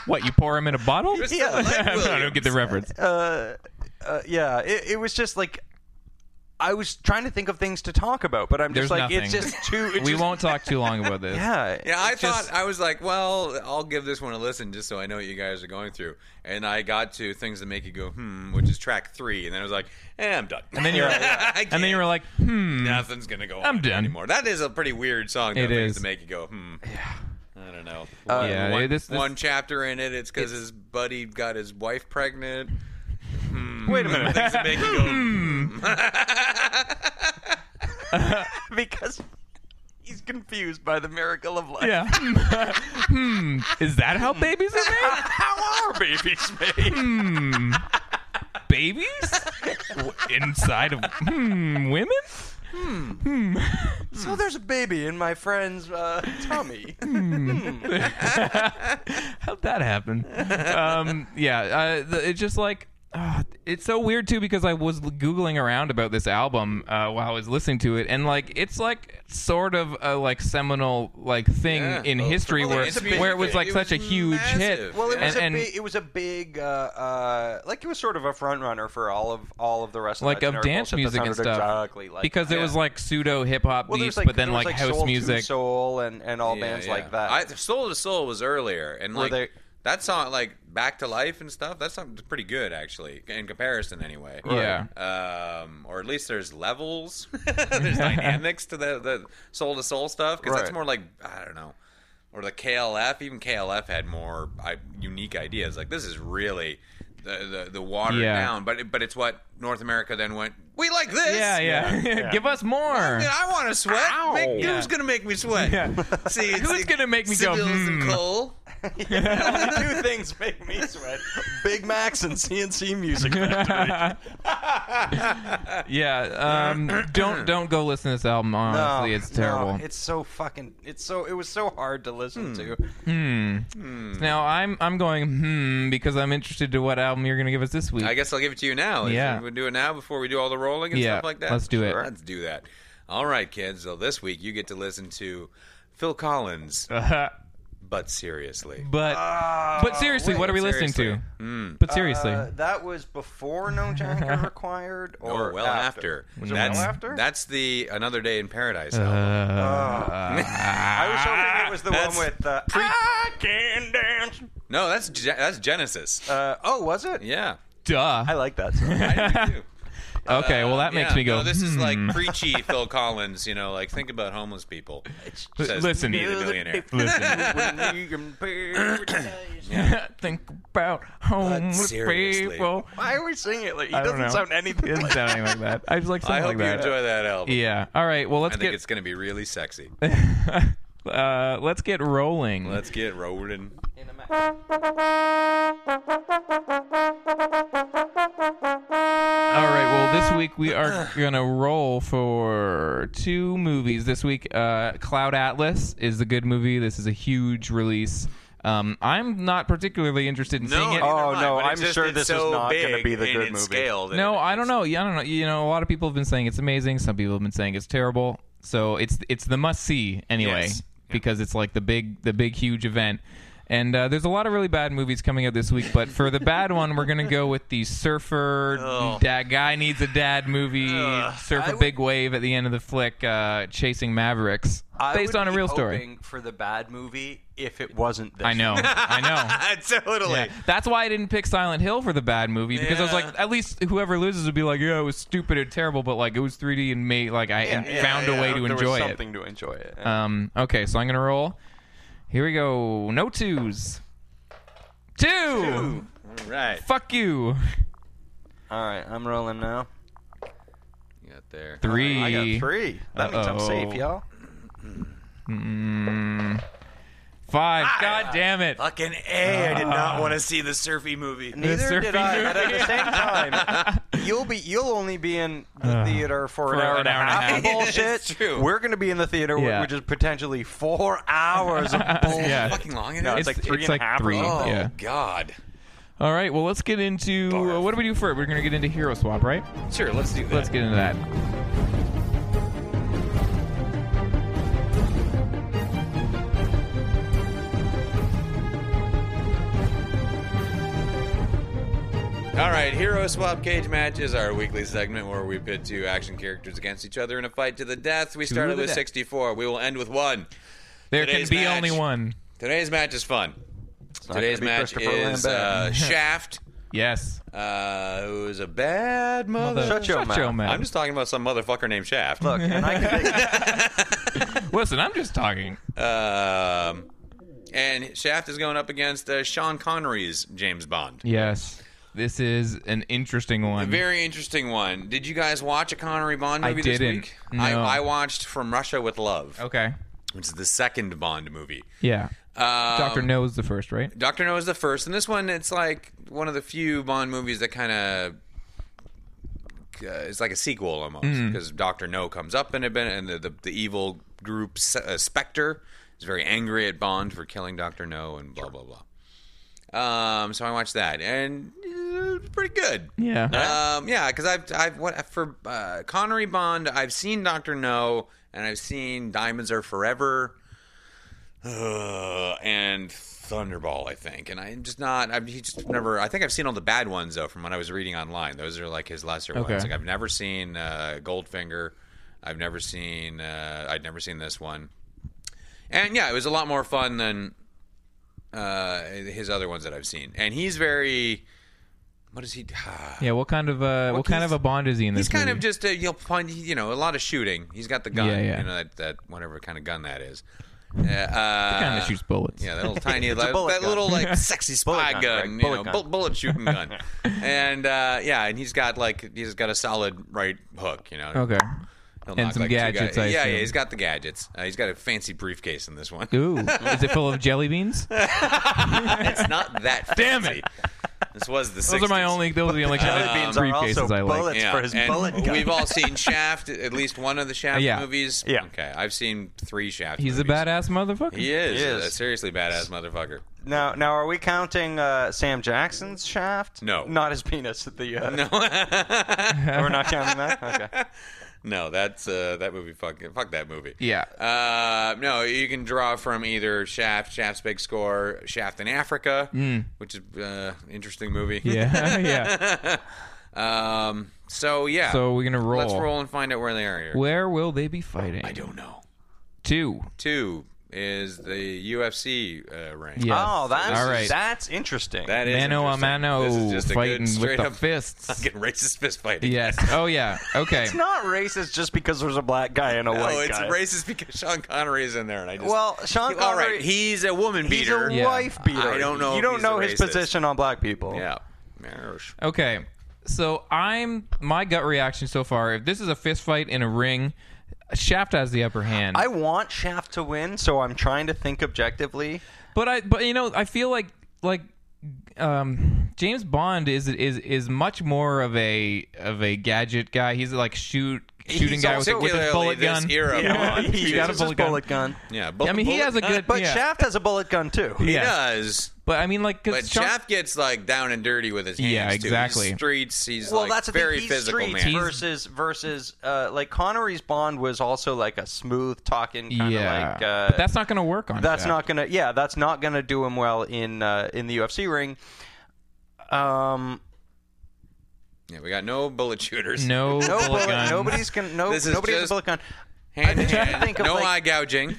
[SPEAKER 1] what you pour him in a bottle? <laughs>
[SPEAKER 3] Crystal
[SPEAKER 2] Yeah.
[SPEAKER 3] Lake
[SPEAKER 1] I don't- I don't
[SPEAKER 3] Williams.
[SPEAKER 1] get the
[SPEAKER 2] <laughs>
[SPEAKER 1] reference.
[SPEAKER 2] <laughs> Uh, uh, yeah, it, it was just like I was trying to think of things to talk about, but I'm just
[SPEAKER 1] There's
[SPEAKER 2] like it's
[SPEAKER 1] nothing.
[SPEAKER 2] just too.
[SPEAKER 1] <laughs>
[SPEAKER 2] It's
[SPEAKER 1] we
[SPEAKER 2] just,
[SPEAKER 1] won't talk too long about this.
[SPEAKER 2] <laughs> Yeah,
[SPEAKER 3] Yeah, I
[SPEAKER 2] it's just-
[SPEAKER 3] thought I was like, well, I'll give this one a listen just so I know what you guys are going through. And I got to things that make you go hmm, which is track three, and then I was like, eh, I'm done. And
[SPEAKER 1] then you were-
[SPEAKER 3] <laughs>
[SPEAKER 1] And then you were like, hmm.
[SPEAKER 3] nothing's gonna go.
[SPEAKER 1] I'm
[SPEAKER 3] on
[SPEAKER 1] done.
[SPEAKER 3] anymore. That is a pretty weird song. Though,
[SPEAKER 1] It
[SPEAKER 3] things
[SPEAKER 1] is.
[SPEAKER 3] to make you go hmm. Yeah. I don't know.
[SPEAKER 2] Uh,
[SPEAKER 1] yeah,
[SPEAKER 3] one,
[SPEAKER 1] this- this-
[SPEAKER 3] one chapter in it, it's because his buddy got his wife pregnant. Hmm.
[SPEAKER 2] Wait a minute,
[SPEAKER 3] Things that make you go.
[SPEAKER 1] Hmm.
[SPEAKER 3] hmm. <laughs>
[SPEAKER 2] because he's confused by the miracle of life.
[SPEAKER 1] Yeah. <laughs> hmm. Is that how babies are made?
[SPEAKER 2] <laughs>
[SPEAKER 1] Hmm.
[SPEAKER 2] How are babies made? <laughs>
[SPEAKER 1] Babies? W- Inside of hmm, women?
[SPEAKER 2] so there's a baby in my friend's uh,
[SPEAKER 1] <laughs>
[SPEAKER 2] tummy.
[SPEAKER 1] How'd that happen? Um, yeah. Uh, the, it's just like. uh, it's so weird too because I was googling around about this album uh, while I was listening to it, and like it's like sort of a like seminal like thing
[SPEAKER 3] Yeah.
[SPEAKER 1] in
[SPEAKER 3] Well,
[SPEAKER 1] history
[SPEAKER 3] well,
[SPEAKER 1] where
[SPEAKER 3] it's a big
[SPEAKER 1] where it was
[SPEAKER 3] hit.
[SPEAKER 1] like
[SPEAKER 3] It
[SPEAKER 1] such
[SPEAKER 3] was
[SPEAKER 1] a huge hit.
[SPEAKER 3] massive.
[SPEAKER 2] Well, it was
[SPEAKER 1] and,
[SPEAKER 2] a
[SPEAKER 1] and,
[SPEAKER 2] big, it was a big, uh, uh, like it was sort of a front runner for all of all of the rest of
[SPEAKER 1] like
[SPEAKER 2] that
[SPEAKER 1] of
[SPEAKER 2] generic
[SPEAKER 1] dance
[SPEAKER 2] bullshit that
[SPEAKER 1] music and
[SPEAKER 2] sounded
[SPEAKER 1] stuff
[SPEAKER 2] Exactly, like
[SPEAKER 1] because
[SPEAKER 2] that.
[SPEAKER 1] it was like pseudo hip hop
[SPEAKER 2] well, there was,
[SPEAKER 1] beats,
[SPEAKER 2] like,
[SPEAKER 1] but then
[SPEAKER 2] there was,
[SPEAKER 1] like, house
[SPEAKER 2] soul to
[SPEAKER 1] music.
[SPEAKER 2] soul, and and all bands like that.
[SPEAKER 3] I, Soul to Soul was earlier, and
[SPEAKER 2] Were
[SPEAKER 3] like
[SPEAKER 2] they- <laughs>
[SPEAKER 3] that song, like Back to Life and stuff. That song's pretty good actually, in comparison, anyway.
[SPEAKER 1] Yeah.
[SPEAKER 3] Um, or at least there's
[SPEAKER 1] <laughs>
[SPEAKER 3] levels, <laughs> there's dynamics to the the Soul to Soul stuff because that's
[SPEAKER 2] Right.
[SPEAKER 3] more like I don't know. Or the KLF, even KLF had more I, unique ideas. Like this is really the the, the watered
[SPEAKER 1] Yeah.
[SPEAKER 3] down, but it- but it's what North America then went. We like this.
[SPEAKER 1] Yeah, yeah. <laughs>
[SPEAKER 2] Yeah.
[SPEAKER 1] Give us more.
[SPEAKER 3] Man, I want to sweat.
[SPEAKER 2] Ow.
[SPEAKER 3] Make,
[SPEAKER 1] Yeah.
[SPEAKER 3] Who's gonna make me sweat?
[SPEAKER 1] Yeah.
[SPEAKER 3] See,
[SPEAKER 1] <laughs>
[SPEAKER 3] it's
[SPEAKER 1] Who's
[SPEAKER 3] like
[SPEAKER 1] gonna make me go,
[SPEAKER 3] Sibyls and
[SPEAKER 1] "Hmm."
[SPEAKER 3] Cole.
[SPEAKER 2] Two things make me sweat: Big Macs and CNC
[SPEAKER 1] <laughs>
[SPEAKER 2] Music Factory.
[SPEAKER 1] Yeah. Um, don't don't go listen to this album. Honestly, it's terrible. Hmm.
[SPEAKER 2] it's so fucking. It's so. It was so hard to listen to.
[SPEAKER 1] Now I'm I'm going hmm because I'm interested to what album you're going to give us this week. <laughs>
[SPEAKER 3] I guess I'll give it to you now.
[SPEAKER 1] Yeah.
[SPEAKER 3] Yeah, we do it now before we do all the rolling and
[SPEAKER 1] Yeah,
[SPEAKER 3] stuff like that.
[SPEAKER 1] let's do it.
[SPEAKER 3] Sure, Let's do that. All right, kids. So this week you get to listen to Phil Collins, but seriously, Hmm.
[SPEAKER 1] but but seriously, what are we listening
[SPEAKER 3] Uh, seriously.
[SPEAKER 1] to? But seriously,
[SPEAKER 2] Uh, that was before
[SPEAKER 1] <laughs>
[SPEAKER 2] No Jacket Required, or
[SPEAKER 3] or Oh, well after.
[SPEAKER 2] Was it
[SPEAKER 3] That's
[SPEAKER 2] well after?
[SPEAKER 3] that's the Another Day in Paradise.
[SPEAKER 1] Uh-huh. Uh,
[SPEAKER 2] <laughs>
[SPEAKER 3] album.
[SPEAKER 2] I was hoping it was the
[SPEAKER 3] That's-
[SPEAKER 2] one with. Uh, I can dance.
[SPEAKER 3] No, that's Ge- that's Genesis.
[SPEAKER 2] Uh, oh, was it?
[SPEAKER 3] yeah.
[SPEAKER 1] duh.
[SPEAKER 2] I like
[SPEAKER 1] <laughs>
[SPEAKER 2] that song.
[SPEAKER 3] I do too. Uh,
[SPEAKER 1] okay, well that makes
[SPEAKER 3] Yeah,
[SPEAKER 1] me go.
[SPEAKER 3] No, this is like
[SPEAKER 1] hmm.
[SPEAKER 3] preachy Phil Collins. You know, like think about homeless people.
[SPEAKER 1] L-
[SPEAKER 3] Says
[SPEAKER 1] listen.
[SPEAKER 3] me,
[SPEAKER 2] <laughs>
[SPEAKER 3] the billionaire.
[SPEAKER 1] Listen. <laughs> Think about homeless
[SPEAKER 3] seriously.
[SPEAKER 1] people.
[SPEAKER 2] Why are we singing it? Like, he
[SPEAKER 1] I don't
[SPEAKER 2] doesn't
[SPEAKER 1] know.
[SPEAKER 2] sound
[SPEAKER 1] It
[SPEAKER 2] anything
[SPEAKER 1] doesn't
[SPEAKER 2] like
[SPEAKER 1] sound anything like that. I just like
[SPEAKER 3] I
[SPEAKER 1] something
[SPEAKER 3] hope
[SPEAKER 1] like
[SPEAKER 3] you
[SPEAKER 1] that.
[SPEAKER 3] enjoy that album.
[SPEAKER 1] yeah. All right. Well,
[SPEAKER 3] I
[SPEAKER 1] let's
[SPEAKER 3] think
[SPEAKER 1] get
[SPEAKER 3] it's going to be
[SPEAKER 1] <laughs>
[SPEAKER 3] really sexy.
[SPEAKER 1] uh, let's get rolling.
[SPEAKER 3] Let's get rolling.
[SPEAKER 2] in a match.
[SPEAKER 1] All right. Well, this week we are gonna roll for two movies. This week, uh, Cloud Atlas is a good movie. This is a huge release. Um, I'm not particularly interested in seeing it.
[SPEAKER 2] Oh, no, I'm sure this is not gonna
[SPEAKER 3] going to
[SPEAKER 2] be the good movie.
[SPEAKER 1] no, I don't know. Yeah, I don't know. You know, a lot of people have been saying it's amazing. Some people have been saying it's terrible. So it's it's the must see anyway
[SPEAKER 3] Yes.
[SPEAKER 1] because it's like the big the big huge event. And uh, there's a lot of really bad movies coming out this week, but for the bad one, we're gonna go with the
[SPEAKER 2] <laughs>
[SPEAKER 1] surfer that guy needs a dad movie, surfer
[SPEAKER 2] Oh. I would-
[SPEAKER 1] big wave at the end of the flick, uh, chasing Mavericks,
[SPEAKER 2] I
[SPEAKER 1] based
[SPEAKER 2] would
[SPEAKER 1] on a
[SPEAKER 2] be
[SPEAKER 1] real story.
[SPEAKER 2] hoping For the bad movie, if it wasn't this,
[SPEAKER 1] I <laughs>
[SPEAKER 2] <laughs>
[SPEAKER 1] know,
[SPEAKER 3] <laughs>
[SPEAKER 1] I know.
[SPEAKER 3] totally.
[SPEAKER 1] Yeah. That's why I didn't pick Silent Hill for the bad movie because I was like,
[SPEAKER 3] Yeah.
[SPEAKER 1] at least whoever loses would be like, yeah, it was stupid and terrible, but like it was 3D and made like I and
[SPEAKER 2] yeah,
[SPEAKER 1] found a
[SPEAKER 2] yeah,
[SPEAKER 1] way
[SPEAKER 2] there
[SPEAKER 1] to
[SPEAKER 2] was
[SPEAKER 1] enjoy it.
[SPEAKER 2] something to enjoy it.
[SPEAKER 1] Um, okay, so I'm gonna roll. Here we go. No twos. Two.
[SPEAKER 3] All right.
[SPEAKER 1] Fuck you.
[SPEAKER 2] All right, I'm rolling now.
[SPEAKER 3] You got there.
[SPEAKER 1] Three.
[SPEAKER 2] I got three. That means I'm
[SPEAKER 1] Uh-oh.
[SPEAKER 2] safe, y'all.
[SPEAKER 1] Mm, five. God damn
[SPEAKER 2] <laughs>
[SPEAKER 1] it.
[SPEAKER 3] Fucking A. I did
[SPEAKER 1] Uh,
[SPEAKER 3] not want to see the surfy movie.
[SPEAKER 2] Neither did
[SPEAKER 1] surfing
[SPEAKER 2] I. But at
[SPEAKER 1] movie.
[SPEAKER 2] the same
[SPEAKER 1] <laughs>
[SPEAKER 2] time, you'll be you'll only be in the
[SPEAKER 1] Uh,
[SPEAKER 2] theater for, an, hour and a half. <laughs> of Bullshit.
[SPEAKER 3] It's true.
[SPEAKER 2] We're going to be in the theater,
[SPEAKER 1] Yeah.
[SPEAKER 2] which is potentially four hours <laughs> of bullshit.
[SPEAKER 1] Yeah.
[SPEAKER 3] Fucking long
[SPEAKER 2] No,
[SPEAKER 3] enough.
[SPEAKER 2] it's,
[SPEAKER 1] It's-
[SPEAKER 2] like three
[SPEAKER 1] it's
[SPEAKER 2] and a
[SPEAKER 1] like
[SPEAKER 2] half
[SPEAKER 1] three.
[SPEAKER 2] or something.
[SPEAKER 3] oh,
[SPEAKER 1] yeah.
[SPEAKER 3] God.
[SPEAKER 1] All right. Well, let's get into uh, what do we do first? We're gonna get into Hero Swap, right?
[SPEAKER 3] Sure, let's do that.
[SPEAKER 1] Let's get into that.
[SPEAKER 3] All right, Hero Swap Cage Match is our weekly segment where we pit two action characters against each other in a fight to the death. We started
[SPEAKER 1] the
[SPEAKER 3] with
[SPEAKER 1] death.
[SPEAKER 3] 64. We will end with one.
[SPEAKER 1] There can
[SPEAKER 3] Today's
[SPEAKER 1] be
[SPEAKER 3] match.
[SPEAKER 1] only one.
[SPEAKER 3] Today's match is fun.
[SPEAKER 2] not
[SPEAKER 3] Today's
[SPEAKER 2] gonna be
[SPEAKER 3] match
[SPEAKER 2] Christopher
[SPEAKER 3] is
[SPEAKER 1] <laughs>
[SPEAKER 2] Lambert.
[SPEAKER 3] uh, Shaft,
[SPEAKER 1] Yes.
[SPEAKER 3] uh, who is a bad
[SPEAKER 1] Mother-
[SPEAKER 3] mother.
[SPEAKER 2] Oh, Shut your mouth.
[SPEAKER 3] I'm just talking about some motherfucker named Shaft.
[SPEAKER 2] Look, and I can take,
[SPEAKER 1] Listen, I'm just talking.
[SPEAKER 3] <laughs> Um, and Shaft is going up against uh, Sean Connery's James Bond.
[SPEAKER 1] Yes. This is an interesting one.
[SPEAKER 3] Very interesting one. Did you guys watch a Connery Bond
[SPEAKER 1] Mm-hmm. I
[SPEAKER 3] movie this
[SPEAKER 1] didn't.
[SPEAKER 3] week? I,
[SPEAKER 1] No. Oh.
[SPEAKER 3] I watched From Russia with Love,
[SPEAKER 1] okay.
[SPEAKER 3] which is the second Bond movie.
[SPEAKER 1] Yeah.
[SPEAKER 3] Um,
[SPEAKER 1] Doctor No is the first, right?
[SPEAKER 3] Doctor No is the first, and this one it's like one of the few Bond movies that kind of uh, it's like a sequel almost because Doctor No comes up in it, and the the, the evil group S- uh, Spectre is very angry at Bond for killing Doctor No and blah blah blah. Um, so I watched that, and uh, it it was pretty good.
[SPEAKER 1] Yeah.
[SPEAKER 3] Um, yeah, because I've I've what for uh, Connery Bond. I've seen Doctor No, and I've seen Diamonds Are Forever, uh, and Thunderball. I think, and I'm just not. I've he just never. I think I've seen all the bad ones though from when I was reading online. Those are like his lesser
[SPEAKER 1] Okay.
[SPEAKER 3] ones. Like I've never seen uh, Goldfinger. I've never seen. Uh, I'd never seen this one. And yeah, it was a lot more fun than uh, his other ones that I've seen. And he's very. What is he? <sighs>
[SPEAKER 1] Yeah, what kind of uh, what kind of
[SPEAKER 3] he's-
[SPEAKER 1] a Bond is he in this?
[SPEAKER 3] He's kind
[SPEAKER 1] movie?
[SPEAKER 3] of just a, you'll find you know a lot of shooting. He's got the gun,
[SPEAKER 1] Yeah, yeah.
[SPEAKER 3] you know that, that whatever kind of gun that is. Uh, uh,
[SPEAKER 1] kind of shoots bullets.
[SPEAKER 3] yeah, that
[SPEAKER 1] <laughs>
[SPEAKER 3] little tiny,
[SPEAKER 2] a
[SPEAKER 3] that,
[SPEAKER 2] bullet
[SPEAKER 3] that
[SPEAKER 2] gun.
[SPEAKER 3] little like sexy spy
[SPEAKER 2] Bullet
[SPEAKER 3] gun,
[SPEAKER 2] gun, right,
[SPEAKER 3] you
[SPEAKER 2] bullet
[SPEAKER 3] know,
[SPEAKER 2] gun.
[SPEAKER 3] bu- bullet shooting
[SPEAKER 1] <laughs>
[SPEAKER 3] gun, and uh, yeah, and he's got like he's got a solid right hook, you know.
[SPEAKER 1] Okay.
[SPEAKER 3] He'll
[SPEAKER 1] And
[SPEAKER 3] knock,
[SPEAKER 1] some
[SPEAKER 3] like, two
[SPEAKER 1] gadgets,
[SPEAKER 3] guys-
[SPEAKER 1] I
[SPEAKER 3] yeah, yeah,
[SPEAKER 1] assume.
[SPEAKER 3] he's got the gadgets. Uh, he's got a fancy briefcase in this one.
[SPEAKER 1] Ooh, is it full of jelly beans?
[SPEAKER 3] <laughs> it's not that. Fancy.
[SPEAKER 1] Damn it.
[SPEAKER 3] This was the. 60s.
[SPEAKER 1] Those are my only. Those are the only kind
[SPEAKER 2] Jelly
[SPEAKER 1] of
[SPEAKER 2] beans are
[SPEAKER 1] briefcases
[SPEAKER 2] also
[SPEAKER 1] I like.
[SPEAKER 2] bullets. It's for his
[SPEAKER 3] and
[SPEAKER 2] bullet gun.
[SPEAKER 3] We've all seen Shaft, at least one of the Shaft
[SPEAKER 1] Yeah.
[SPEAKER 3] movies.
[SPEAKER 2] Yeah.
[SPEAKER 3] Okay, I've seen three Shaft.
[SPEAKER 1] He's a
[SPEAKER 3] movies.
[SPEAKER 1] badass motherfucker.
[SPEAKER 3] <laughs> He is,
[SPEAKER 2] He is.
[SPEAKER 3] a seriously
[SPEAKER 1] <laughs>
[SPEAKER 3] badass motherfucker.
[SPEAKER 2] Now, now, are we counting uh, Sam Jackson's shaft?
[SPEAKER 3] No.
[SPEAKER 2] not his penis. The uh, <laughs>
[SPEAKER 3] No, <laughs>
[SPEAKER 2] we're not counting that. Okay.
[SPEAKER 3] no, that's uh, that movie. Fuck, fuck that movie.
[SPEAKER 1] Yeah.
[SPEAKER 3] Uh, no, you can draw from either Shaft, Shaft's Big Score, Shaft in Africa, which is uh, interesting
[SPEAKER 1] <laughs>
[SPEAKER 3] movie.
[SPEAKER 1] Mm. Yeah. yeah.
[SPEAKER 3] Um. So yeah.
[SPEAKER 1] So we're gonna roll.
[SPEAKER 3] let's roll and find out where they are.
[SPEAKER 1] Where will they be fighting?
[SPEAKER 3] I don't know.
[SPEAKER 1] Two.
[SPEAKER 3] Two is the UFC uh, ring.
[SPEAKER 1] Yeah. Yes.
[SPEAKER 2] Oh, that's
[SPEAKER 1] All right.
[SPEAKER 2] that's interesting.
[SPEAKER 3] That is
[SPEAKER 1] Mano a
[SPEAKER 3] interesting. This is
[SPEAKER 1] mano
[SPEAKER 3] just a good
[SPEAKER 1] fighting with
[SPEAKER 3] straight
[SPEAKER 1] the
[SPEAKER 3] up <laughs>
[SPEAKER 1] fists.
[SPEAKER 3] fucking racist fist fighting.
[SPEAKER 1] Yes. Oh yeah. Okay.
[SPEAKER 2] <laughs> it's not racist just because there's a black guy and a
[SPEAKER 1] Oh
[SPEAKER 3] No,
[SPEAKER 2] white
[SPEAKER 3] Oh, it's
[SPEAKER 2] guy.
[SPEAKER 3] racist because Sean Connery is in there, and I just
[SPEAKER 2] Well, Sean
[SPEAKER 3] He- All right,
[SPEAKER 2] Connery-
[SPEAKER 3] he's a woman
[SPEAKER 2] He's a
[SPEAKER 3] beater.
[SPEAKER 1] Yeah.
[SPEAKER 2] wife beater.
[SPEAKER 3] I don't know
[SPEAKER 2] You
[SPEAKER 3] if
[SPEAKER 2] don't
[SPEAKER 3] he's
[SPEAKER 2] know
[SPEAKER 3] a
[SPEAKER 2] his
[SPEAKER 3] racist.
[SPEAKER 2] position on black people.
[SPEAKER 3] yeah. Marriage.
[SPEAKER 1] Okay. So I'm my gut reaction so far. If this is a fist fight in a ring, Shaft has the upper hand.
[SPEAKER 2] I want Shaft to win, so I'm trying to think objectively.
[SPEAKER 1] But I, but you know, I feel like like um, James Bond is is is much more of a of a gadget guy. He's like shoot shooting
[SPEAKER 2] He's
[SPEAKER 1] guy with, a- with a
[SPEAKER 3] Particularly
[SPEAKER 1] bullet
[SPEAKER 3] this
[SPEAKER 1] gun.
[SPEAKER 3] era.
[SPEAKER 1] Yeah.
[SPEAKER 2] he
[SPEAKER 1] <laughs> You got a
[SPEAKER 2] uses
[SPEAKER 1] bullet
[SPEAKER 2] his
[SPEAKER 1] gun.
[SPEAKER 2] gun.
[SPEAKER 3] Yeah, bu-
[SPEAKER 1] I mean, he
[SPEAKER 3] bullet-
[SPEAKER 1] has a good.
[SPEAKER 2] But
[SPEAKER 1] yeah.
[SPEAKER 2] Shaft has a bullet gun too.
[SPEAKER 3] He
[SPEAKER 1] Yeah.
[SPEAKER 3] does,
[SPEAKER 1] But I mean, like, 'cause
[SPEAKER 3] but
[SPEAKER 1] Shaft-
[SPEAKER 3] Shaft gets like down and dirty with his hands.
[SPEAKER 1] Yeah,
[SPEAKER 3] too. He's
[SPEAKER 1] exactly.
[SPEAKER 3] streets. He's
[SPEAKER 2] Well,
[SPEAKER 3] like
[SPEAKER 2] that's the
[SPEAKER 3] very
[SPEAKER 2] thing. He's
[SPEAKER 3] physical
[SPEAKER 2] streets
[SPEAKER 3] man.
[SPEAKER 1] He's-
[SPEAKER 2] versus versus uh, like Connery's Bond was also like a smooth talking kind of
[SPEAKER 1] yeah.
[SPEAKER 2] like. Uh,
[SPEAKER 1] but that's not going to work on.
[SPEAKER 2] that's
[SPEAKER 1] Shaft.
[SPEAKER 2] not gonna yeah that's not gonna do him well in uh, in the UFC ring. Um,
[SPEAKER 3] Yeah, we got no bullet shooters.
[SPEAKER 1] No,
[SPEAKER 2] <laughs> no
[SPEAKER 1] bullet
[SPEAKER 2] bullet,
[SPEAKER 1] guns.
[SPEAKER 2] nobody's gonna no
[SPEAKER 3] This is
[SPEAKER 2] nobody has
[SPEAKER 3] just-
[SPEAKER 2] a bullet gun.
[SPEAKER 3] hand in
[SPEAKER 2] I'm trying to
[SPEAKER 3] hand.
[SPEAKER 2] think of,
[SPEAKER 3] no
[SPEAKER 2] like-
[SPEAKER 3] eye gouging.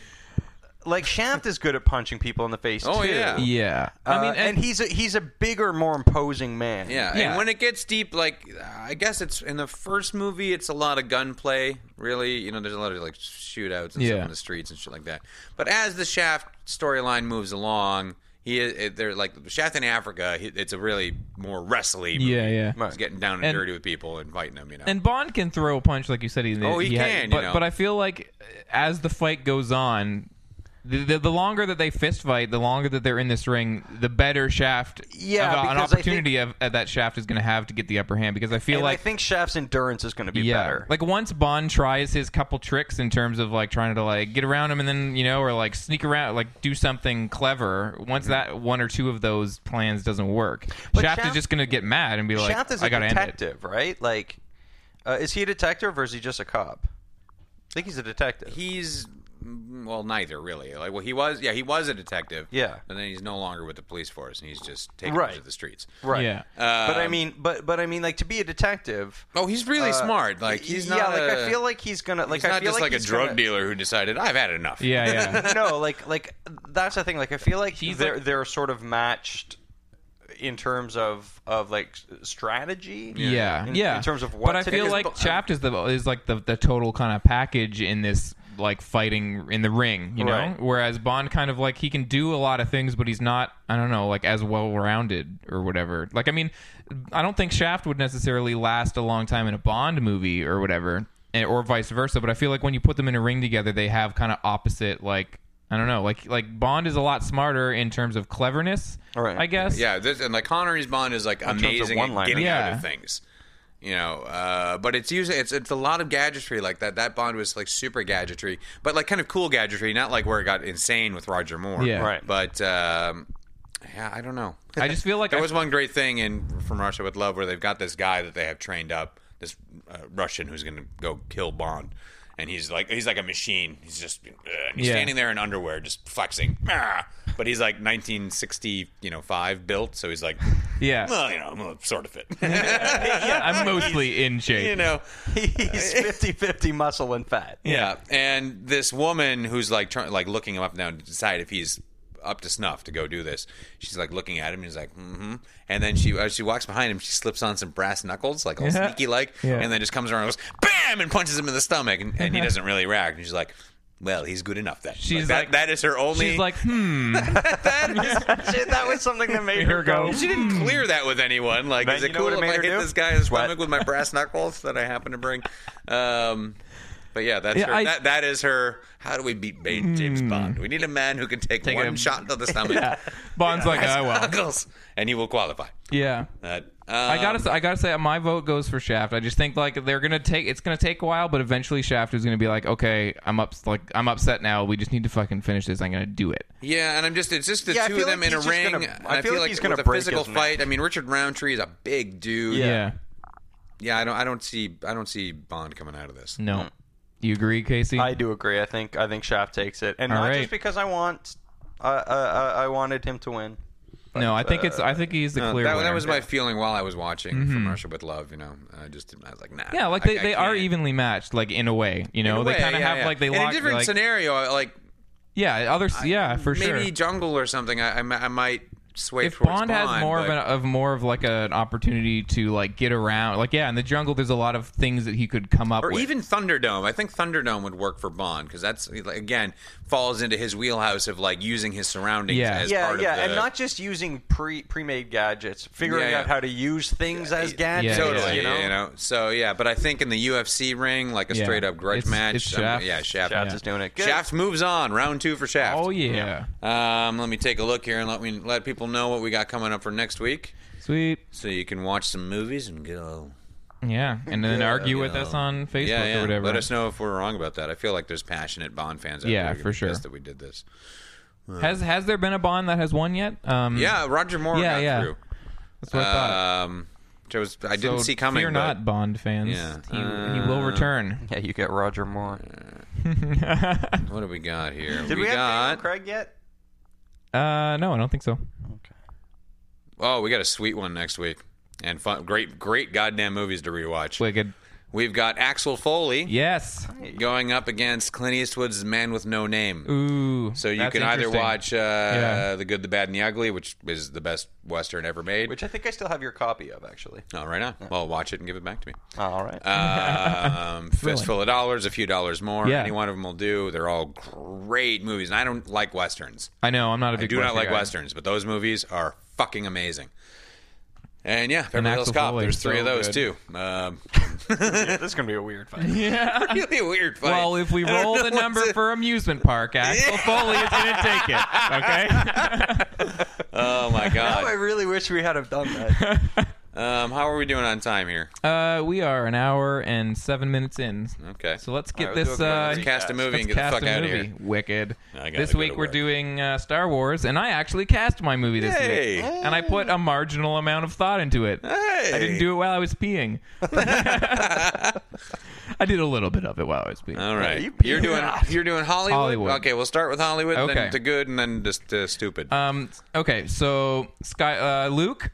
[SPEAKER 2] Like Shaft is good at punching people in the face.
[SPEAKER 3] Oh,
[SPEAKER 2] too.
[SPEAKER 3] yeah.
[SPEAKER 1] Yeah. I
[SPEAKER 2] Uh,
[SPEAKER 1] mean,
[SPEAKER 2] and, he's a, he's a bigger, more imposing man.
[SPEAKER 3] Yeah,
[SPEAKER 1] Yeah.
[SPEAKER 3] and when it gets deep, like I guess it's in the first movie, it's a lot of gunplay. Really, you know, there's a lot of like shootouts and
[SPEAKER 1] Yeah.
[SPEAKER 3] stuff on the streets and shit like that. But as the Shaft storyline moves along, he it, they're like Shaft in Africa. he- It's a really more wrestly. Movie.
[SPEAKER 1] Yeah, yeah.
[SPEAKER 3] He's getting down and,
[SPEAKER 1] And-
[SPEAKER 3] dirty with people and fighting them. You know,
[SPEAKER 1] and Bond can throw a punch, like you said. He,
[SPEAKER 3] Oh, he
[SPEAKER 1] ha-
[SPEAKER 3] can, you
[SPEAKER 1] But,
[SPEAKER 3] know.
[SPEAKER 1] but I feel like uh, as the fight goes on, the, the, the longer that they fist fight, the longer that they're in this ring, the better Shaft,
[SPEAKER 2] Yeah,
[SPEAKER 1] of, an
[SPEAKER 2] because I
[SPEAKER 1] opportunity of, uh, that Shaft is going to have to get the upper hand. Because I feel
[SPEAKER 2] and
[SPEAKER 1] like,
[SPEAKER 2] I think Shaft's endurance is going to be
[SPEAKER 1] yeah,
[SPEAKER 2] better.
[SPEAKER 1] like once Bond tries his couple tricks in terms of like trying to like get around him and then you know or like sneak around, like do something clever. Once that one or two of those plans doesn't work,
[SPEAKER 2] Mm-hmm. But
[SPEAKER 1] Shaft, is
[SPEAKER 2] Shaft-
[SPEAKER 1] just going to get mad and be like,
[SPEAKER 2] Shaft is
[SPEAKER 1] "I
[SPEAKER 2] a
[SPEAKER 1] got to end it."
[SPEAKER 2] detective, right? Like, uh, is he a detective or is he just a cop? I think he's a detective.
[SPEAKER 3] he's well, neither really. Like, well, he was, yeah, he was a detective.
[SPEAKER 2] Yeah.
[SPEAKER 3] but then he's no longer with the police force, and he's just taken
[SPEAKER 2] Right.
[SPEAKER 3] to the streets. Uh,
[SPEAKER 2] right.
[SPEAKER 1] Yeah.
[SPEAKER 2] but
[SPEAKER 3] Um,
[SPEAKER 2] I mean, but but I mean, like to be a detective.
[SPEAKER 3] Oh, he's really
[SPEAKER 2] uh,
[SPEAKER 3] smart. Like, he's
[SPEAKER 2] yeah.
[SPEAKER 3] not.
[SPEAKER 2] like
[SPEAKER 3] a-
[SPEAKER 2] I feel like he's gonna like
[SPEAKER 3] he's
[SPEAKER 2] I
[SPEAKER 3] not
[SPEAKER 2] feel
[SPEAKER 3] just like, a
[SPEAKER 2] he's
[SPEAKER 3] drug
[SPEAKER 2] gonna-
[SPEAKER 3] dealer who decided I've had enough.
[SPEAKER 1] Yeah, yeah.
[SPEAKER 2] <laughs> no, like like that's the thing. Like I feel like
[SPEAKER 1] He's
[SPEAKER 2] they're
[SPEAKER 1] like-
[SPEAKER 2] they're sort of matched in terms of of like s- strategy.
[SPEAKER 1] Yeah,
[SPEAKER 2] In,
[SPEAKER 1] yeah.
[SPEAKER 2] In terms of what, uh,
[SPEAKER 1] but I
[SPEAKER 2] to
[SPEAKER 1] feel
[SPEAKER 2] do.
[SPEAKER 1] like
[SPEAKER 2] <laughs>
[SPEAKER 1] Shaft is the is like the the total kind of package in this like fighting in the ring, you know.
[SPEAKER 2] Right.
[SPEAKER 1] Whereas Bond kind of like he can do a lot of things, but he's not I don't know like as well rounded or whatever. Like I mean, I don't think Shaft would necessarily last a long time in a Bond movie or whatever, and- or vice versa. But I feel like when you put them in a ring together, they have kind of opposite like. I don't know, like like Bond is a lot smarter in terms of cleverness,
[SPEAKER 2] Right.
[SPEAKER 1] I guess.
[SPEAKER 3] Yeah, this, and like Connery's Bond is like
[SPEAKER 2] terms of
[SPEAKER 3] amazing at
[SPEAKER 2] one-liners.
[SPEAKER 3] getting out
[SPEAKER 1] Yeah.
[SPEAKER 3] of things, you know. Uh, but it's usually it's it's a lot of gadgetry like that. That Bond was like super gadgetry, but like kind of cool gadgetry, not like where it got insane with Roger Moore.
[SPEAKER 1] Yeah.
[SPEAKER 2] Right.
[SPEAKER 3] But um, Yeah, I don't know.
[SPEAKER 1] I just feel like
[SPEAKER 3] There
[SPEAKER 1] I-
[SPEAKER 3] was one great thing in From Russia with Love where they've got this guy that they have trained up, this uh, Russian who's going to go kill Bond, and he's like he's like a machine. He's just uh, and he's
[SPEAKER 1] Yeah.
[SPEAKER 3] standing there in underwear, just flexing. Ah! But he's like 1960, you know, five built, so he's like, <laughs>
[SPEAKER 1] Yeah.
[SPEAKER 3] well, you know, I'm uh, sort of fit. <laughs>
[SPEAKER 1] I'm mostly in shape.
[SPEAKER 3] you know,
[SPEAKER 2] He's 50 50 muscle and fat. <laughs>
[SPEAKER 3] Yeah, and this woman who's like trying, like looking him up now to decide if he's up to snuff to go do this. She's like looking at him. and He's like, mm-hmm. And then she as she walks behind him. She slips on some brass knuckles, like all
[SPEAKER 1] Yeah.
[SPEAKER 3] sneaky like,
[SPEAKER 1] Yeah.
[SPEAKER 3] and then just comes around and goes, bam, and punches him in the stomach, and,
[SPEAKER 1] <laughs>
[SPEAKER 3] and he doesn't really react. And she's like. Well, he's good enough then.
[SPEAKER 1] She's
[SPEAKER 3] that,
[SPEAKER 1] like-
[SPEAKER 3] that is her only.
[SPEAKER 1] She's like, hmm.
[SPEAKER 3] <laughs>
[SPEAKER 2] Shit, that was something that made her go.
[SPEAKER 3] she didn't clear that with anyone. Like,
[SPEAKER 2] Man,
[SPEAKER 3] is it
[SPEAKER 2] you know
[SPEAKER 3] cool
[SPEAKER 2] what it
[SPEAKER 3] if
[SPEAKER 2] made
[SPEAKER 3] I
[SPEAKER 2] her
[SPEAKER 3] hit
[SPEAKER 2] do?
[SPEAKER 3] this guy in the
[SPEAKER 2] What?
[SPEAKER 3] stomach with my brass <laughs> knuckles that I happen to bring? Um, but yeah, that's
[SPEAKER 1] Yeah,
[SPEAKER 3] her.
[SPEAKER 1] I-
[SPEAKER 3] that, that is her. How do we beat Ba- James Bond? We need a man who can take, one
[SPEAKER 1] a-
[SPEAKER 3] shot to the stomach.
[SPEAKER 1] Bond's like,
[SPEAKER 3] Brass
[SPEAKER 1] oh
[SPEAKER 3] <laughs>
[SPEAKER 1] well.
[SPEAKER 3] knuckles, and he will qualify.
[SPEAKER 1] Yeah.
[SPEAKER 3] That,
[SPEAKER 1] I gotta,
[SPEAKER 3] um,
[SPEAKER 1] say- I gotta say, my vote goes for Shaft. I just think like they're gonna take, it's gonna take a while, but eventually Shaft is gonna be like, okay, I'm up, like I'm upset now. We just need to fucking finish this. I'm gonna do it.
[SPEAKER 3] Yeah, and I'm just it's just the
[SPEAKER 2] Yeah, I
[SPEAKER 3] two
[SPEAKER 2] feel
[SPEAKER 3] of them
[SPEAKER 2] like
[SPEAKER 3] in a
[SPEAKER 2] he's just
[SPEAKER 3] ring.
[SPEAKER 2] gonna-
[SPEAKER 3] and
[SPEAKER 2] I feel like he's gonna
[SPEAKER 3] with a
[SPEAKER 2] break
[SPEAKER 3] physical
[SPEAKER 2] his neck.
[SPEAKER 3] fight. I mean, Richard Roundtree is a big dude.
[SPEAKER 1] Yeah.
[SPEAKER 2] Yeah.
[SPEAKER 3] yeah. I don't, I don't see, I don't see Bond coming out of this.
[SPEAKER 1] No. You agree, Casey?
[SPEAKER 2] I do agree. I think I think Shaft takes it, and
[SPEAKER 1] All
[SPEAKER 2] not
[SPEAKER 1] right.
[SPEAKER 2] just because I want, I I, I- I wanted him to win.
[SPEAKER 1] no, I think it's, I think he's the
[SPEAKER 3] Uh,
[SPEAKER 1] clear
[SPEAKER 3] that,
[SPEAKER 1] winner.
[SPEAKER 3] that was my feeling while I was watching From Russia with Love. You know, I just didn't- I was like, nah.
[SPEAKER 1] yeah, like
[SPEAKER 3] I-
[SPEAKER 1] they,
[SPEAKER 3] I
[SPEAKER 1] they are
[SPEAKER 3] can't.
[SPEAKER 1] evenly matched, like in a way, you know,
[SPEAKER 3] In a
[SPEAKER 1] they
[SPEAKER 3] way,
[SPEAKER 1] kind of
[SPEAKER 3] yeah,
[SPEAKER 1] have
[SPEAKER 3] yeah.
[SPEAKER 1] like they
[SPEAKER 3] in
[SPEAKER 1] lock,
[SPEAKER 3] a different
[SPEAKER 1] like,
[SPEAKER 3] scenario. uh, Like
[SPEAKER 1] yeah, other, yeah, for sure.
[SPEAKER 3] maybe jungle or something. I, I, mi- I might sway
[SPEAKER 1] if
[SPEAKER 3] towards
[SPEAKER 1] Bond has more of
[SPEAKER 3] but-
[SPEAKER 1] an of more of like an opportunity to like get around, like yeah, in the jungle, there's a lot of things that he could come up
[SPEAKER 3] or
[SPEAKER 1] with.
[SPEAKER 3] even Thunderdome. I think Thunderdome would work for Bond because that's like, again falls into his wheelhouse of like using his surroundings
[SPEAKER 1] Yeah.
[SPEAKER 3] as
[SPEAKER 2] yeah,
[SPEAKER 3] part
[SPEAKER 2] yeah,
[SPEAKER 3] of the,
[SPEAKER 2] and not just using pre pre-made gadgets, figuring
[SPEAKER 3] Yeah, yeah.
[SPEAKER 2] out how to use things as
[SPEAKER 3] Yeah,
[SPEAKER 2] gadgets.
[SPEAKER 3] totally.
[SPEAKER 2] you know,
[SPEAKER 3] You know, so yeah, but I think in the UFC ring, like a
[SPEAKER 1] Yeah.
[SPEAKER 3] straight up grudge
[SPEAKER 1] It's-
[SPEAKER 3] match,
[SPEAKER 1] it's
[SPEAKER 3] I'm-
[SPEAKER 1] Shaft.
[SPEAKER 3] yeah, Shaft.
[SPEAKER 2] Shaft is doing it. Good.
[SPEAKER 3] Shaft moves on. Round two for Shaft.
[SPEAKER 1] oh yeah.
[SPEAKER 3] Um, let me take a look here and let me let people know what we got coming up for next week,
[SPEAKER 1] sweet,
[SPEAKER 3] so you can watch some movies and go.
[SPEAKER 1] yeah, and then argue with
[SPEAKER 3] yeah.
[SPEAKER 1] us on Facebook
[SPEAKER 3] Yeah, yeah.
[SPEAKER 1] or whatever.
[SPEAKER 3] Let us know if we're wrong about that. I feel like there's passionate Bond fans. Out
[SPEAKER 1] Yeah,
[SPEAKER 3] there who are
[SPEAKER 1] for sure.
[SPEAKER 3] pissed That we did this.
[SPEAKER 1] Has has there been a Bond that has won yet? Um,
[SPEAKER 3] Yeah, Roger Moore
[SPEAKER 1] Yeah,
[SPEAKER 3] got
[SPEAKER 1] yeah.
[SPEAKER 3] through.
[SPEAKER 1] that's what I thought.
[SPEAKER 3] Um, which I was I didn't
[SPEAKER 1] So
[SPEAKER 3] see coming.
[SPEAKER 1] Fear
[SPEAKER 3] but
[SPEAKER 1] not, Bond fans.
[SPEAKER 3] Yeah.
[SPEAKER 1] He,
[SPEAKER 3] uh,
[SPEAKER 1] he will return. <laughs>
[SPEAKER 2] Yeah, you get Roger Moore.
[SPEAKER 3] What do we got here?
[SPEAKER 2] Did we, have
[SPEAKER 3] got
[SPEAKER 2] Daniel Craig yet?
[SPEAKER 1] Uh, no, I don't think so.
[SPEAKER 3] oh, we got a sweet one next week, and fun, great, great goddamn movies to rewatch.
[SPEAKER 1] Wicked.
[SPEAKER 3] We've got Axel Foley
[SPEAKER 1] Yes.
[SPEAKER 3] going up against Clint Eastwood's Man with No Name.
[SPEAKER 1] Ooh.
[SPEAKER 3] So you
[SPEAKER 1] that's
[SPEAKER 3] can either
[SPEAKER 1] interesting.
[SPEAKER 3] watch uh,
[SPEAKER 1] Yeah.
[SPEAKER 3] The Good, the Bad, and the Ugly, which is the best Western ever made.
[SPEAKER 2] Which I think I still have your copy of, actually.
[SPEAKER 3] oh, right now. Well, watch it and give it back to me.
[SPEAKER 2] All right.
[SPEAKER 3] Um, fistful of dollars, a few dollars more.
[SPEAKER 1] Yeah.
[SPEAKER 3] Any one of them will do. They're all great movies, and I don't like westerns.
[SPEAKER 1] I know. I'm not a big.
[SPEAKER 3] I do not
[SPEAKER 1] Western
[SPEAKER 3] like
[SPEAKER 1] guy. <laughs>
[SPEAKER 3] westerns, but those movies are fucking amazing. And yeah, Beverly Hills
[SPEAKER 1] Axel
[SPEAKER 3] Cop.
[SPEAKER 1] Foley
[SPEAKER 3] There's
[SPEAKER 1] is
[SPEAKER 3] three
[SPEAKER 1] so
[SPEAKER 3] of those
[SPEAKER 1] good.
[SPEAKER 3] too. Um, <laughs>
[SPEAKER 2] Yeah, <laughs> this is gonna be a weird fight.
[SPEAKER 3] really weird. Fight.
[SPEAKER 1] Well, if we
[SPEAKER 3] I don't
[SPEAKER 1] roll
[SPEAKER 3] know
[SPEAKER 1] the
[SPEAKER 3] what
[SPEAKER 1] number
[SPEAKER 3] to-
[SPEAKER 1] for amusement park, Axel Foley is going to take it.
[SPEAKER 3] <laughs>
[SPEAKER 1] Okay. <laughs>
[SPEAKER 3] oh my
[SPEAKER 2] Now <laughs> I
[SPEAKER 3] god.
[SPEAKER 2] really wish we had have done that.
[SPEAKER 3] Um, how are we doing on time here?
[SPEAKER 1] Uh, we are an hour and seven minutes in,
[SPEAKER 3] Okay.
[SPEAKER 1] so let's get
[SPEAKER 2] All right,
[SPEAKER 1] this.
[SPEAKER 2] we'll do a
[SPEAKER 1] Uh,
[SPEAKER 3] Let's cast a movie and
[SPEAKER 1] let's
[SPEAKER 3] get the
[SPEAKER 1] cast
[SPEAKER 3] fuck
[SPEAKER 1] a
[SPEAKER 3] out of
[SPEAKER 1] movie.
[SPEAKER 3] here.
[SPEAKER 1] Wicked.
[SPEAKER 3] I gotta
[SPEAKER 1] This
[SPEAKER 3] go
[SPEAKER 1] week
[SPEAKER 3] to
[SPEAKER 1] we're
[SPEAKER 3] work.
[SPEAKER 1] doing uh, Star Wars, and I actually cast my movie this
[SPEAKER 3] Hey.
[SPEAKER 1] week, and I put a marginal amount of thought into it.
[SPEAKER 3] Hey.
[SPEAKER 1] I didn't do it while I was
[SPEAKER 3] <laughs>
[SPEAKER 1] peeing. <laughs> I did a little bit of it while I was peeing.
[SPEAKER 3] All right.
[SPEAKER 2] you
[SPEAKER 3] You are doing you're doing Hollywood.
[SPEAKER 1] Hollywood.
[SPEAKER 3] Okay, we'll start with Hollywood,
[SPEAKER 1] Okay.
[SPEAKER 3] then to good, and then just to stupid.
[SPEAKER 1] Um. Okay. So Sky uh, Luke,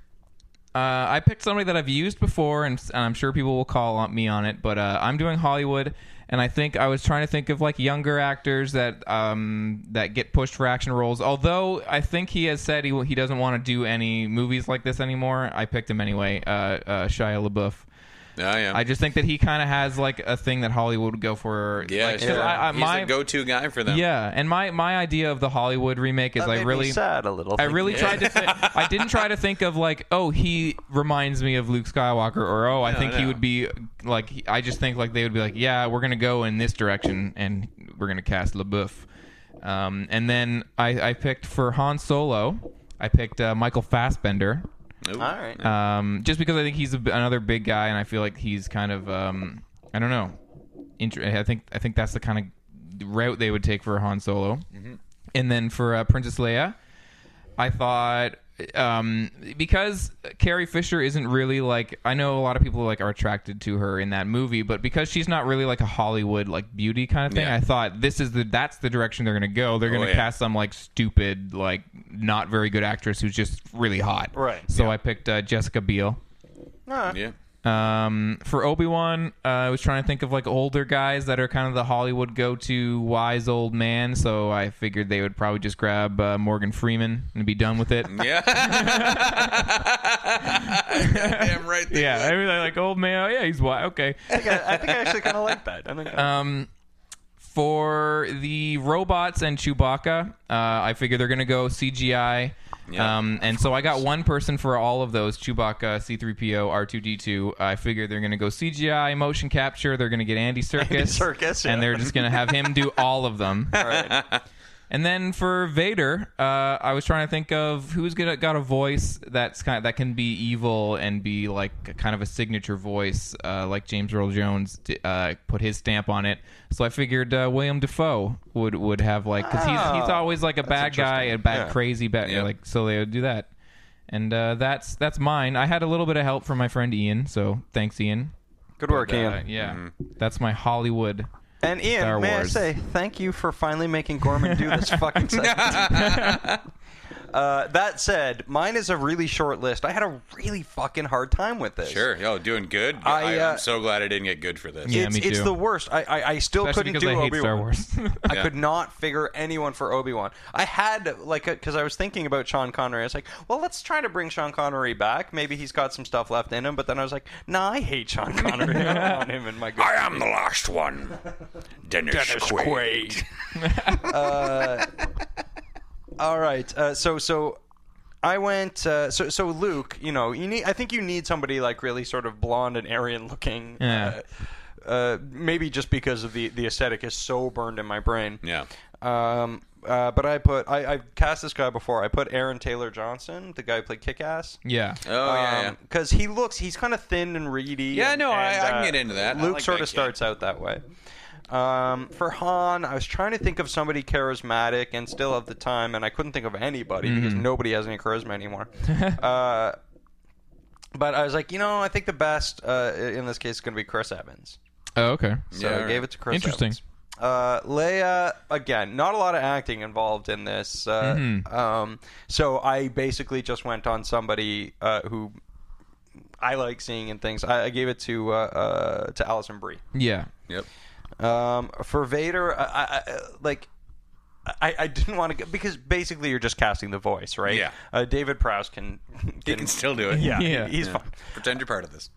[SPEAKER 1] uh, I picked somebody that I've used before, and, and I'm sure people will call on me on it. But uh, I'm doing Hollywood, and I think I was trying to think of like younger actors that um that get pushed for action roles. Although I think he has said he will- he doesn't want to do any movies like this anymore. I picked him anyway. Uh, uh Shia LaBeouf.
[SPEAKER 3] yeah, yeah.
[SPEAKER 1] I just think that he kind of has like a thing that Hollywood would go for.
[SPEAKER 3] yeah,
[SPEAKER 1] like, 'cause
[SPEAKER 3] sure.
[SPEAKER 1] I- I-
[SPEAKER 3] He's
[SPEAKER 1] my-
[SPEAKER 3] the go-to guy for them.
[SPEAKER 1] yeah, and my my idea of the Hollywood remake is
[SPEAKER 2] That
[SPEAKER 1] I
[SPEAKER 2] made me
[SPEAKER 1] really
[SPEAKER 2] sad a little.
[SPEAKER 1] I really tried
[SPEAKER 2] thinking-
[SPEAKER 1] to. Th-
[SPEAKER 3] <laughs>
[SPEAKER 1] I didn't try to think of like, oh, he reminds me of Luke Skywalker, or oh, I think he
[SPEAKER 3] no.
[SPEAKER 1] would be like. he- I just think like they would be like, yeah, we're gonna go in this direction, and we're gonna cast LaBeouf. Um, and then I, I picked for Han Solo. I picked uh, Michael Fassbender,
[SPEAKER 3] Ooh.
[SPEAKER 2] All right.
[SPEAKER 1] um, just because I think he's a, another big guy, and I feel like he's kind of um, I don't know. Inter- I think I think that's the
[SPEAKER 3] Mm-hmm.
[SPEAKER 1] kind of route they would take for Han Solo, and then for uh, Princess Leia, I thought um, because Carrie Fisher isn't really like I know a lot of people like are attracted to her in that movie, but because she's not really like a Hollywood like beauty kind of thing,
[SPEAKER 3] Yeah. Oh,
[SPEAKER 1] I thought this is the that's the direction they're gonna go. They're gonna
[SPEAKER 3] yeah.
[SPEAKER 1] cast some like stupid like not very good actress who's just really hot.
[SPEAKER 2] Right.
[SPEAKER 1] So I picked uh, Jessica Biel.
[SPEAKER 3] Yeah.
[SPEAKER 1] Um, for Obi Wan, uh, I was trying to think of like older guys that are kind of the Hollywood go-to wise old man. So I figured they would probably just grab uh, Morgan Freeman and be done with it.
[SPEAKER 3] Yeah. <laughs> Damn right.
[SPEAKER 1] <laughs>
[SPEAKER 3] There.
[SPEAKER 1] yeah, I mean, like old man. Oh yeah, he's wise. Okay.
[SPEAKER 2] I think I, I think I actually kind of like that. I think
[SPEAKER 1] For the robots and Chewbacca, uh, I figure they're gonna go CGI.
[SPEAKER 3] Yeah,
[SPEAKER 1] um, and so I got one person for all of those: Chewbacca, C-3PO, R2D2. I figure they're gonna go CGI, motion capture. They're gonna get Andy Serkis,
[SPEAKER 2] Serkis, yeah.
[SPEAKER 1] and they're just gonna have him do all of them.
[SPEAKER 2] all right.
[SPEAKER 1] And then for Vader, uh, I was trying to think of who's gonna got a voice that's kind of, that can be evil and be like a- kind of a signature voice, uh, like James Earl Jones di- uh, put his stamp on it. So I figured uh, William Defoe would would have like because he's he's always like a bad guy, a bad
[SPEAKER 2] Yeah.
[SPEAKER 1] crazy bad
[SPEAKER 3] Yeah.
[SPEAKER 1] like so they would do that. And uh, that's that's mine. I had a little bit of help from my friend Ian, so thanks Ian.
[SPEAKER 2] Good work, Ian.
[SPEAKER 1] Uh, yeah, that's my Hollywood.
[SPEAKER 2] And Ian,
[SPEAKER 1] Star
[SPEAKER 2] may
[SPEAKER 1] Wars.
[SPEAKER 2] I say thank you for finally making Gorman do
[SPEAKER 1] <laughs>
[SPEAKER 2] this fucking segment. <laughs> uh, that said, mine is a really short list. I had a really fucking hard time with this.
[SPEAKER 3] Sure. Yo, doing good.
[SPEAKER 2] I,
[SPEAKER 3] I,
[SPEAKER 2] uh,
[SPEAKER 3] am so glad I didn't get good for this.
[SPEAKER 1] Yeah.
[SPEAKER 2] It's,
[SPEAKER 1] me
[SPEAKER 2] it's
[SPEAKER 1] too.
[SPEAKER 2] the worst. I, I, I still
[SPEAKER 1] Especially
[SPEAKER 2] couldn't
[SPEAKER 1] because
[SPEAKER 2] do
[SPEAKER 1] I hate
[SPEAKER 2] Obi-Wan.
[SPEAKER 1] Star Wars.
[SPEAKER 2] I
[SPEAKER 3] Yeah.
[SPEAKER 2] could not figure anyone for Obi Wan. I had like because I was thinking about Sean Connery. I was like, well, let's try to bring Sean Connery back. Maybe he's got some stuff left in him. But then I was like, nah, I hate Sean Connery. I don't want him in my. Good.
[SPEAKER 3] <laughs> I am the
[SPEAKER 2] <laughs>
[SPEAKER 3] last one. Dennis, Quaid. <laughs>
[SPEAKER 2] Uh, All right. Uh, so so I went. Uh, so so Luke, you know, you need. I think you need somebody like really sort of blonde and Aryan looking.
[SPEAKER 1] Yeah.
[SPEAKER 2] Uh, uh, maybe just because of the the aesthetic is so burned in my brain.
[SPEAKER 3] Yeah.
[SPEAKER 2] Um, uh, but I put I, I've cast this guy before. I put Aaron Taylor Johnson, the guy who played Kick Ass.
[SPEAKER 1] <laughs> yeah.
[SPEAKER 3] Oh yeah.
[SPEAKER 1] Um,
[SPEAKER 3] yeah.
[SPEAKER 2] Because he looks, he's kind of thin and reedy.
[SPEAKER 3] Yeah,
[SPEAKER 2] and,
[SPEAKER 3] no, I-
[SPEAKER 2] and,
[SPEAKER 3] I can
[SPEAKER 2] uh,
[SPEAKER 3] get into that. I
[SPEAKER 2] Luke
[SPEAKER 3] like
[SPEAKER 2] sort
[SPEAKER 3] that
[SPEAKER 2] of
[SPEAKER 3] kid.
[SPEAKER 2] starts out that way. Um, for Han, I was trying to think of somebody charismatic and still of the time, and I couldn't think of anybody because
[SPEAKER 3] Mm-hmm.
[SPEAKER 2] nobody has any charisma anymore. <laughs> uh, but I was like, you know, I think the best uh, in this case is going to be Chris Evans.
[SPEAKER 1] Oh, okay.
[SPEAKER 2] So
[SPEAKER 3] Yeah,
[SPEAKER 2] I
[SPEAKER 3] right.
[SPEAKER 2] gave it to Chris.
[SPEAKER 1] Interesting.
[SPEAKER 2] Evans. Uh, Leia again, not a lot of acting involved in this. Uh,
[SPEAKER 1] Mm-hmm.
[SPEAKER 2] um, so I basically just went on somebody uh, who I like seeing in things. I, I gave it to uh, uh, to Allison Brie.
[SPEAKER 1] Yeah.
[SPEAKER 3] Yep.
[SPEAKER 2] Um, for Vader, I, I, I like. I, I didn't want to because basically you're just casting the voice, right?
[SPEAKER 3] Yeah.
[SPEAKER 2] Uh, David Prowse can,
[SPEAKER 3] You
[SPEAKER 2] <laughs>
[SPEAKER 3] can still do it.
[SPEAKER 1] <laughs>
[SPEAKER 2] yeah,
[SPEAKER 1] Yeah. Uh,
[SPEAKER 2] he's fine.
[SPEAKER 3] Pretend you're part of this.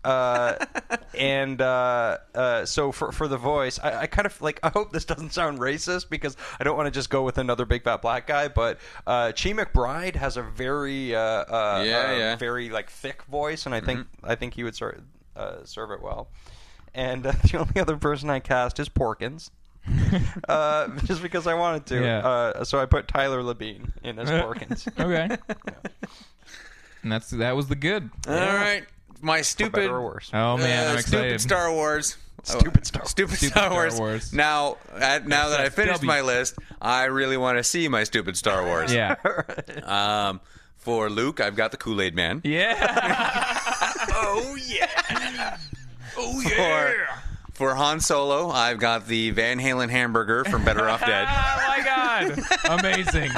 [SPEAKER 2] and uh, uh, so for for the voice, I, I kind of like. <laughs> I hope this doesn't sound racist because I don't want to just go with another big fat black guy. But uh, Chi McBride has a very uh, uh, uh,
[SPEAKER 3] Yeah, yeah. Mm-hmm.
[SPEAKER 2] very like thick voice, and I think I think he would serve uh, serve it well. And uh, <laughs> the only other person I cast is Porkins. uh, <laughs> just because I wanted to,
[SPEAKER 1] Yeah.
[SPEAKER 2] uh, so I put Tyler Labine
[SPEAKER 1] <laughs>
[SPEAKER 2] in as Porkins.
[SPEAKER 1] Okay. and that's that was the good.
[SPEAKER 3] All right. My stupid.
[SPEAKER 2] Better or worse?
[SPEAKER 1] Oh man,
[SPEAKER 3] uh,
[SPEAKER 1] I'm
[SPEAKER 3] stupid
[SPEAKER 1] excited.
[SPEAKER 3] Star Wars.
[SPEAKER 2] Stupid Star <laughs> Wars.
[SPEAKER 3] Stupid,
[SPEAKER 1] Star
[SPEAKER 3] Star Wars.
[SPEAKER 1] Wars.
[SPEAKER 3] Now, at, now that I finished
[SPEAKER 1] SSW.
[SPEAKER 3] my list, I really want to see my stupid Star Wars.
[SPEAKER 1] Yeah.
[SPEAKER 3] Um, for Luke, I've got the Kool Aid Man.
[SPEAKER 1] <laughs> Yeah.
[SPEAKER 3] Oh yeah. oh yeah. For, for Han Solo, I've got the Van Halen hamburger from Better Off
[SPEAKER 1] <laughs>
[SPEAKER 3] Dead.
[SPEAKER 1] oh my god. Amazing.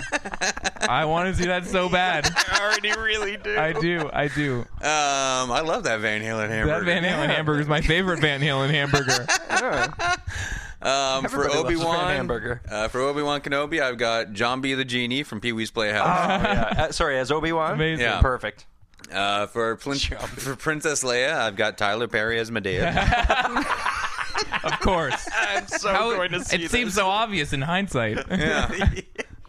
[SPEAKER 1] I want to see that so bad.
[SPEAKER 2] I already really do.
[SPEAKER 1] I do. I do.
[SPEAKER 3] Um, I love that Van Halen
[SPEAKER 1] That
[SPEAKER 3] hamburger.
[SPEAKER 1] Van Halen hamburger is my favorite Van Halen hamburger.
[SPEAKER 3] Um, for
[SPEAKER 2] Everybody
[SPEAKER 3] Obi
[SPEAKER 2] loves a Van
[SPEAKER 3] Wan
[SPEAKER 2] hamburger.
[SPEAKER 3] uh, for Obi Wan Kenobi, I've got John B. the Genie from Pee Wee's Playhouse.
[SPEAKER 2] Oh, yeah. Uh, sorry, as Obi Wan.
[SPEAKER 1] Amazing.
[SPEAKER 3] Yeah.
[SPEAKER 2] Perfect.
[SPEAKER 3] Uh, for, Plin- for Princess Leia, I've got Tyler Perry as Medea.
[SPEAKER 1] Of course.
[SPEAKER 2] <laughs> I'm so
[SPEAKER 1] How-
[SPEAKER 2] going to see
[SPEAKER 1] it
[SPEAKER 2] <laughs>
[SPEAKER 1] seems so obvious in hindsight. <laughs>
[SPEAKER 3] yeah.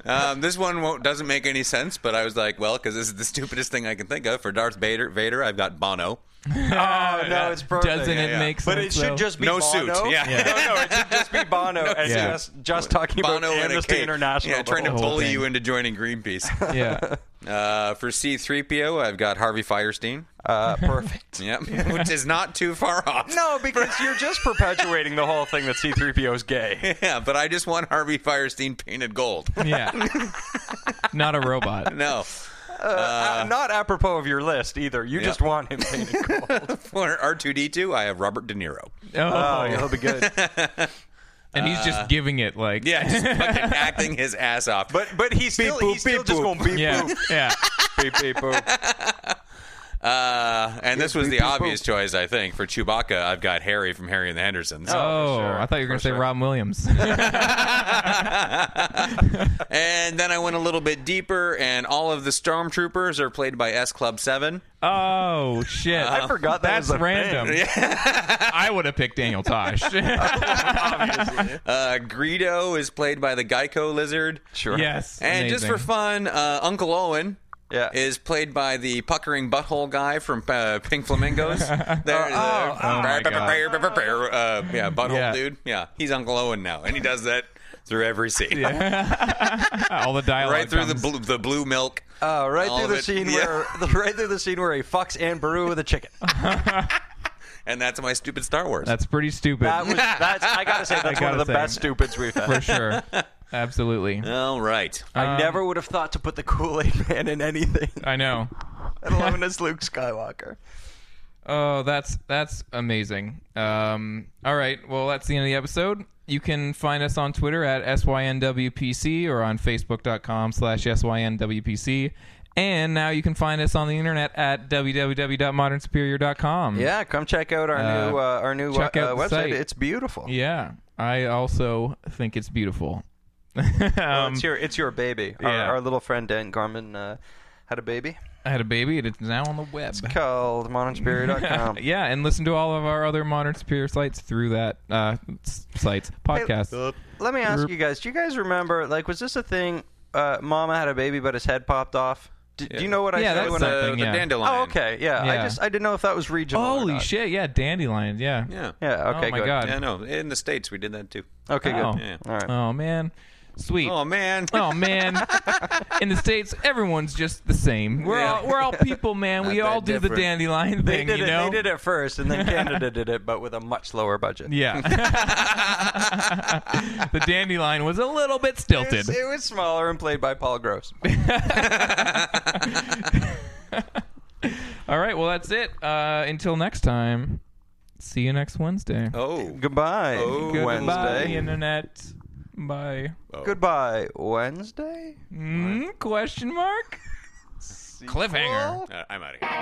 [SPEAKER 3] Um, this one won't, doesn't make any sense, but I was like, well, because this is the stupidest thing I can think of. For Darth Vader, Vader I've got Bono.
[SPEAKER 2] Oh no, it's perfect.
[SPEAKER 1] Doesn't it
[SPEAKER 3] yeah.
[SPEAKER 1] make sense?
[SPEAKER 2] But it should
[SPEAKER 1] though?
[SPEAKER 2] just be
[SPEAKER 3] No
[SPEAKER 2] Bono.
[SPEAKER 3] suit, yeah. Yeah.
[SPEAKER 2] No, <laughs> no, it should just be Bono and
[SPEAKER 1] suit.
[SPEAKER 2] just just talking
[SPEAKER 3] Bono
[SPEAKER 2] about
[SPEAKER 3] and a
[SPEAKER 2] Amnesty
[SPEAKER 3] cape.
[SPEAKER 2] International.
[SPEAKER 3] Yeah, trying to
[SPEAKER 1] the whole
[SPEAKER 3] bully
[SPEAKER 1] thing.
[SPEAKER 3] you into joining Greenpeace.
[SPEAKER 1] Yeah.
[SPEAKER 3] Uh, for C3PO, I've got Harvey Firestein.
[SPEAKER 2] uh, perfect.
[SPEAKER 3] Yep. <laughs> Which is not too far
[SPEAKER 2] <laughs>
[SPEAKER 3] off.
[SPEAKER 2] No, because you're just perpetuating the whole thing that C-3PO is gay.
[SPEAKER 3] <laughs> Yeah, but I just want Harvey Firestein painted gold.
[SPEAKER 1] Yeah. not a robot.
[SPEAKER 3] No,
[SPEAKER 2] Uh, not apropos of your list either. You just want him <laughs> painted gold.
[SPEAKER 3] for R two D two, I have Robert De Niro.
[SPEAKER 1] Oh,
[SPEAKER 2] <laughs> oh, he'll be uh, good.
[SPEAKER 1] and he's just giving it like <laughs>
[SPEAKER 3] Yeah, just fucking acting his ass off.
[SPEAKER 2] But but he's still
[SPEAKER 3] Beep boop,
[SPEAKER 2] he's still
[SPEAKER 3] beep
[SPEAKER 2] just
[SPEAKER 3] boop.
[SPEAKER 2] going beep
[SPEAKER 1] yeah,
[SPEAKER 2] boop <laughs>
[SPEAKER 1] yeah.
[SPEAKER 2] beep beep boop.
[SPEAKER 3] uh, and this was
[SPEAKER 2] beep,
[SPEAKER 3] the
[SPEAKER 2] beep,
[SPEAKER 3] obvious choice, I think, for Chewbacca. I've got Harry from Harry and the Hendersons.
[SPEAKER 1] Oh,
[SPEAKER 2] sure,
[SPEAKER 1] I thought you were gonna
[SPEAKER 2] for
[SPEAKER 1] say
[SPEAKER 2] sure.
[SPEAKER 1] Robin
[SPEAKER 2] <laughs>
[SPEAKER 1] Williams.
[SPEAKER 3] And then I went a little bit deeper, and all of the stormtroopers are played by S Club Seven.
[SPEAKER 1] <laughs> oh shit!
[SPEAKER 2] I forgot that
[SPEAKER 1] That's
[SPEAKER 2] was a
[SPEAKER 1] random.
[SPEAKER 2] <laughs> thing.
[SPEAKER 1] I would have picked Daniel
[SPEAKER 2] <laughs>
[SPEAKER 1] Tosh.
[SPEAKER 3] Uh, Greedo is played by the Geico Lizard.
[SPEAKER 2] Sure.
[SPEAKER 1] <laughs> yes,
[SPEAKER 3] And just for
[SPEAKER 1] amazing.
[SPEAKER 3] fun, uh, Uncle Owen
[SPEAKER 2] Yeah.
[SPEAKER 3] is played by the puckering butthole guy from uh, Pink
[SPEAKER 1] <laughs>
[SPEAKER 3] Flamingos. There, the-
[SPEAKER 1] Oh,
[SPEAKER 3] <laughs>
[SPEAKER 1] my
[SPEAKER 3] uh, yeah, butthole
[SPEAKER 1] Yeah.
[SPEAKER 3] dude. Yeah, he's Uncle Owen now, and he does that through every scene,
[SPEAKER 1] <laughs> all the dialogue
[SPEAKER 3] right through the
[SPEAKER 1] comes-
[SPEAKER 3] blue, the blue milk.
[SPEAKER 2] Uh, right
[SPEAKER 3] All
[SPEAKER 2] through
[SPEAKER 3] of
[SPEAKER 2] the
[SPEAKER 3] it.
[SPEAKER 2] scene
[SPEAKER 3] Yeah.
[SPEAKER 2] where <laughs> the, right through the scene where he fucks Anne Baru with a chicken.
[SPEAKER 3] And that's my stupid Star Wars.
[SPEAKER 1] That's pretty stupid <laughs>
[SPEAKER 2] That was that's I gotta say that's one
[SPEAKER 1] gotta
[SPEAKER 2] of the
[SPEAKER 1] say.
[SPEAKER 2] best stupids we've had.
[SPEAKER 1] for
[SPEAKER 2] <laughs>
[SPEAKER 1] sure. Absolutely.
[SPEAKER 3] All right.
[SPEAKER 2] I never would have thought to put the Kool Aid <laughs> Man
[SPEAKER 1] <laughs>
[SPEAKER 2] in anything,
[SPEAKER 1] I know.
[SPEAKER 2] let alone as Luke Skywalker.
[SPEAKER 1] Oh, that's that's amazing. Um, all right, well, that's the end of the episode. You can find us on Twitter at synwpc or on facebook.com slash synwpc. And now you can find us on the internet at www.modernsuperior.com.
[SPEAKER 2] Yeah, come check out our
[SPEAKER 1] Uh,
[SPEAKER 2] new uh, our new
[SPEAKER 1] check
[SPEAKER 2] uh,
[SPEAKER 1] out the
[SPEAKER 2] website.
[SPEAKER 1] site.
[SPEAKER 2] It's beautiful.
[SPEAKER 1] Yeah. I also think it's beautiful. <laughs>
[SPEAKER 2] Well,
[SPEAKER 1] um,
[SPEAKER 2] it's your it's your baby. Our,
[SPEAKER 1] yeah.
[SPEAKER 2] our little friend Dan Garmin uh, had a baby
[SPEAKER 1] I had a baby and it's now on the web. <laughs>
[SPEAKER 2] called modernspirit.com.
[SPEAKER 1] yeah, and listen to all of our other Modern Superior sites through that uh, s- sites podcast.
[SPEAKER 2] Let me ask you guys: Do you guys remember? Like, was this a thing? Uh, Mama had a baby, but his head popped off. D- Do you know what I
[SPEAKER 1] Yeah,
[SPEAKER 2] said
[SPEAKER 1] that's
[SPEAKER 2] when
[SPEAKER 1] a
[SPEAKER 2] I?
[SPEAKER 3] the,
[SPEAKER 1] thing,
[SPEAKER 3] uh, the
[SPEAKER 1] yeah.
[SPEAKER 3] dandelion.
[SPEAKER 2] Oh, okay. Yeah, I
[SPEAKER 1] Yeah.
[SPEAKER 2] just I didn't know if that was regional. or
[SPEAKER 1] Holy
[SPEAKER 2] not.
[SPEAKER 1] shit! Yeah, dandelions. Yeah.
[SPEAKER 3] Yeah.
[SPEAKER 2] Yeah. Okay.
[SPEAKER 1] oh my
[SPEAKER 2] good.
[SPEAKER 1] god.
[SPEAKER 3] Yeah, no. In the states, we did that too.
[SPEAKER 2] Okay.
[SPEAKER 1] Oh.
[SPEAKER 2] Good.
[SPEAKER 1] Yeah.
[SPEAKER 2] All right.
[SPEAKER 1] Oh man, sweet.
[SPEAKER 3] Oh man.
[SPEAKER 1] Oh man, in the states, everyone's just the same. We're
[SPEAKER 3] Yeah.
[SPEAKER 1] all we're all people,
[SPEAKER 2] <laughs>
[SPEAKER 1] man. we
[SPEAKER 3] Not that
[SPEAKER 1] all do the
[SPEAKER 3] different.
[SPEAKER 1] dandelion
[SPEAKER 2] They
[SPEAKER 1] thing,
[SPEAKER 2] did
[SPEAKER 1] you
[SPEAKER 2] it.
[SPEAKER 1] know.
[SPEAKER 2] They did it
[SPEAKER 1] <laughs>
[SPEAKER 2] first, and then Canada did it, but with a much lower budget. <laughs>
[SPEAKER 1] Yeah. <laughs> the dandelion was a little bit
[SPEAKER 2] It was,
[SPEAKER 1] stilted.
[SPEAKER 2] it was smaller and played by Paul Gross.
[SPEAKER 1] All right, well that's it. Uh, until next time, see you next Wednesday.
[SPEAKER 3] <laughs> Oh.
[SPEAKER 2] <laughs> Goodbye,
[SPEAKER 3] Oh.
[SPEAKER 1] Goodbye,
[SPEAKER 2] Wednesday.
[SPEAKER 1] internet. Bye.
[SPEAKER 2] Goodbye, Wednesday.
[SPEAKER 1] Mm, question mark? Cliffhanger.
[SPEAKER 3] Uh, I'm out of here.